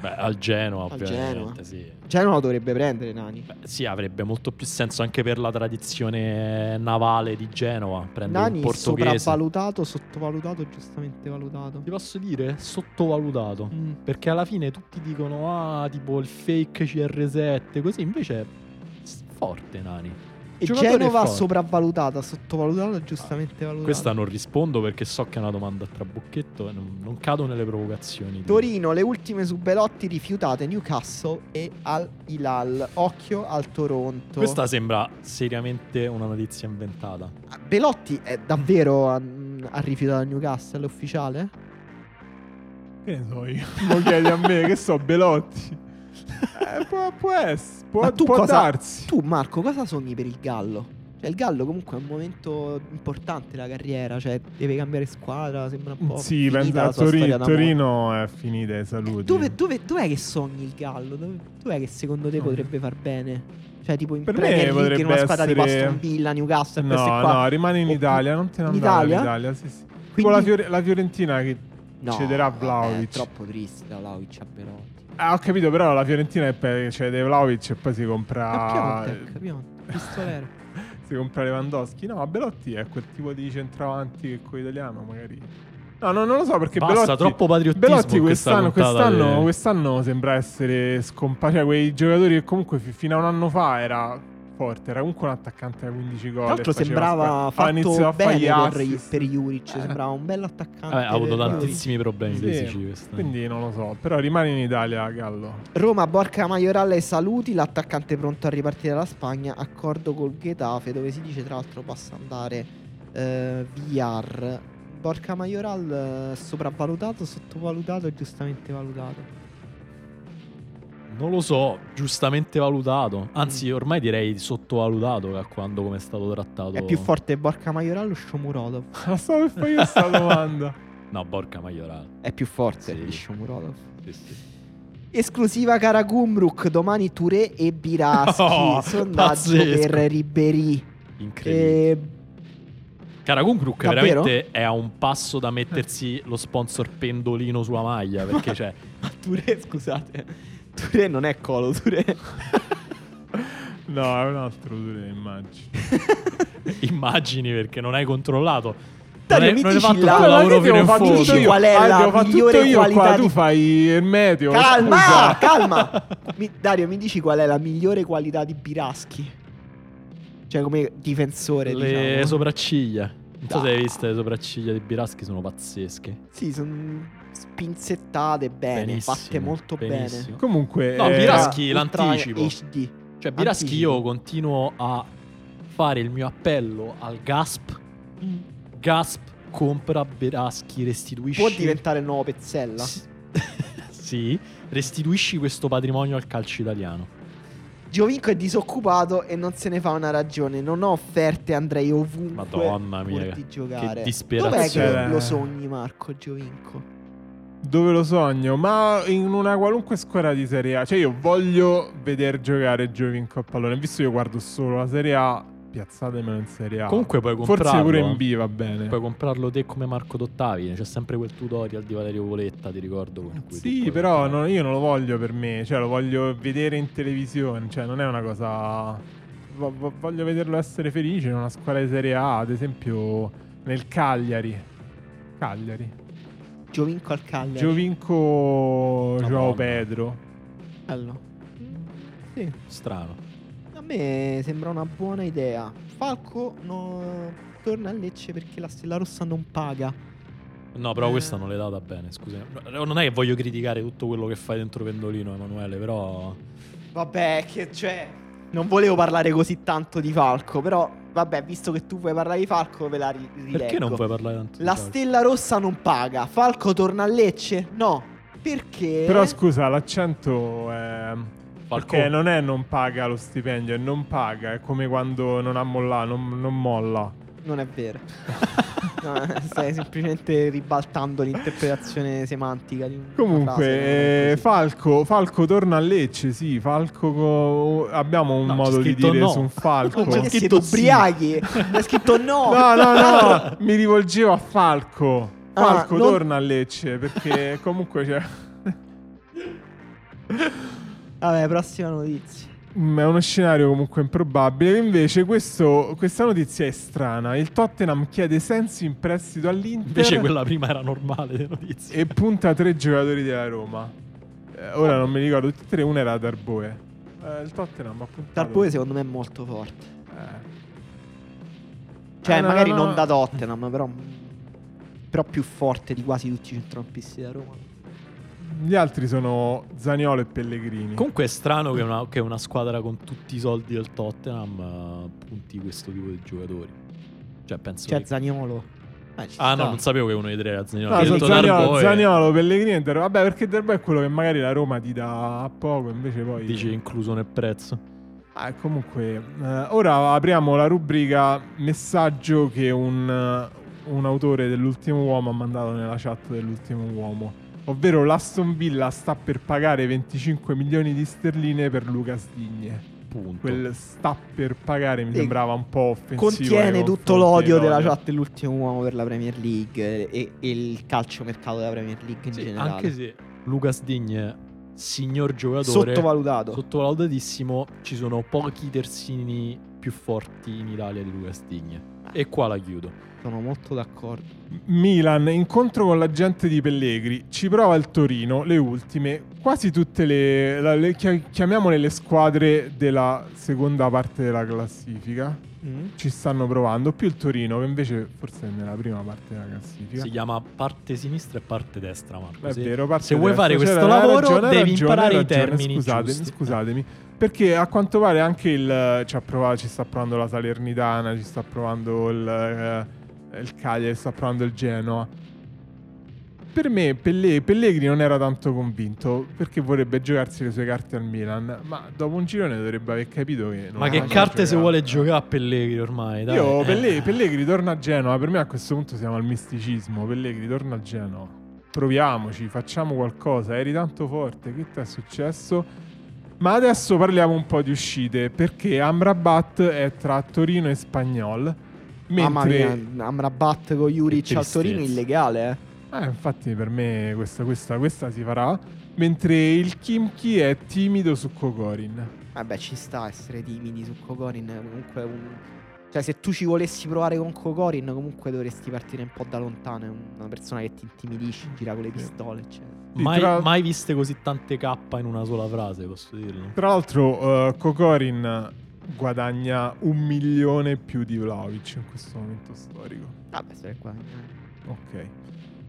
Speaker 2: Beh, al Genoa,
Speaker 1: Al Genoa.
Speaker 2: ovviamente, sì.
Speaker 1: Genoa lo dovrebbe prendere Nani.
Speaker 2: Beh, sì, avrebbe molto più senso anche per la tradizione navale di Genova. Prendere
Speaker 1: Nani
Speaker 2: un portoghese.
Speaker 1: sopravvalutato, sottovalutato, giustamente valutato.
Speaker 2: Ti posso dire? Sottovalutato.
Speaker 1: Mm.
Speaker 2: Perché alla fine tutti dicono, ah, tipo il fake CR7, così invece è s- forte Nani.
Speaker 1: E
Speaker 2: Giocatore
Speaker 1: Genova
Speaker 2: forte.
Speaker 1: sopravvalutata, sottovalutata, giustamente valutata.
Speaker 2: Ah, Questa non rispondo perché so che è una domanda a trabocchetto e non, non cado nelle provocazioni. di-
Speaker 1: Torino, le ultime su Belotti rifiutate Newcastle e al Hilal. Occhio al Toronto.
Speaker 2: Questa sembra seriamente una notizia inventata.
Speaker 1: Belotti è davvero ha, ha rifiutato Newcastle, è ufficiale?
Speaker 3: Che ne so io? <laughs> Lo chiedi a me, che so, Belotti.
Speaker 1: <laughs>
Speaker 3: Eh, può, può ess- può-
Speaker 1: Ma tu
Speaker 3: può
Speaker 1: cosa-
Speaker 3: darsi.
Speaker 1: Tu Marco, cosa sogni per il Gallo? Cioè il Gallo comunque è un momento importante della carriera, cioè deve cambiare squadra, sembra un po'
Speaker 3: sì,
Speaker 1: finita
Speaker 3: pensa
Speaker 1: la
Speaker 3: a
Speaker 1: sua storia
Speaker 3: Torino,
Speaker 1: d'amore.
Speaker 3: Torino è finita i saluti.
Speaker 1: Eh, Dove, dove, dov'è che sogni il Gallo? Dove, dov'è che secondo te
Speaker 3: No.
Speaker 1: potrebbe far bene? Cioè tipo in
Speaker 3: Mm. Per me
Speaker 1: Premier League in
Speaker 3: potrebbe
Speaker 1: una squadra di
Speaker 3: essere-
Speaker 1: Aston Villa, Newcastle,
Speaker 3: no,
Speaker 1: queste qua.
Speaker 3: no, rimane in
Speaker 1: Oppure-
Speaker 3: Italia, non te ne
Speaker 1: in
Speaker 3: andare
Speaker 1: Italia?
Speaker 3: all'Italia, sì, sì. Tipo
Speaker 1: Quindi-
Speaker 3: la, Fiore- la Fiorentina che...
Speaker 1: No,
Speaker 3: cederà
Speaker 1: vabbè,
Speaker 3: Vlahovic.
Speaker 1: È troppo triste da Vlaovic a Belotti.
Speaker 3: Ah, ho capito, però la Fiorentina è per... cede Vlaovic e poi si compra...
Speaker 1: Piontek, Piontek, pistolero.
Speaker 3: si compra Lewandowski. No, ma Belotti è quel tipo di centravanti che con italiano magari... No, no, non lo so perché
Speaker 2: Basta,
Speaker 3: Belotti...
Speaker 2: troppo patriottismo.
Speaker 3: Belotti
Speaker 2: in questa
Speaker 3: quest'anno,
Speaker 2: puntata
Speaker 3: quest'anno,
Speaker 2: de-
Speaker 3: quest'anno sembra essere scomparso. Cioè, quei giocatori che comunque fi- fino a un anno fa era forte, era comunque un attaccante da 15 gol.
Speaker 1: Tra l'altro
Speaker 3: e faceva
Speaker 1: sembrava
Speaker 3: squadra. Ah, iniziava
Speaker 1: fatto
Speaker 3: a fare gli Eh.
Speaker 1: bene per,
Speaker 3: assist.
Speaker 1: per Juric, sembrava un bel attaccante.
Speaker 2: Vabbè, ha avuto
Speaker 1: per Juric.
Speaker 2: tantissimi problemi
Speaker 3: Sì,
Speaker 2: fisici quest'anno.
Speaker 3: Quindi non lo so, però rimane in Italia Gallo. <laughs>
Speaker 1: Roma, Borca Maiorale, saluti. L'attaccante pronto a ripartire dalla Spagna. Accordo col Getafe, dove si dice tra l'altro possa andare eh, VR. Borca Maioral eh, sopravvalutato, sottovalutato e giustamente valutato.
Speaker 2: Non lo so, giustamente valutato.
Speaker 3: Mm.
Speaker 2: Anzi, ormai direi sottovalutato da quando come è stato trattato.
Speaker 1: È più forte Borca Maioral o Shomurodov?
Speaker 3: La stavo per fare io questa domanda.
Speaker 2: No, Borca Maiorale.
Speaker 1: È più forte
Speaker 2: Sì.
Speaker 1: di Shomurodov.
Speaker 2: Sì, sì.
Speaker 1: Esclusiva cara Gumbruk, domani Touré e Biraschi.
Speaker 2: <laughs> Oh,
Speaker 1: sondaggio
Speaker 2: pazzesco.
Speaker 1: per Ribéry.
Speaker 2: Incredibile.
Speaker 1: E
Speaker 2: Cara Kunkruk
Speaker 1: Davvero?
Speaker 2: veramente è a un passo da mettersi lo sponsor pendolino sulla maglia.
Speaker 1: <laughs>
Speaker 2: Perché cioè, <laughs>
Speaker 1: Touré, scusate. Touré non è Colo, Touré.
Speaker 3: No, è un altro Ture, immagino.
Speaker 2: Immagini perché non hai controllato.
Speaker 1: Dario,
Speaker 2: non hai,
Speaker 1: mi
Speaker 2: non hai
Speaker 1: dici
Speaker 2: fatto
Speaker 1: la-
Speaker 2: il tuo
Speaker 1: Allora,
Speaker 2: lavoro fino in
Speaker 1: fatto
Speaker 2: fondo.
Speaker 1: tutto io. Qual è la
Speaker 3: devo fare
Speaker 1: migliore
Speaker 3: tutto io
Speaker 1: qualità
Speaker 3: qua,
Speaker 1: di-
Speaker 3: tu fai il meteo.
Speaker 1: Calma,
Speaker 3: scusa.
Speaker 1: calma. Mi- Dario, mi dici qual è la migliore qualità di Biraschi? Cioè, come difensore,
Speaker 2: Le
Speaker 1: diciamo. Ah.
Speaker 2: sopracciglia. Non so se
Speaker 1: Dai.
Speaker 2: hai visto le sopracciglia di Biraschi, sono pazzesche.
Speaker 1: Sì, sono spinzettate bene,
Speaker 2: Benissimo,
Speaker 1: fatte molto
Speaker 2: benissimo.
Speaker 3: Comunque,
Speaker 2: No,
Speaker 3: eh,
Speaker 2: Biraschi
Speaker 1: Ultra
Speaker 2: l'anticipo.
Speaker 1: HD.
Speaker 2: Cioè, Biraschi,
Speaker 1: Anticipo.
Speaker 2: io continuo a fare il mio appello al Gasp. Gasp compra Biraschi, restituisci.
Speaker 1: Può diventare il nuovo Pezzella?
Speaker 2: S- <laughs> sì, restituisci questo patrimonio al calcio italiano.
Speaker 1: Giovinco è disoccupato e non se ne fa una ragione. Non ho offerte, andrei ovunque
Speaker 2: Madonna mia,
Speaker 1: pur di giocare. Dov'è
Speaker 2: disperazione.
Speaker 1: che lo sogni, Marco Giovinco?
Speaker 3: Dove lo sogno? Ma in una qualunque squadra di Serie A. Cioè, io voglio veder giocare Giovinco a pallone. Visto che io guardo solo la Serie A, piazzatemelo in Serie A.
Speaker 2: Comunque puoi comprarlo.
Speaker 3: Ah, Forse pure
Speaker 2: eh.
Speaker 3: in B va bene.
Speaker 2: Puoi comprarlo te come Marco D'Ottavi. C'è sempre quel tutorial di Valerio Voletta, ti ricordo. con cui tu
Speaker 3: Sì,
Speaker 2: puoi
Speaker 3: però
Speaker 2: comprare.
Speaker 3: non- io non lo voglio per me, cioè lo voglio vedere in televisione, cioè non è una cosa... vo- vo- voglio vederlo essere felice in una squadra di Serie A, ad esempio nel Cagliari. Cagliari.
Speaker 1: Giovinco al Cagliari.
Speaker 3: Giovinco Joao
Speaker 2: Madonna.
Speaker 3: Pedro.
Speaker 1: Bello. Sì.
Speaker 2: Strano.
Speaker 1: A me sembra una buona idea. Falco no, torna a Lecce perché la Stella Rossa non paga.
Speaker 2: No, però
Speaker 1: Eh.
Speaker 2: questa non l'hai data bene, scusa. No, Non è che voglio criticare tutto quello che fai dentro Pendolino, Emanuele, però...
Speaker 1: Vabbè, che c'è? Non volevo parlare così tanto di Falco, però vabbè, visto che tu vuoi parlare di Falco, ve la ri- rileggo.
Speaker 2: Perché non puoi parlare tanto? di
Speaker 1: Ecco. La
Speaker 2: calcio? <laughs>
Speaker 1: Stella Rossa non paga. Falco torna a Lecce? No. Perché?
Speaker 3: Però scusa, l'accento è...
Speaker 2: Falcone.
Speaker 3: Perché non è non paga lo stipendio, è non paga, è come quando non ha mollato, non, non molla.
Speaker 1: Non è vero. <laughs> No, eh, stai semplicemente ribaltando l'interpretazione semantica di una frase,
Speaker 3: Comunque, eh,
Speaker 1: non è
Speaker 3: Falco, Falco torna a Lecce, sì, Falco co- abbiamo un
Speaker 2: No, c'è
Speaker 3: modo di
Speaker 2: scritto
Speaker 3: dire
Speaker 2: no.
Speaker 3: su un
Speaker 1: così.
Speaker 3: Falco.
Speaker 1: Ma perché
Speaker 2: Ho
Speaker 1: siete
Speaker 2: detto sì.
Speaker 1: ubriachi? Hai scritto no.
Speaker 3: No, no, no, mi rivolgevo a Falco.
Speaker 1: Ah,
Speaker 3: Falco
Speaker 1: non-
Speaker 3: torna a Lecce perché comunque c'è
Speaker 1: <laughs>
Speaker 3: <laughs>
Speaker 1: Vabbè, prossima notizia.
Speaker 3: Mm, È uno scenario comunque improbabile. Invece, questo- questa notizia è strana. Il Tottenham chiede sensi in prestito all'Inter
Speaker 2: Invece quella prima era normale, le notizie.
Speaker 3: e punta tre giocatori della Roma. Eh, ora non mi ricordo tutti e tre, una era Darboe. Eh, il Tottenham ha puntato.
Speaker 1: Tarpoe secondo me è molto forte.
Speaker 3: Eh.
Speaker 1: Cioè,
Speaker 3: Eh, no,
Speaker 1: magari
Speaker 3: no,
Speaker 1: non
Speaker 3: no.
Speaker 1: da Tottenham, però mm, però più forte di quasi tutti i centrocampisti da Roma.
Speaker 3: Gli altri sono Zaniolo e Pellegrini.
Speaker 2: Comunque è strano che una, che una squadra con tutti i soldi del Tottenham eh, punti questo tipo di giocatori. Cioè, penso
Speaker 1: Cioè
Speaker 2: che-
Speaker 1: Zaniolo. Eh, ci
Speaker 2: Ah
Speaker 1: sta.
Speaker 2: no, non sapevo che uno dei tre era Zagnolo.
Speaker 3: No,
Speaker 2: Ho
Speaker 3: sono
Speaker 2: detto
Speaker 3: Zaniolo,
Speaker 2: Darboe,
Speaker 3: Zaniolo, Pellegrini e Darboe. Vabbè, perché Darboe è quello che magari la Roma ti dà a poco, invece poi... eh,
Speaker 2: Dice incluso nel prezzo.
Speaker 3: Ah, comunque, eh, ora apriamo la rubrica messaggio che un, eh, un autore dell'ultimo uomo ha mandato nella chat dell'ultimo uomo. Ovvero l'Aston Villa sta per pagare 25 milioni di sterline per Lucas Digne.
Speaker 2: Punto.
Speaker 3: Quel sta per pagare mi
Speaker 1: E
Speaker 3: sembrava un po' offensivo. eh,
Speaker 1: Contiene
Speaker 3: nei
Speaker 1: tutto
Speaker 3: confronti
Speaker 1: l'odio della
Speaker 3: dell'odio.
Speaker 1: chat dell'ultimo uomo per la Premier League e, e il calciomercato della Premier League in
Speaker 2: Sì,
Speaker 1: generale.
Speaker 2: anche se Lucas Digne, signor giocatore,
Speaker 1: Sottovalutato.
Speaker 2: sottovalotatissimo, ci sono pochi terzini più forti in Italia di Lucas Digne. E qua la chiudo.
Speaker 1: Sono molto d'accordo.
Speaker 3: Milan, incontro con la gente di Pellegri, ci prova il Torino, le ultime, quasi tutte le, la- le- chia- chiamiamole le squadre della seconda parte della classifica,
Speaker 2: Mm.
Speaker 3: ci stanno provando, più il Torino che invece forse è nella prima parte della classifica.
Speaker 2: Si chiama parte sinistra e parte destra, Marco.
Speaker 3: È
Speaker 2: Se-
Speaker 3: vero, parte
Speaker 2: se vuoi
Speaker 3: destra.
Speaker 2: fare questo
Speaker 3: C'era- hai
Speaker 2: lavoro,
Speaker 3: ragione, hai
Speaker 2: devi
Speaker 3: ragione,
Speaker 2: imparare
Speaker 3: hai
Speaker 2: i
Speaker 3: ragione,
Speaker 2: termini
Speaker 3: Scusatemi,
Speaker 2: giusti.
Speaker 3: scusatemi. Perché a quanto pare anche il ci ha provato, ci sta provando la Salernitana, ci sta provando il, eh, il Cagliari, sta provando il Genoa. Per me Pelle- Pellegrini non era tanto convinto perché vorrebbe giocarsi le sue carte al Milan, ma dopo un girone dovrebbe aver capito che non
Speaker 2: Ma che
Speaker 3: non
Speaker 2: carte se
Speaker 3: giocava.
Speaker 2: vuole giocare a Pellegrini ormai? Dai.
Speaker 3: Io
Speaker 2: Eh.
Speaker 3: Pelle- Pellegrini torna a Genova, per me a questo punto siamo al misticismo, Pellegrini torna a Genova. Proviamoci, facciamo qualcosa, eri tanto forte, che ti è successo? Ma adesso parliamo un po' di uscite, perché Amrabat è tra Torino e Spagnol,
Speaker 1: Mamma
Speaker 3: mentre...
Speaker 1: mia, Amrabat con Juric
Speaker 2: Che
Speaker 1: al Torino
Speaker 2: tristezza.
Speaker 1: illegale, eh.
Speaker 3: Eh, infatti per me questa, questa, questa si farà, mentre il Kimchi è timido su Kokorin.
Speaker 1: Vabbè, ci sta essere timidi su Kokorin. Comunque, un- cioè, se tu ci volessi provare con Kokorin, comunque dovresti partire un po' da lontano. È una persona che ti intimidisce, gira con le pistole. eccetera.
Speaker 3: Sì,
Speaker 2: Mai,
Speaker 3: tra-
Speaker 2: mai viste così tante K in una sola frase, posso dirlo.
Speaker 3: Tra l'altro, eh, Kokorin guadagna un milione più di Vlaovic in questo momento storico.
Speaker 1: Vabbè, se è qua. eh.
Speaker 3: Ok.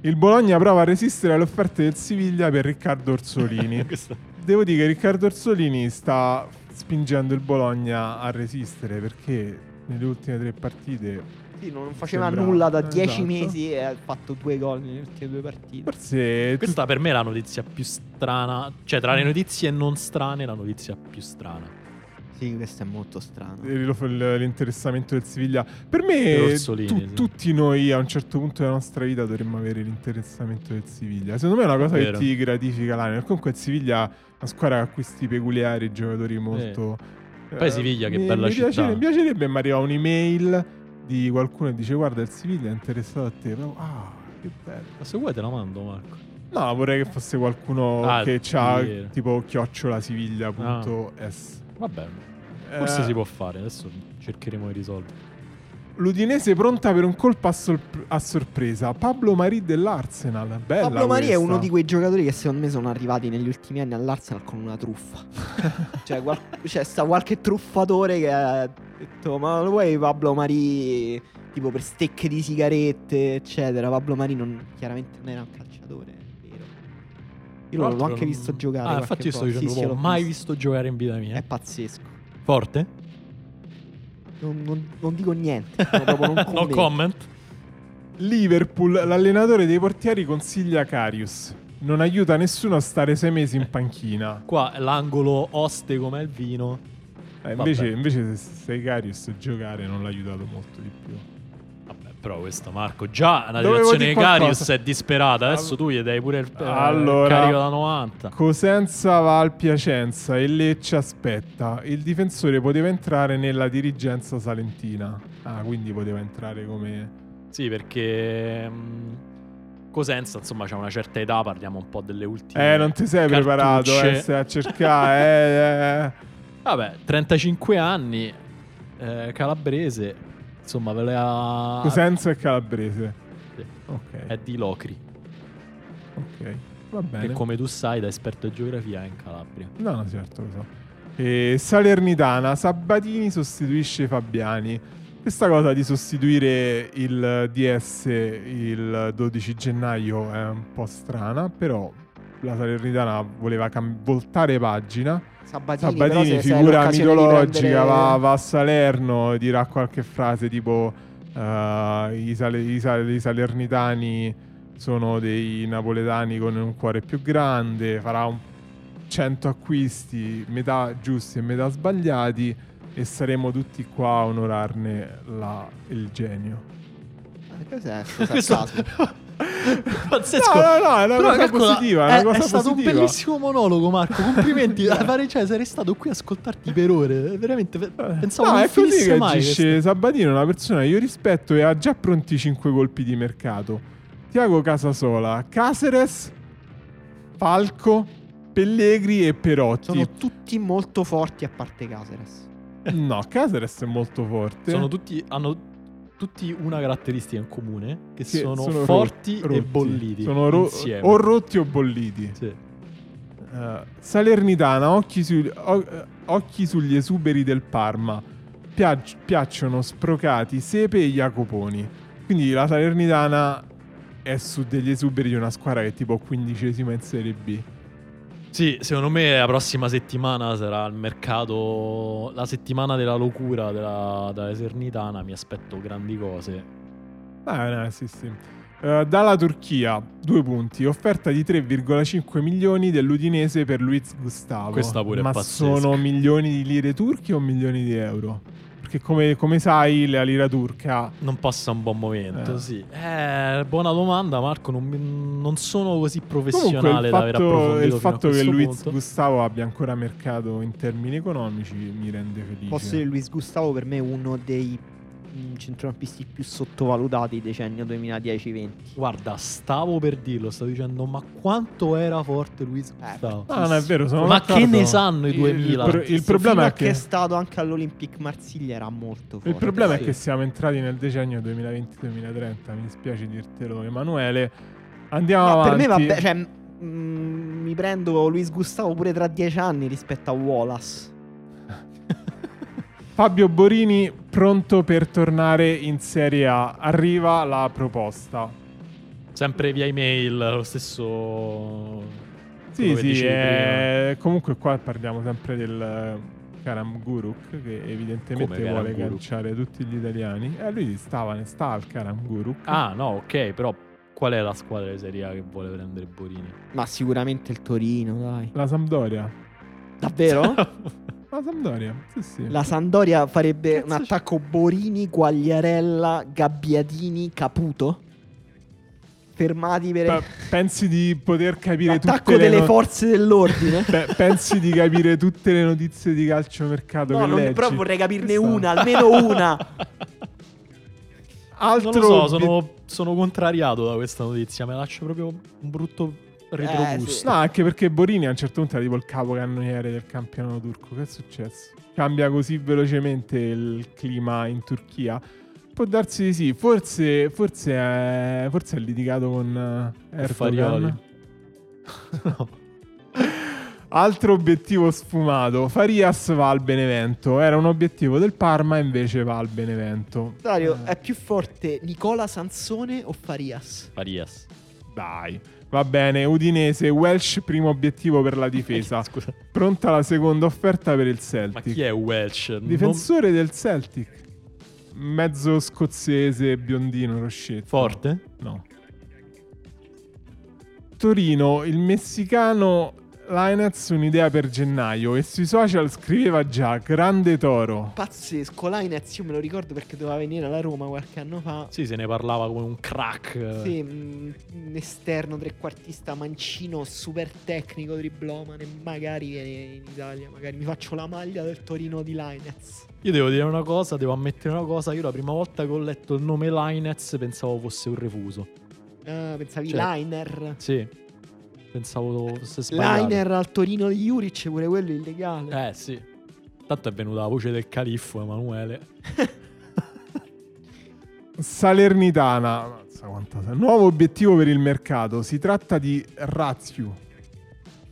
Speaker 3: Il Bologna prova a resistere alle offerte del Siviglia per
Speaker 2: <laughs>
Speaker 3: Riccardo Orsolini.
Speaker 2: Questo-
Speaker 3: Devo dire che Riccardo Orsolini sta spingendo il Bologna a resistere perché nelle ultime tre partite
Speaker 1: Sì, non non faceva
Speaker 3: Sembra-
Speaker 1: nulla da
Speaker 3: eh,
Speaker 1: 10
Speaker 3: esatto.
Speaker 1: mesi e ha fatto due gol nelle ultime due partite.
Speaker 3: forse tu-
Speaker 2: Questa per me è la notizia più strana. Cioè, tra le notizie non strane, la notizia più strana.
Speaker 1: <laughs> Sì, questo è molto strano.
Speaker 3: il- il- l'interessamento del Siviglia per
Speaker 2: Per
Speaker 3: me
Speaker 2: Orsolini,
Speaker 3: tu-
Speaker 2: sì.
Speaker 3: tutti noi a un certo punto della nostra vita dovremmo avere l'interessamento del Siviglia secondo me è una cosa
Speaker 2: Vero.
Speaker 3: che ti gratifica l'anima comunque il Siviglia è una squadra che ha questi peculiari giocatori molto eh,
Speaker 2: Poi Siviglia, che
Speaker 3: mi-
Speaker 2: bella
Speaker 3: mi
Speaker 2: città.
Speaker 3: piacerebbe, mi piacerebbe mi arriva un'email di qualcuno che dice guarda il Siviglia è interessato a te Proprio, ah che bello
Speaker 2: Ma se vuoi te la mando, Marco.
Speaker 3: No, vorrei che fosse qualcuno
Speaker 2: Ah,
Speaker 3: che c'ha
Speaker 2: sì.
Speaker 3: tipo chiocciolasiviglia.es.
Speaker 2: Vabbè,
Speaker 3: Eh,
Speaker 2: Ah. forse si può fare. Adesso cercheremo di
Speaker 3: <laughs>
Speaker 2: risolvere.
Speaker 3: L'Udinese pronta per un colpo a, sorp- a sorpresa. Pablo Marì dell'Arsenal. Bella
Speaker 1: Pablo Mari è
Speaker 3: questa.
Speaker 1: uno di quei giocatori che secondo me sono arrivati negli ultimi anni all'Arsenal con una truffa. <laughs> cioè, qual- c'è sta qualche truffatore che ha detto: Ma lo vuoi Pablo Mari? Tipo per stecche di sigarette, eccetera. Pablo Mari non- chiaramente non era un calciatore, è vero. Io l'ho anche visto giocare.
Speaker 2: Ah,
Speaker 1: qualche
Speaker 2: infatti, io sto
Speaker 1: volta.
Speaker 2: dicendo,
Speaker 1: Sì, sì,
Speaker 2: proprio,
Speaker 1: l'ho
Speaker 2: mai visto giocare in vita mia.
Speaker 3: Eh,
Speaker 1: È pazzesco.
Speaker 2: Forte?
Speaker 1: Non, non- non dico niente. no,
Speaker 2: <laughs>
Speaker 1: proprio non
Speaker 2: no
Speaker 1: commento.
Speaker 2: comment.
Speaker 3: Liverpool, l'allenatore dei portieri consiglia Carius. Non aiuta nessuno a stare sei mesi in panchina.
Speaker 2: Qua è l'angolo oste come il vino.
Speaker 3: Eh, invece,
Speaker 2: Vabbè.
Speaker 3: invece se sei Carius, giocare non l'ha aiutato molto di più.
Speaker 2: Vabbè, però questo Marco, già la
Speaker 3: Dovevo
Speaker 2: direzione
Speaker 3: dire
Speaker 2: di
Speaker 3: qualcosa.
Speaker 2: Carius è disperata. Adesso tu gli dai pure il eh,
Speaker 3: Allora.
Speaker 2: carico da 90.
Speaker 3: Cosenza va al Piacenza e Lecce aspetta. Il difensore poteva entrare nella dirigenza salentina. Ah, quindi poteva entrare come...
Speaker 2: Sì, perché mh, Cosenza, insomma, c'ha una certa età, parliamo un po' delle ultime.
Speaker 3: Eh, non ti sei preparato,
Speaker 2: cartucce.
Speaker 3: eh, stai a
Speaker 2: <laughs>
Speaker 3: cercare. eh, eh.
Speaker 2: Vabbè, 35 anni, eh, calabrese, insomma, ve la...
Speaker 3: Cosenza e Calabrese.
Speaker 2: Ah, Sì. È
Speaker 3: Ok,
Speaker 2: di Locri,
Speaker 3: ok. Va
Speaker 2: che
Speaker 3: bene.
Speaker 2: come tu sai da esperto di geografia è in Calabria.
Speaker 3: No, no, certo, lo so. E Salernitana, Sabatini sostituisce Fabiani. Questa cosa di sostituire il DS il 12 gennaio è un po' strana, però la Salernitana voleva cam- voltare pagina.
Speaker 1: Sabatini, però,
Speaker 3: Sabatini,
Speaker 1: se- se hai
Speaker 3: figura
Speaker 1: l'occasione di
Speaker 3: mitologica,
Speaker 1: prendere-
Speaker 3: va,
Speaker 1: <laughs>
Speaker 3: va a Salerno e dirà qualche frase tipo eh, i, sale- i sale- i salernitani sono dei napoletani con un cuore più grande, farà un 100 acquisti, metà giusti e metà sbagliati e saremo tutti qua a onorarne la- il genio.
Speaker 1: Eh, Cos'è? sto
Speaker 2: <laughs>
Speaker 1: sarcasmo?
Speaker 2: Pazzesco.
Speaker 3: No, no, no, è una
Speaker 2: Però
Speaker 3: cosa
Speaker 2: calcola,
Speaker 3: positiva, è
Speaker 2: È,
Speaker 3: una cosa
Speaker 2: è stato
Speaker 3: positiva.
Speaker 2: un bellissimo monologo, Marco.
Speaker 3: <laughs>
Speaker 2: Complimenti. a fare- cioè, sarei stato qui a ascoltarti per ore. Veramente. pe- Pensavo
Speaker 3: Eh. no,
Speaker 2: non
Speaker 3: è così
Speaker 2: finisse
Speaker 3: che
Speaker 2: mai.
Speaker 3: agisce
Speaker 2: questo.
Speaker 3: Sabatino, è una persona che io rispetto e ha già pronti 5 colpi di mercato. Tiago Casasola, Caceres, Falco, Pellegri e Perotti.
Speaker 1: Sono tutti molto forti a parte Caseres.
Speaker 3: No, Caceres è molto forte.
Speaker 2: Sono tutti, hanno tutti una caratteristica in comune: che,
Speaker 3: Che
Speaker 2: sono,
Speaker 3: ro-
Speaker 2: forti e
Speaker 3: rotti.
Speaker 2: bolliti.
Speaker 3: Sono ro-
Speaker 2: insieme.
Speaker 3: o rotti o bolliti.
Speaker 2: Sì.
Speaker 3: Eh, Salernitana, occhi, sul- o- eh, occhi sugli esuberi del Parma. Piac- piacciono Sprocati, Sepe e Jacoponi. Quindi la Salernitana è su degli esuberi di una squadra che è tipo quindicesima in Serie B.
Speaker 2: Sì, secondo me la prossima settimana sarà il mercato, la settimana della locura della, della Sernitana, mi aspetto grandi cose.
Speaker 3: Ah, no, sì, sì. Eh, dalla Turchia, due punti. Offerta di 3,5 milioni dell'Udinese per Luiz Gustavo.
Speaker 2: Questa pure è
Speaker 3: Ma
Speaker 2: pazzesca.
Speaker 3: sono milioni di lire turche o milioni di euro? Perché come, come sai la lira turca...
Speaker 2: Non passa un buon momento,
Speaker 3: Eh.
Speaker 2: sì. Eh, buona domanda Marco, non, mi- non sono così
Speaker 3: Comunque
Speaker 2: professionale
Speaker 3: il
Speaker 2: da aver
Speaker 3: fatto,
Speaker 2: approfondito
Speaker 3: il
Speaker 2: fino a
Speaker 3: fatto che
Speaker 2: questo
Speaker 3: Luiz
Speaker 2: punto.
Speaker 3: Gustavo abbia ancora mercato in termini economici mi rende felice.
Speaker 1: Posso dire Luis Gustavo per me è uno dei mh, centrocampisti più sottovalutati decennio 2010-20.
Speaker 2: Guarda, stavo per dirlo, stavo dicendo, ma quanto era forte Luis Gustavo.
Speaker 3: Eh, No, non è vero, sono
Speaker 2: ma
Speaker 3: d'accordo.
Speaker 2: che ne sanno i
Speaker 3: Il-
Speaker 2: 2000?
Speaker 3: il pro- il problema è
Speaker 1: che...
Speaker 3: che-
Speaker 1: è stato anche all'Olympic Marsiglia era molto forte.
Speaker 3: Il problema
Speaker 1: sì.
Speaker 3: è che siamo entrati nel decennio 2020-2030, mi dispiace dirtelo Emanuele. Andiamo
Speaker 1: No, per
Speaker 3: avanti.
Speaker 1: me va bene, cioè, mh, mi prendo Luis Gustavo pure tra dieci anni rispetto a Wallace.
Speaker 3: Fabio Borini pronto per tornare in Serie A. Arriva la proposta.
Speaker 2: Sempre via email, lo stesso...
Speaker 3: Sì,
Speaker 2: quello che
Speaker 3: sì,
Speaker 2: dicevi prima.
Speaker 3: eh, comunque qua parliamo sempre del eh, Karam Guruk che evidentemente
Speaker 2: Come Karam
Speaker 3: vuole
Speaker 2: Guruk?
Speaker 3: ganciare tutti gli italiani. E lui stava, ne sta al Karam Guruk.
Speaker 2: Ah, no, ok, però qual è la squadra di Serie A che vuole prendere Borini?
Speaker 1: Ma sicuramente il Torino, dai.
Speaker 3: La Sampdoria.
Speaker 2: <laughs>
Speaker 1: Davvero?
Speaker 3: La Sampdoria, sì, sì.
Speaker 1: La Sandoria farebbe un
Speaker 2: Cazzo c'è?
Speaker 1: attacco Borini, Guagliarella, Gabbiadini, Caputo. Fermati per
Speaker 3: Pe- pensi di poter capire
Speaker 1: l'attacco
Speaker 3: tutte le
Speaker 1: delle
Speaker 3: no-
Speaker 1: forze
Speaker 3: <laughs>
Speaker 1: dell'ordine.
Speaker 3: Pe- pensi di capire tutte le notizie di calciomercato
Speaker 1: No,
Speaker 3: che
Speaker 1: non,
Speaker 3: leggi?
Speaker 1: però vorrei capirne
Speaker 3: Questa-
Speaker 1: una, almeno una.
Speaker 3: Altro
Speaker 2: non lo so,
Speaker 3: obiet-
Speaker 2: sono, sono contrariato da questa notizia, me lascio proprio un brutto retrogusto.
Speaker 3: Eh, No, anche perché Borini a un certo punto era tipo il capocannoniere del campionato turco. Che è successo? Cambia così velocemente il clima in Turchia? Può darsi di sì. Forse, forse, è, forse è litigato con eh,
Speaker 2: Farioli.
Speaker 3: Erdogan. <laughs> Altro obiettivo sfumato. Farias va al Benevento. Era un obiettivo del Parma, invece va al Benevento.
Speaker 1: Dario, ecco.
Speaker 3: Eh.
Speaker 1: è più forte Nicola Sansone o Farias?
Speaker 2: Farias.
Speaker 3: Dai, va bene. Udinese, Welsh, primo obiettivo per la
Speaker 2: <laughs>
Speaker 3: difesa.
Speaker 2: Scusa.
Speaker 3: Pronta la seconda offerta per il
Speaker 2: Ma
Speaker 3: Celtic.
Speaker 2: chi è Welch? Non-
Speaker 3: Difensore del Celtic. Mezzo scozzese, biondino, roscetto.
Speaker 2: Forte?
Speaker 3: No. Torino, il messicano Linez un'idea per gennaio e sui social scriveva già Grande Toro.
Speaker 1: Pazzesco, Lainez, io me lo ricordo perché doveva venire alla Roma qualche anno fa.
Speaker 2: Sì, se ne parlava come un crack. eh.
Speaker 1: Sì, mh, un esterno trequartista mancino, super tecnico, driblomane, magari viene in Italia, magari mi faccio la maglia del Torino di Lainez.
Speaker 2: Io devo dire una cosa, devo ammettere una cosa. Io la prima volta che ho letto il nome Linez pensavo fosse un refuso.
Speaker 1: Ah, pensavi
Speaker 2: Cioè,
Speaker 1: Liner?
Speaker 2: Sì. Pensavo fosse sbagliato.
Speaker 1: Liner al Torino di Juric, pure quello illegale.
Speaker 2: Eh sì. Tanto è venuta la voce del califfo Emanuele.
Speaker 3: Eh. Salernitana. Mazza, quanta- Nuovo obiettivo per il mercato. Si tratta di Razio.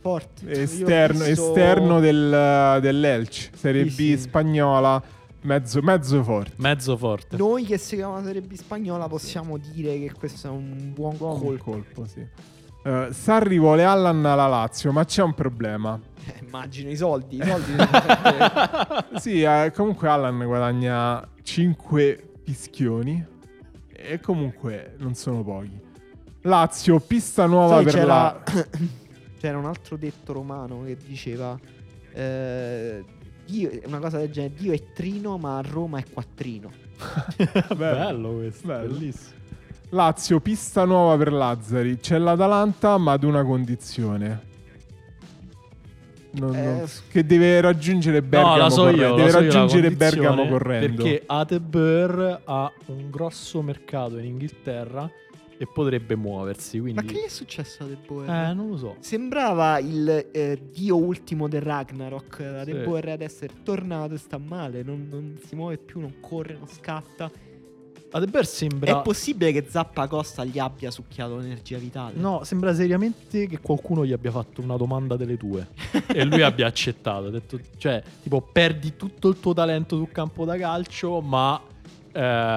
Speaker 1: <laughs> Forte. cioè, Io ho
Speaker 3: esterno,
Speaker 1: visto-
Speaker 3: esterno del- dell'Elch, Serie
Speaker 1: Sì,
Speaker 3: B
Speaker 1: sì.
Speaker 3: spagnola, mezzo, mezzo forte.
Speaker 2: Mezzo forte.
Speaker 1: Noi che si chiama Serie B spagnola possiamo dire che questo è un buon
Speaker 3: Un
Speaker 1: gol.
Speaker 3: colpo, sì. Eh, Sarri vuole Allan alla Lazio, ma c'è
Speaker 2: <laughs>
Speaker 3: un problema.
Speaker 1: Eh, immagino i soldi, i
Speaker 3: <laughs>
Speaker 1: soldi. sono sempre-
Speaker 3: sì, eh, comunque Allan guadagna 5 pischioni e comunque non sono pochi. Lazio, pista nuova
Speaker 1: Sai,
Speaker 3: per
Speaker 1: c'era,
Speaker 3: la...
Speaker 1: <coughs> c'era un altro detto romano che diceva eh, Dio- una cosa del genere, Dio è trino ma a Roma è quattrino.
Speaker 2: <laughs> Bello, questo.
Speaker 3: <laughs> bello.
Speaker 2: Bellissimo.
Speaker 3: Lazio, pista nuova per Lazzari. C'è l'Atalanta, ma ad una condizione. Non-
Speaker 1: Eh.
Speaker 3: non- Che deve raggiungere Bergamo.
Speaker 2: no, la so
Speaker 3: correndo.
Speaker 2: io.
Speaker 3: deve
Speaker 2: la so io la
Speaker 3: raggiungere
Speaker 2: condizione,
Speaker 3: Bergamo correndo.
Speaker 2: Perché Atebur ha un grosso mercato in Inghilterra e potrebbe muoversi. Quindi...
Speaker 1: Ma che gli è successo a De Boer?
Speaker 2: Eh, non lo so.
Speaker 1: Sembrava il eh, dio ultimo del Ragnarok. La
Speaker 2: Sì.
Speaker 1: De Boer adesso è tornato e sta male. Non, non si muove più, non corre, non scatta.
Speaker 2: Atebur sembra...
Speaker 1: È possibile che Zappa Costa gli abbia succhiato l'energia vitale? <laughs>
Speaker 2: No, sembra seriamente che qualcuno gli abbia fatto una domanda delle tue e lui abbia accettato. Ha detto, cioè, tipo, perdi tutto il tuo talento sul campo da calcio, ma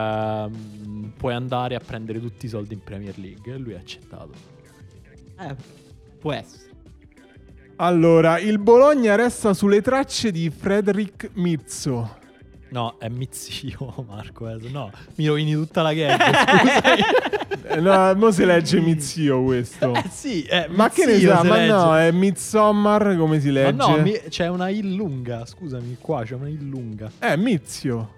Speaker 2: ehm, puoi andare a prendere tutti i soldi in Premier League. E lui ha accettato.
Speaker 1: Eh, può essere.
Speaker 3: Allora, il Bologna resta sulle tracce di Frederick Mizzo.
Speaker 2: No, è mizio, <laughs> Marco. eh, se No, mi rovini tutta la <laughs> gag. scusa.
Speaker 3: Eh,
Speaker 2: <laughs>
Speaker 3: No, mo si legge Mizio questo.
Speaker 2: Eh sì, è
Speaker 3: Ma che ne
Speaker 2: Mizio,
Speaker 3: sa?
Speaker 2: se
Speaker 3: Ma
Speaker 2: legge.
Speaker 3: no, è Midsommar come si
Speaker 2: Ma
Speaker 3: legge?
Speaker 2: no, mi- c'è una il lunga. Scusami, qua c'è una il lunga. <laughs>
Speaker 3: Eh, Mizio.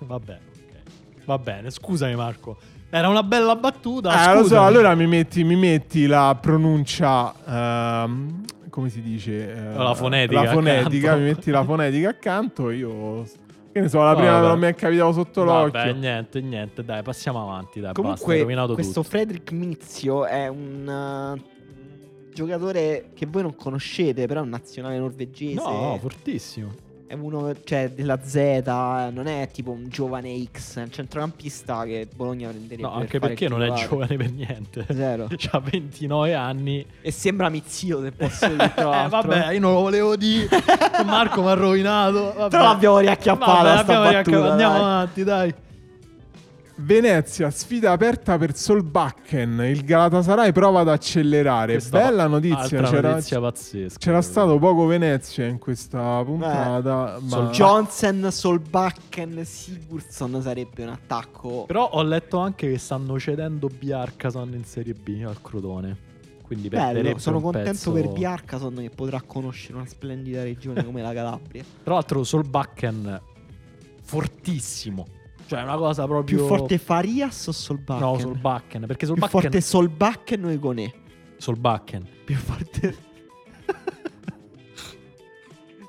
Speaker 2: Va bene, ok. Va bene, scusami Marco. Era una bella battuta.
Speaker 3: eh, lo so,
Speaker 2: scusami.
Speaker 3: allora mi metti, mi metti la pronuncia... ehm, come si dice? Eh,
Speaker 2: La fonetica
Speaker 3: La fonetica,
Speaker 2: accanto.
Speaker 3: mi metti la fonetica accanto io... Che Che ne so, la
Speaker 2: No,
Speaker 3: prima
Speaker 2: vabbè.
Speaker 3: non mi è capitato sotto
Speaker 2: Vabbè,
Speaker 3: l'occhio.
Speaker 2: niente, niente, dai, passiamo avanti, dai, basta, hai
Speaker 1: Comunque,
Speaker 2: rovinato
Speaker 1: questo Frederick Mizio è un eh, giocatore che voi non conoscete, però è un nazionale norvegese.
Speaker 2: tutto. No, no, fortissimo.
Speaker 1: è uno cioè, della Z, eh, non è tipo un giovane X, è un centrocampista che Bologna prenderebbe.
Speaker 2: No,
Speaker 1: per
Speaker 2: anche
Speaker 1: fare il
Speaker 2: perché non è
Speaker 1: titolare.
Speaker 2: giovane per niente.
Speaker 1: Zero.
Speaker 2: <laughs> C'ha 29 anni.
Speaker 1: E sembra Mizio, se
Speaker 2: <laughs>
Speaker 1: posso dire. tra
Speaker 2: eh,
Speaker 1: l'altro.
Speaker 2: vabbè, io non lo
Speaker 1: <laughs>
Speaker 2: volevo dire. Marco mi ha rovinato. Vabbè.
Speaker 1: Però l'abbiamo riacchiappata
Speaker 2: Vabbè,
Speaker 1: sta
Speaker 2: l'abbiamo riacca-
Speaker 1: battuta,
Speaker 2: Andiamo
Speaker 1: dai.
Speaker 2: avanti, dai.
Speaker 3: Venezia, sfida aperta per Solbakken. Il Galatasaray prova ad accelerare.
Speaker 2: Questa
Speaker 3: Bella
Speaker 2: altra
Speaker 3: notizia. C'era,
Speaker 2: notizia pazzesca.
Speaker 3: c'era stato poco Venezia in questa puntata. ma...
Speaker 2: Sol-
Speaker 1: Johnson, Solbakken, Sigurdsson sarebbe un attacco.
Speaker 2: Però ho letto anche che stanno cedendo Bjarkason in Serie B al Crotone. Quindi
Speaker 1: Bello,
Speaker 2: perderebbe
Speaker 1: sono
Speaker 2: un
Speaker 1: contento
Speaker 2: pezzo-
Speaker 1: per Biarcason che potrà conoscere una splendida regione come la
Speaker 3: <laughs>
Speaker 1: Calabria.
Speaker 2: Tra l'altro Solbakken fortissimo. Cioè è una cosa proprio
Speaker 1: Più forte Farias o Solbakken?
Speaker 2: No, Solbakken,
Speaker 1: Più
Speaker 2: perché Solbakken
Speaker 1: forte Solbakken o Egonè?
Speaker 2: Solbakken.
Speaker 1: Più forte <laughs>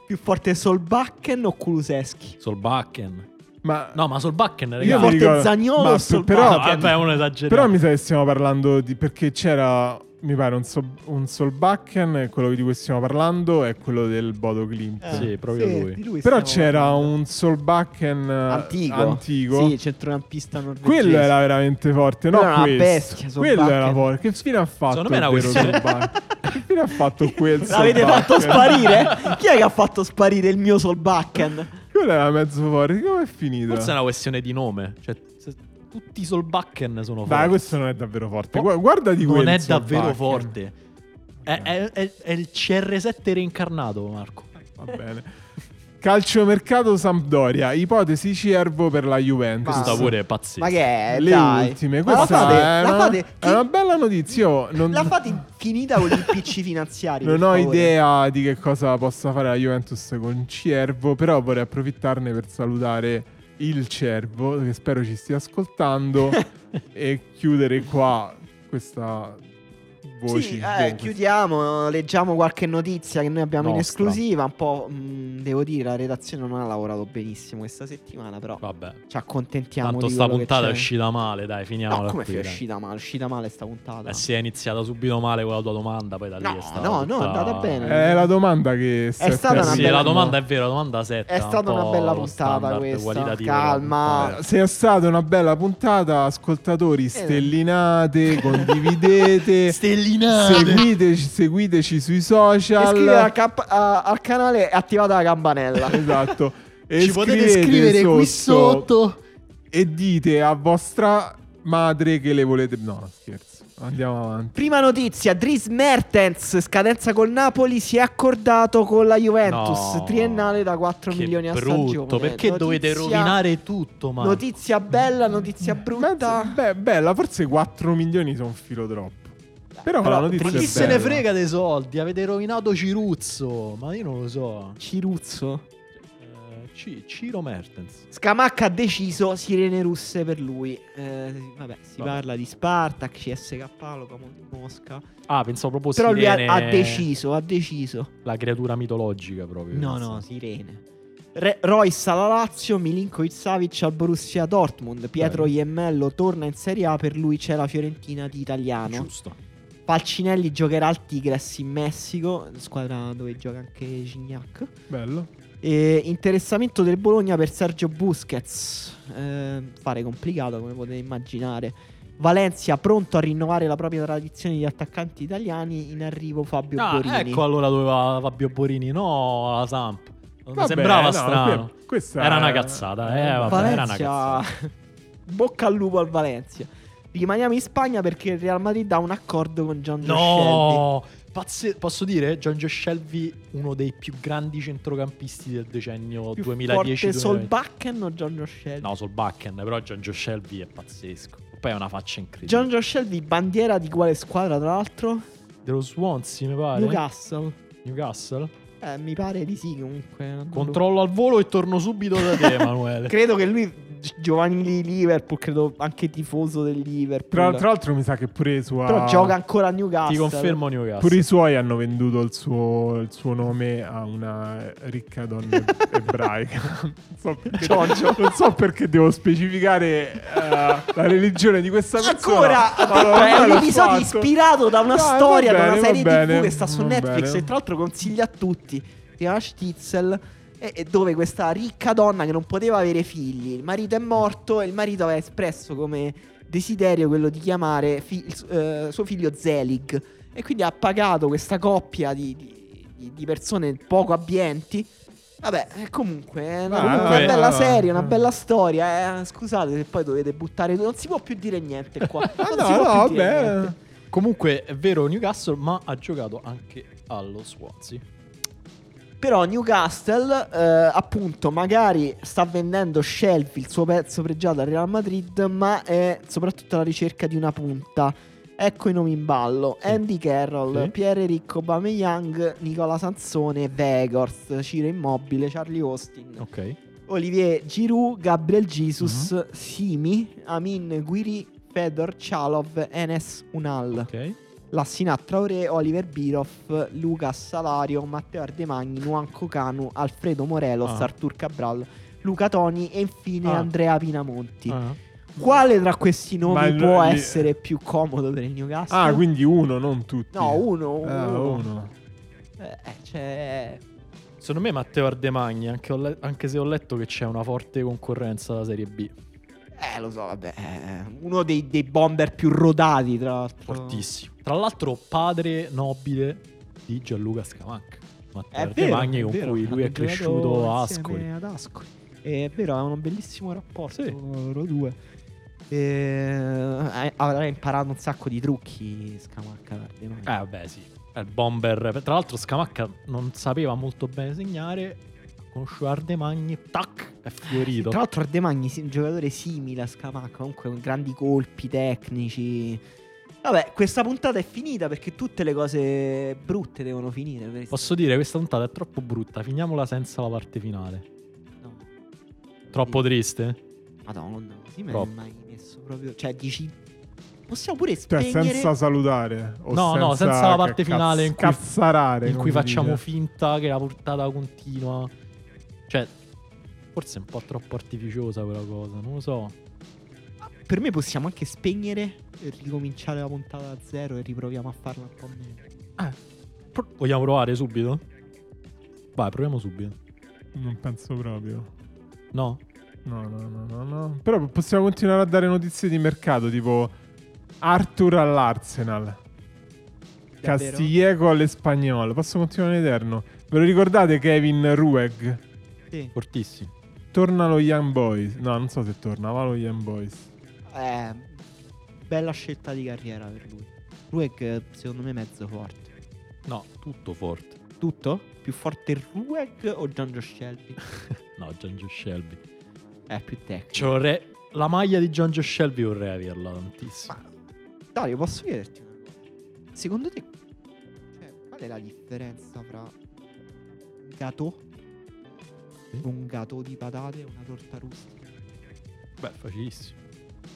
Speaker 1: Più forte Solbakken o Kuluseschi?
Speaker 2: Solbakken.
Speaker 3: ma-
Speaker 2: No, ma Solbakken,
Speaker 3: Io
Speaker 1: Più
Speaker 2: ragazzi.
Speaker 3: mi
Speaker 1: forte
Speaker 3: ricordo-
Speaker 1: Zagnolo
Speaker 3: ma
Speaker 1: o
Speaker 3: su- però-
Speaker 2: No,
Speaker 1: Solbakken?
Speaker 2: vabbè, è un esagerato.
Speaker 3: Però mi sa che stiamo parlando di. Perché c'era. Mi pare un, Sol- un Solbakken. e Quello di cui stiamo parlando è quello del Bodo Klimt.
Speaker 1: Eh,
Speaker 2: Sì, proprio lui.
Speaker 1: di
Speaker 3: Però
Speaker 1: stiamo
Speaker 3: c'era
Speaker 1: parlando.
Speaker 3: un Solbakken eh,
Speaker 1: Antico.
Speaker 3: antico.
Speaker 1: Sì, centrocampista norvegese.
Speaker 3: Quello era veramente forte, no?
Speaker 1: Quello era una
Speaker 3: questo.
Speaker 1: bestia, Solbakken.
Speaker 3: Quello era forte. Che fine ha fatto?
Speaker 2: Secondo me era
Speaker 3: il vero
Speaker 2: questo.
Speaker 3: Solbakken? che fine ha fatto quel
Speaker 1: <laughs> L'avete
Speaker 3: Solbakken?
Speaker 1: fatto sparire? Chi è che ha fatto sparire il mio Solbakken?
Speaker 3: Quello era mezzo forte. Come è finito?
Speaker 2: Forse è una questione di nome, cioè se- tutti i Solbakken sono forti.
Speaker 3: Dai, questo non è davvero
Speaker 1: Oh,
Speaker 3: forte. Gua- Guarda di quel
Speaker 2: non è
Speaker 3: Solbakken.
Speaker 2: davvero forte. È, è- è- è il CR7 reincarnato, Marco.
Speaker 3: Va bene. Calciomercato Sampdoria, ipotesi Cervo per la Juventus.
Speaker 1: Basta.
Speaker 2: Questa pure è pazzesca.
Speaker 1: Ma che è?
Speaker 3: Le
Speaker 1: Eh, Dai.
Speaker 3: ultime,
Speaker 1: Ma la
Speaker 3: questa
Speaker 1: fate,
Speaker 3: è,
Speaker 1: la
Speaker 3: una,
Speaker 1: fate,
Speaker 3: è una bella notizia. Io non,
Speaker 1: La fate infinita con gli PC finanziari.
Speaker 3: non
Speaker 1: per
Speaker 3: ho
Speaker 1: favore.
Speaker 3: idea di che cosa possa fare la Juventus con Cervo, però vorrei approfittarne per salutare il Cervo, che spero ci stia ascoltando, e chiudere qua questa voce.
Speaker 1: Sì, eh, chiudiamo, leggiamo qualche notizia che noi abbiamo in
Speaker 2: Nostra.
Speaker 1: esclusiva. Un po', mh, devo dire, la redazione non ha lavorato benissimo questa settimana, però
Speaker 2: Vabbè.
Speaker 1: ci accontentiamo
Speaker 2: Tanto
Speaker 1: di
Speaker 2: sta
Speaker 1: quello che
Speaker 2: puntata è
Speaker 1: c'è.
Speaker 2: uscita male, dai, finiamola
Speaker 1: No, come
Speaker 2: qui.
Speaker 1: è
Speaker 2: dai.
Speaker 1: uscita male? È uscita male sta puntata.
Speaker 2: Eh, si è iniziata subito male con la tua domanda, poi da lì
Speaker 1: No,
Speaker 2: è stata
Speaker 1: no, no, è
Speaker 2: tutta-
Speaker 1: andata bene.
Speaker 3: È la domanda che si
Speaker 1: stata
Speaker 2: Eh
Speaker 1: una
Speaker 2: sì,
Speaker 1: bella-
Speaker 2: la domanda è vera, la domanda 7.
Speaker 1: È stata una bella puntata questa. Calma.
Speaker 3: Eh, Se è stata una bella puntata, ascoltatori, stellinate,
Speaker 2: <laughs>
Speaker 3: condividete,
Speaker 2: Stellinate.
Speaker 3: seguiteci, seguiteci sui social.
Speaker 1: Iscriviti al, cap- a- al canale e attivate la
Speaker 2: <laughs>
Speaker 1: campanella.
Speaker 3: Esatto. E
Speaker 2: Ci potete
Speaker 3: scrivete
Speaker 2: scrivere qui sotto.
Speaker 3: E dite a vostra madre che le volete... No, scherzo. Andiamo avanti.
Speaker 1: Prima notizia, Dries Mertens, scadenza col Napoli, si è accordato con la Juventus,
Speaker 2: No,
Speaker 1: triennale da 4
Speaker 2: che
Speaker 1: milioni a
Speaker 2: brutto,
Speaker 1: stagione.
Speaker 2: perché dovete
Speaker 1: Notizia-
Speaker 2: rovinare tutto, ma
Speaker 1: Notizia bella, notizia brutta.
Speaker 3: Mezzo- beh, bella, forse 4 milioni sono un filo troppo. Però,
Speaker 1: Però
Speaker 3: la notizia
Speaker 2: Ma
Speaker 1: Drizzt-
Speaker 3: è
Speaker 2: chi se ne
Speaker 3: bella.
Speaker 2: frega dei soldi? Avete rovinato Ciruzzo, ma io non lo so.
Speaker 1: Ciruzzo.
Speaker 2: Eh, Ci- Ciro Mertens.
Speaker 1: Scamacca ha deciso sirene russe per lui. Eh, vabbè, si
Speaker 2: Vabbè.
Speaker 1: parla di Spartak, CSK, Locomo di Mosca.
Speaker 2: Ah, pensavo proprio
Speaker 1: Però lui ha,
Speaker 2: Sirene,
Speaker 1: ha deciso, ha deciso.
Speaker 2: La creatura mitologica proprio.
Speaker 1: No, no, sirene. Re- Royce alla Lazio, Milinkovic Savic al Borussia Dortmund, Pietro
Speaker 2: Bene.
Speaker 1: Iemmello torna in Serie A, per lui c'è la Fiorentina di italiano.
Speaker 2: Giusto.
Speaker 1: Falcinelli giocherà al Tigres in Messico, squadra dove gioca anche Gignac.
Speaker 3: Bello.
Speaker 1: E interessamento del Bologna per Sergio Busquets, Eh, fare complicato come potete immaginare. Valencia pronto a rinnovare la propria tradizione di attaccanti italiani, in arrivo Fabio
Speaker 2: Ah,
Speaker 1: Borini.
Speaker 2: ecco allora dove va Fabio Borini, no, la Samp. Non mi
Speaker 3: Vabbè,
Speaker 2: sembrava
Speaker 3: no,
Speaker 2: strano.
Speaker 3: que- questa
Speaker 2: Era
Speaker 3: è-
Speaker 2: una cazzata, eh, vabbè. era una
Speaker 1: Valencia. Bocca al lupo al Valencia. Rimaniamo in Spagna perché il Real Madrid ha un accordo con John Joe
Speaker 2: No, pazze- posso dire? John Joe Shelby, uno dei più grandi centrocampisti del decennio
Speaker 1: Più
Speaker 2: 2010
Speaker 1: forte Solbakken o John Joe Shelby?
Speaker 2: No, sul backen, però John Joe Shelby è pazzesco. Poi è una faccia incredibile.
Speaker 1: John Joe Shelby, bandiera di quale squadra tra l'altro?
Speaker 2: Dello Swansea, mi pare.
Speaker 1: Newcastle.
Speaker 2: Newcastle.
Speaker 1: Eh, mi pare di sì comunque. non lo-
Speaker 2: Controllo al volo e torno subito da te, Emanuele.
Speaker 1: Credo che lui gi- giovanili Liverpool, credo anche tifoso del Liverpool.
Speaker 3: Tra, tra l'altro mi sa che pure i suoi...
Speaker 1: Però gioca ancora a Newcastle.
Speaker 2: Ah. Ti confermo Newcastle.
Speaker 3: Pure i suoi hanno venduto il suo, il suo nome a una ricca donna
Speaker 1: <laughs>
Speaker 3: e- ebraica. Non so perché,
Speaker 1: Giorgio.
Speaker 3: non so perché devo specificare eh, la religione di questa persona.
Speaker 1: Ancora
Speaker 3: ma
Speaker 1: ha detto,
Speaker 3: ormai
Speaker 1: è un
Speaker 3: l'ho
Speaker 1: episodio
Speaker 3: fatto.
Speaker 1: ispirato da una
Speaker 3: Ah, va
Speaker 1: storia, da una
Speaker 3: bene, va
Speaker 1: serie
Speaker 3: bene,
Speaker 1: TV che sta su
Speaker 3: va
Speaker 1: Netflix
Speaker 3: bene.
Speaker 1: e tra l'altro consiglia a tutti. Di una Stitzel. E e dove questa ricca donna che non poteva avere figli, il marito è morto e il marito aveva espresso come desiderio quello di chiamare fi- il su- eh, suo figlio Zelig. E quindi ha pagato questa coppia di, di- di- di persone poco abbienti. Vabbè, eh, comunque, è una,
Speaker 3: Ah,
Speaker 1: comunque una
Speaker 2: vabbè,
Speaker 1: bella
Speaker 3: ah,
Speaker 1: serie, una
Speaker 3: ah.
Speaker 1: bella storia. eh. Scusate se poi dovete buttare. Non si può più dire niente qua.
Speaker 3: <laughs> Ah,
Speaker 1: Non si
Speaker 3: no,
Speaker 1: può
Speaker 3: no,
Speaker 1: più dire niente.
Speaker 3: vabbè.
Speaker 2: Comunque è vero Newcastle, ma ha giocato anche allo Swansea.
Speaker 1: Però Newcastle, eh, appunto, magari sta vendendo Shelby, il suo pezzo pregiato al Real Madrid, ma è soprattutto alla ricerca di una punta. Ecco i nomi in ballo: Andy Carroll,
Speaker 2: Sì.
Speaker 1: Pierre-Eric Aubameyang, Nicola Sansone, Vegors, Ciro Immobile, Charlie Austin,
Speaker 2: Ok.
Speaker 1: Olivier Giroud, Gabriel Jesus,
Speaker 3: Mhm.
Speaker 1: Simi, Amin Guiri, Fedor Cialov, Enes Unal.
Speaker 2: Ok.
Speaker 1: Lassina Traoré, Oliver Biroff, Lucas Salario, Matteo Ardemagni, Nuanco Canu, Alfredo Morelos,
Speaker 2: Ah.
Speaker 1: Artur Cabral, Luca Toni e infine
Speaker 3: Ah.
Speaker 1: Andrea Pinamonti.
Speaker 2: Ah.
Speaker 1: Quale tra questi
Speaker 3: Ma
Speaker 1: nomi
Speaker 3: il-
Speaker 1: può
Speaker 3: gli-
Speaker 1: essere più comodo per il Newcastle?
Speaker 3: Ah, quindi uno, non tutti.
Speaker 1: No, uno,
Speaker 3: Ah,
Speaker 1: uno.
Speaker 3: uno.
Speaker 1: Eh, cioè...
Speaker 2: Secondo me Matteo Ardemagni, anche, ho le- anche se ho letto che c'è una forte concorrenza alla Serie B,
Speaker 1: Eh, lo so, vabbè. eh, Uno dei, dei bomber più rodati, tra l'altro.
Speaker 2: fortissimo. Tra l'altro padre nobile di Gianluca Scamanca. Matteo
Speaker 1: È vero,
Speaker 2: Ardemagni
Speaker 1: è
Speaker 2: con
Speaker 1: vero,
Speaker 2: cui lui è
Speaker 1: hanno giocato
Speaker 2: cresciuto a
Speaker 1: insieme
Speaker 2: Ascoli. Eh,
Speaker 1: ad Ascoli. Eh, È vero, avevano un bellissimo rapporto
Speaker 2: Sì.
Speaker 1: loro due. E... Avrà imparato un sacco di trucchi Scamacca tardi, no?
Speaker 2: Eh beh sì, è il bomber. Tra l'altro Scamacca non sapeva molto bene segnare, ha conosciuto Ardemagni, tac, è fiorito.
Speaker 1: Tra l'altro Ardemagni sì, un giocatore simile a Scamacca, comunque con grandi colpi tecnici. Vabbè, questa puntata è finita perché tutte le cose brutte devono finire. per-
Speaker 2: Posso dire, questa puntata è troppo brutta, finiamola senza la parte finale.
Speaker 1: No.
Speaker 2: Troppo triste?
Speaker 1: Madonna, così me l'hai
Speaker 2: Troppo.
Speaker 1: mai messo proprio... Cioè, dici... Possiamo pure
Speaker 3: Cioè,
Speaker 1: spegnere...
Speaker 3: senza salutare. o
Speaker 2: No, no, senza la parte finale in cui-
Speaker 3: cazzarare,
Speaker 2: In cui
Speaker 3: come
Speaker 2: facciamo
Speaker 3: dice.
Speaker 2: finta che la portata continua. Cioè, forse è un po' troppo artificiosa quella cosa, non lo so.
Speaker 1: Per me possiamo anche spegnere e ricominciare la puntata da zero e riproviamo a farla un po' meglio.
Speaker 2: Pro- Vogliamo provare subito? Vai, proviamo subito.
Speaker 3: Non penso proprio.
Speaker 2: No?
Speaker 3: No, no, no, no, no. Però possiamo continuare a dare notizie di mercato, tipo Arthur all'Arsenal,
Speaker 1: Davvero?
Speaker 3: Castiglieco all'Espagnol. Posso continuare in eterno. Ve lo ricordate Kevin Rueg?
Speaker 1: Sì.
Speaker 2: Fortissimo.
Speaker 3: Torna lo Young Boys. No, non so se torna, va lo Young Boys.
Speaker 1: Eh, bella scelta di carriera per lui. Rueg eh, secondo me è mezzo forte.
Speaker 2: No, tutto forte.
Speaker 1: Tutto? Più forte Rueg o Giorgio Shelby?
Speaker 2: No, John Joe Shelby.
Speaker 1: Eh, più tecnico.
Speaker 2: Cioè, vorrei- La maglia di John Joe Shelby vorrei averla tantissimo.
Speaker 1: Ma Dario, posso chiederti una cosa? Secondo te cioè, qual è la differenza tra un gato
Speaker 2: Sì.
Speaker 1: un gato di patate e una torta rustica?
Speaker 2: Beh, facilissimo.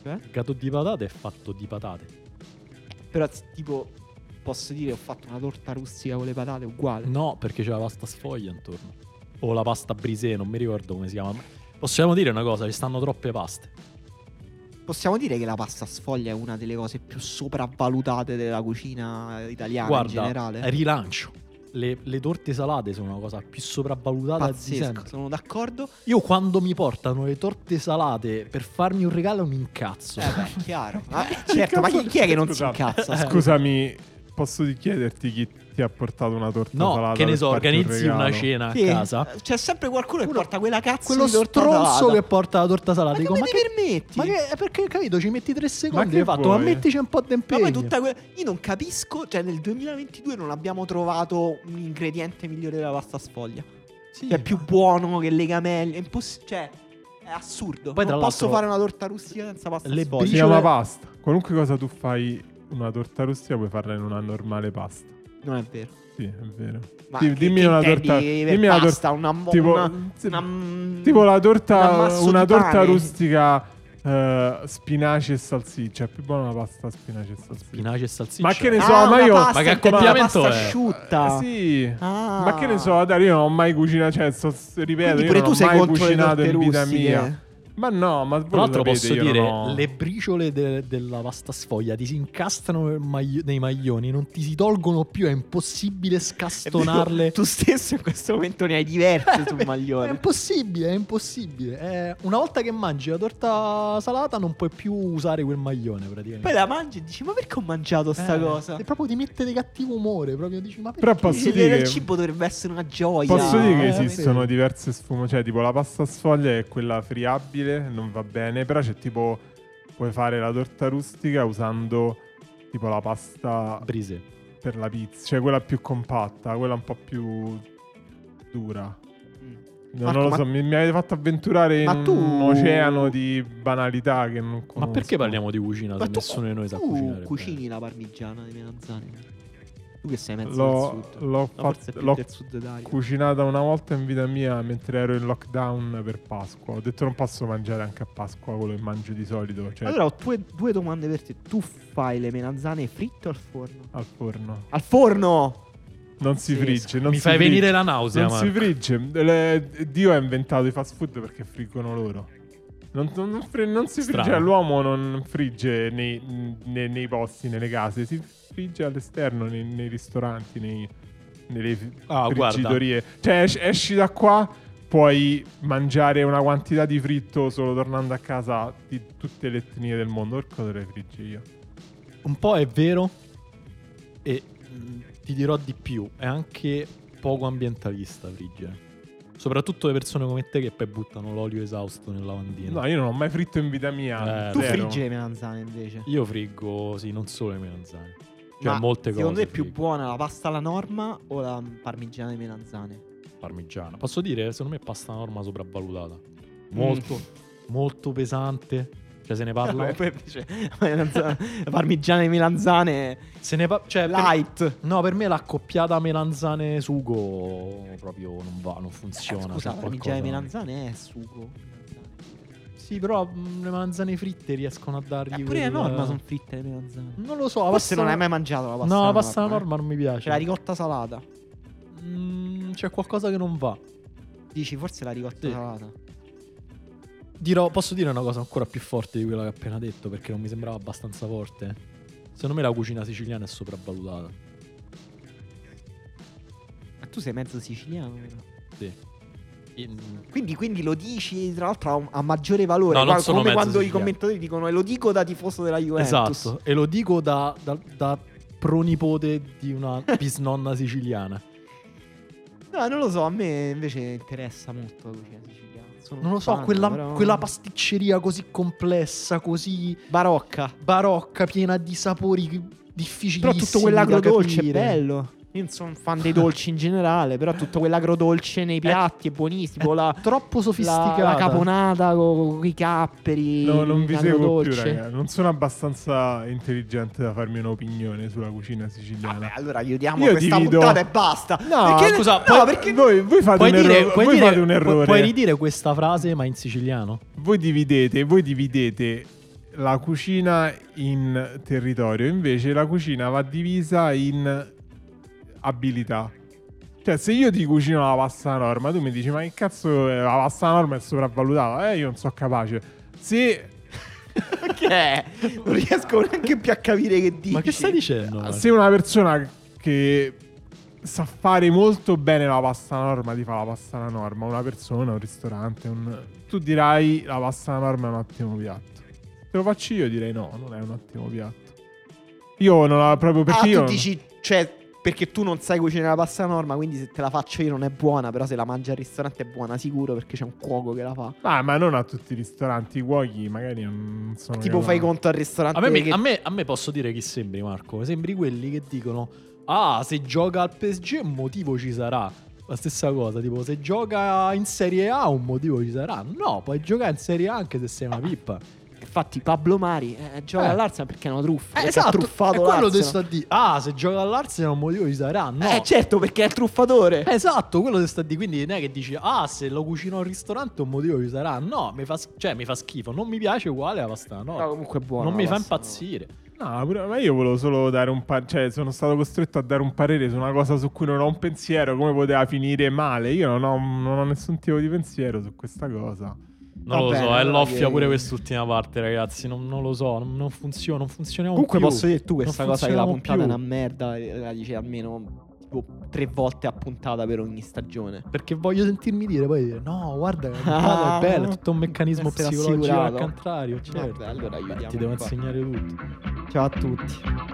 Speaker 1: Cioè?
Speaker 2: Il gatto di patate è fatto di patate.
Speaker 1: Però s- tipo posso dire ho fatto una torta rustica con le patate uguale.
Speaker 2: No, perché c'è la pasta sfoglia intorno. O la pasta brisè, non mi ricordo come si chiama. Possiamo dire una cosa, ci stanno troppe paste.
Speaker 1: Possiamo dire che la pasta sfoglia è una delle cose più sopravvalutate della cucina italiana
Speaker 2: Guarda, eh,
Speaker 1: in generale.
Speaker 2: rilancio. Le, le torte salate sono la cosa più sopravvalutata di
Speaker 1: Pazzesco,
Speaker 2: sempre.
Speaker 1: sono
Speaker 2: <laughs>
Speaker 1: d'accordo.
Speaker 2: Io quando mi portano le torte salate per farmi un regalo mi incazzo.
Speaker 1: Eh beh, chiaro. Vabbè, certo, ma chi, chi è che non si
Speaker 3: Scusate.
Speaker 2: Eh.
Speaker 1: incazza? Scusa.
Speaker 3: Scusami, posso di- chiederti chi ti ha portato una torta
Speaker 2: no,
Speaker 3: salata
Speaker 2: che ne
Speaker 3: per
Speaker 2: so,
Speaker 3: farti un
Speaker 2: organizzi una
Speaker 3: regalo?
Speaker 2: cena
Speaker 1: Sì,
Speaker 2: a casa.
Speaker 1: C'è sempre qualcuno che porta quella cazzo
Speaker 2: Quello
Speaker 1: di torta
Speaker 2: stronzo
Speaker 1: salata.
Speaker 2: che porta la torta salata.
Speaker 1: Ma
Speaker 2: dico,
Speaker 1: come
Speaker 2: ma
Speaker 1: ti
Speaker 2: che
Speaker 1: permetti?
Speaker 2: Ma che, eh, perché capito? Ci metti tre secondi.
Speaker 3: che
Speaker 2: hai fatto, ma
Speaker 3: vuoi?
Speaker 2: mettici un po' di
Speaker 1: Ma
Speaker 2: impegno.
Speaker 1: poi tutta quella... Io non capisco, cioè nel 2022 non abbiamo trovato un ingrediente migliore della pasta sfoglia.
Speaker 2: Sì,
Speaker 1: Cioè, è
Speaker 2: <laughs>
Speaker 1: più buono che le gamelle. È imposs- cioè, è assurdo.
Speaker 2: Poi,
Speaker 1: non
Speaker 2: tra
Speaker 1: posso
Speaker 2: l'altro,
Speaker 1: fare una torta rustica senza pasta
Speaker 2: le
Speaker 1: sfoglia.
Speaker 3: Si
Speaker 2: briciole-
Speaker 3: chiama pasta. Qualunque cosa tu fai una torta rustica puoi farla in una normale pasta.
Speaker 1: Non è vero.
Speaker 3: Sì, è vero.
Speaker 1: Ma
Speaker 3: Sì,
Speaker 1: che-
Speaker 3: dimmi
Speaker 1: che
Speaker 3: una
Speaker 1: intendi
Speaker 3: torta-
Speaker 1: per
Speaker 3: dimmi una
Speaker 1: pasta, una mo-
Speaker 3: tipo-
Speaker 1: una-
Speaker 3: sì,
Speaker 1: una-
Speaker 3: Tipo la
Speaker 1: un
Speaker 3: torta,
Speaker 1: ammasso
Speaker 3: una
Speaker 1: di
Speaker 3: torta
Speaker 1: pane.
Speaker 3: rustica eh, spinaci e salsiccia. È più buona la pasta spinaci e salsiccia.
Speaker 2: Spinaci e salsiccia.
Speaker 3: Ma che ne
Speaker 1: Ah,
Speaker 3: so, ma
Speaker 1: una
Speaker 3: io.
Speaker 1: pasta
Speaker 2: Ma che
Speaker 1: intendi, una
Speaker 2: accoppiamento
Speaker 1: pasta
Speaker 2: è?
Speaker 1: asciutta.
Speaker 3: Eh, sì.
Speaker 1: Ah.
Speaker 3: Ma che ne so, Dario, io non ho mai cucinato, cioè, so- ripeto,
Speaker 1: Quindi
Speaker 3: io
Speaker 1: pure
Speaker 3: non
Speaker 1: tu
Speaker 3: ho
Speaker 1: sei
Speaker 3: mai
Speaker 1: contro le
Speaker 3: cucinato
Speaker 1: torte
Speaker 3: in vita
Speaker 1: rustiche.
Speaker 3: mia. Ma no, ma voi
Speaker 2: Tra
Speaker 3: lo
Speaker 2: l'altro
Speaker 3: sapete,
Speaker 2: posso
Speaker 3: io
Speaker 2: dire,
Speaker 3: non ho-
Speaker 2: le briciole de- della pasta sfoglia ti si incastrano nel maglio- nei maglioni, non ti si tolgonno più, è impossibile
Speaker 1: È vero,
Speaker 2: scastonarle.
Speaker 1: <laughs> Tu stesso in questo momento ne hai diverse
Speaker 3: <laughs> Eh,
Speaker 1: sul
Speaker 2: <laughs> È
Speaker 1: maglione.
Speaker 2: impossibile, è impossibile. È- Una volta che mangi la torta salata non puoi più usare quel maglione praticamente.
Speaker 1: Poi la mangi e dici: Ma perché ho mangiato sta
Speaker 2: Eh,
Speaker 1: cosa?
Speaker 2: e proprio ti mette di cattivo umore, proprio dici ma perché?
Speaker 3: Però posso
Speaker 1: Il,
Speaker 3: dire-
Speaker 1: il cibo dovrebbe essere una gioia.
Speaker 3: Posso dire che
Speaker 2: eh,
Speaker 3: esistono
Speaker 2: vedi.
Speaker 3: diverse sfumature, cioè tipo la pasta sfoglia è quella friabile, non va bene, però c'è tipo puoi fare la torta rustica usando tipo la pasta
Speaker 2: Brise.
Speaker 3: per la pizza, cioè quella più compatta, quella un po' più dura.
Speaker 1: Mm.
Speaker 3: No,
Speaker 1: Marco,
Speaker 3: non lo
Speaker 1: ma-
Speaker 3: so, mi, mi avete fatto avventurare
Speaker 1: Ma
Speaker 3: in
Speaker 1: tu-
Speaker 3: un oceano di banalità che non conosco.
Speaker 2: Ma perché parliamo di cucina
Speaker 1: Ma
Speaker 2: se
Speaker 1: tu-
Speaker 2: nessuno di noi sa
Speaker 1: tu
Speaker 2: cucinare? bene?
Speaker 1: cucini la parmigiana di melanzane? Tu che sei mezzo del
Speaker 3: L'ho,
Speaker 1: sud.
Speaker 3: l'ho,
Speaker 1: No,
Speaker 3: fatta-
Speaker 1: forse è più
Speaker 3: l'ho
Speaker 1: del sud d'Italia.
Speaker 3: cucinata una volta in vita mia mentre ero in lockdown per Pasqua. Ho detto non posso mangiare anche a Pasqua quello che mangio di solito, cioè
Speaker 1: Allora ho due, due domande per te. Tu fai le melanzane fritte o al forno?
Speaker 3: al forno.
Speaker 1: Al forno!
Speaker 3: Non si
Speaker 1: Sì,
Speaker 3: frigge, non
Speaker 2: Mi
Speaker 3: si
Speaker 2: fai
Speaker 3: frigge.
Speaker 2: venire la nausea,
Speaker 3: Non si
Speaker 2: ma
Speaker 3: frigge. Le- Dio ha inventato i fast food perché friggono loro. Non, non- non fri- non si frigge,
Speaker 2: Strano.
Speaker 3: l'uomo non frigge nei, nei- nei posti, nelle case, si frigge all'esterno, nei, nei ristoranti, nei- nelle fi-
Speaker 2: Ah, guarda.
Speaker 3: friggitorie. Cioè, es- esci da qua, puoi mangiare una quantità di fritto solo tornando a casa di tutte le etnie del mondo. Per cosa le frigge io?
Speaker 2: un po' è vero e mh, ti dirò di più, è anche poco ambientalista friggere. Soprattutto le persone come te che poi buttano l'olio esausto nel lavandino.
Speaker 3: No, io non ho mai fritto in vita mia.
Speaker 2: Eh,
Speaker 1: tu
Speaker 2: vero.
Speaker 3: zero.
Speaker 1: friggi le melanzane invece.
Speaker 2: Io friggo, sì, non solo le melanzane. Cioè,
Speaker 1: Ma
Speaker 2: molte cose.
Speaker 1: Secondo te è più
Speaker 2: friggo.
Speaker 1: buona la pasta alla norma o la parmigiana di melanzane?
Speaker 2: Parmigiana. Posso dire, secondo me è pasta norma sopravvalutata. Molto,
Speaker 1: Mm.
Speaker 2: molto pesante. Cioè, se ne
Speaker 1: <laughs>
Speaker 2: parla.
Speaker 1: E poi invece la melanzana- la parmigiana di melanzane
Speaker 2: se ne par- cioè, per-
Speaker 1: light.
Speaker 2: No, per me l'accoppiata melanzane sugo proprio non va, non funziona.
Speaker 1: Eh, Scusa,
Speaker 2: c'è
Speaker 1: la parmigiana di
Speaker 2: qualcosa.
Speaker 1: melanzane è sugo.
Speaker 2: Sì, però mh, le melanzane fritte riescono a dargli.
Speaker 1: Eppure
Speaker 2: quel- eh,
Speaker 1: la norma sono fritte Eh, le melanzane.
Speaker 2: Non lo so.
Speaker 1: Forse
Speaker 2: la pasta-
Speaker 1: Mm. non hai mai mangiato la pasta
Speaker 2: No,
Speaker 1: alla
Speaker 2: la pasta alla
Speaker 1: norma, eh.
Speaker 2: norma non mi
Speaker 1: C'è la
Speaker 2: piace.
Speaker 1: ricotta salata.
Speaker 2: Mm, c'è qualcosa che non va.
Speaker 1: Dici forse la ricotta
Speaker 2: Sì.
Speaker 1: salata.
Speaker 2: Dirò, posso dire una cosa ancora più forte di quella che ho appena detto perché non mi sembrava abbastanza forte. Secondo me la cucina siciliana è sopravvalutata.
Speaker 1: Ma tu sei mezzo siciliano, vero?
Speaker 2: In-
Speaker 1: Quindi, quindi lo dici, tra l'altro, ha, un- ha maggiore valore.
Speaker 2: No, non
Speaker 1: Guarda,
Speaker 2: sono
Speaker 1: come
Speaker 2: mezzo
Speaker 1: quando i
Speaker 2: siciliano.
Speaker 1: commentatori dicono, e lo dico da tifoso della Juventus.
Speaker 2: Esatto, e lo dico da, da- da pronipote di una bisnonna siciliana.
Speaker 1: No, non lo so, a me invece interessa molto la cucina siciliana. Sono
Speaker 2: Non
Speaker 1: un
Speaker 2: lo so,
Speaker 1: fan,
Speaker 2: quella,
Speaker 1: però-
Speaker 2: quella pasticceria così complessa, così
Speaker 1: barocca.
Speaker 2: barocca, piena di sapori difficili.
Speaker 1: Però tutto quell'agrodolce è bello. Io non sono un fan dei dolci in generale, però tutto quell'agrodolce nei piatti è, buonissimo. la,
Speaker 2: Eh. Troppo
Speaker 1: la,
Speaker 2: sofisticata.
Speaker 1: la caponata con i capperi.
Speaker 3: No, non vi seguo più,
Speaker 1: l'agrodolce.
Speaker 3: raga. Non sono abbastanza intelligente da farmi un'opinione sulla cucina siciliana.
Speaker 1: Vabbè, allora chiudiamo
Speaker 3: Io
Speaker 1: questa
Speaker 3: divido-
Speaker 1: puntata e basta.
Speaker 3: No,
Speaker 1: perché,
Speaker 2: scusa,
Speaker 1: no,
Speaker 2: poi-
Speaker 1: perché
Speaker 3: Voi, voi fate,
Speaker 2: Puoi
Speaker 3: un,
Speaker 2: dire,
Speaker 3: erro-
Speaker 2: puoi
Speaker 3: voi
Speaker 2: dire-
Speaker 3: fate un errore.
Speaker 2: Puoi ridire questa frase, ma in siciliano?
Speaker 3: Voi dividete, voi dividete la cucina in territorio, invece la cucina va divisa in abilità. Cioè, se io ti cucino la pasta alla norma, tu mi dici, ma che cazzo, eh, la pasta alla norma è sopravvalutata? Eh, io non sono capace. Se
Speaker 1: Che è? Non riesco neanche più a capire che dici.
Speaker 2: Eh. Ma che stai dicendo? Marco?
Speaker 3: Ah, Se una persona che sa fare molto bene la pasta alla norma ti fa la pasta alla norma, una persona, un ristorante, un... tu dirai la pasta alla norma è un ottimo piatto. Se lo faccio io direi no, non è un ottimo piatto. Io non la proprio perché
Speaker 1: ah,
Speaker 3: io
Speaker 1: tu dici, cioè, perché tu non sai cucinare la pasta norma, quindi se te la faccio io non è buona, però se la mangi al ristorante è buona sicuro perché c'è un cuoco che la fa.
Speaker 3: Ah, ma non a tutti i ristoranti, i cuochi magari non sono
Speaker 1: tipo
Speaker 3: capaci.
Speaker 1: fai conto al ristorante
Speaker 2: A me, mi-
Speaker 1: che
Speaker 2: a me- a me posso dire chi sembri, Marco. Sembri quelli che dicono: Ah, se gioca al PSG, un motivo ci sarà. La stessa cosa, tipo, se gioca in Serie A, un motivo ci sarà. No, puoi giocare in Serie A anche se sei una pippa.
Speaker 1: Infatti, Pablo Mari eh, gioca
Speaker 2: Eh.
Speaker 1: all'Arsenal perché è una truffa. perché ha
Speaker 2: esatto,
Speaker 1: truffato
Speaker 2: è quello che
Speaker 1: l'Arsenal.
Speaker 2: sta a dire. Ah, se gioca all'Arsenal un motivo gli sarà, no.
Speaker 1: Eh, certo, perché è il truffatore.
Speaker 2: Esatto, quello che sta a dire. Quindi non è che dici, ah, se lo cucino al ristorante un motivo ci sarà. No, mi fa, sch- cioè, mi fa schifo. Non mi piace uguale la pasta alla
Speaker 1: No,
Speaker 2: nonna.
Speaker 1: comunque è buono.
Speaker 2: non mi
Speaker 1: la
Speaker 2: fa
Speaker 1: pasta, no.
Speaker 2: impazzire.
Speaker 3: No, pure- ma io volevo solo dare un parere. Cioè, sono stato costretto a dare un parere su una cosa su cui non ho un pensiero. Come poteva finire male? Io non ho, non ho nessun tipo di pensiero su questa cosa.
Speaker 2: Non
Speaker 1: Va
Speaker 2: lo
Speaker 1: bene,
Speaker 2: so, è
Speaker 1: allora
Speaker 2: l'offia
Speaker 1: che-
Speaker 2: pure quest'ultima parte, ragazzi. Non, non lo so, non, non funziona, non funzioniamo
Speaker 1: Comunque
Speaker 2: più.
Speaker 1: posso dire tu questa
Speaker 2: Non
Speaker 1: cosa che la
Speaker 2: funzioniamo
Speaker 1: puntata è
Speaker 2: più.
Speaker 1: una merda, eh, la dici almeno tipo, tre volte a puntata per ogni stagione.
Speaker 2: Perché voglio sentirmi dire poi dire, no, guarda, che
Speaker 1: <laughs>
Speaker 2: puntata è bella, è tutto un meccanismo
Speaker 1: Essere
Speaker 2: psicologico al
Speaker 1: assicurato.
Speaker 2: contrario, certo.
Speaker 1: Vabbè, allora
Speaker 2: Beh,
Speaker 1: aiutiamo
Speaker 2: ti devo
Speaker 1: qua.
Speaker 2: insegnare tutto.
Speaker 1: Ciao a tutti.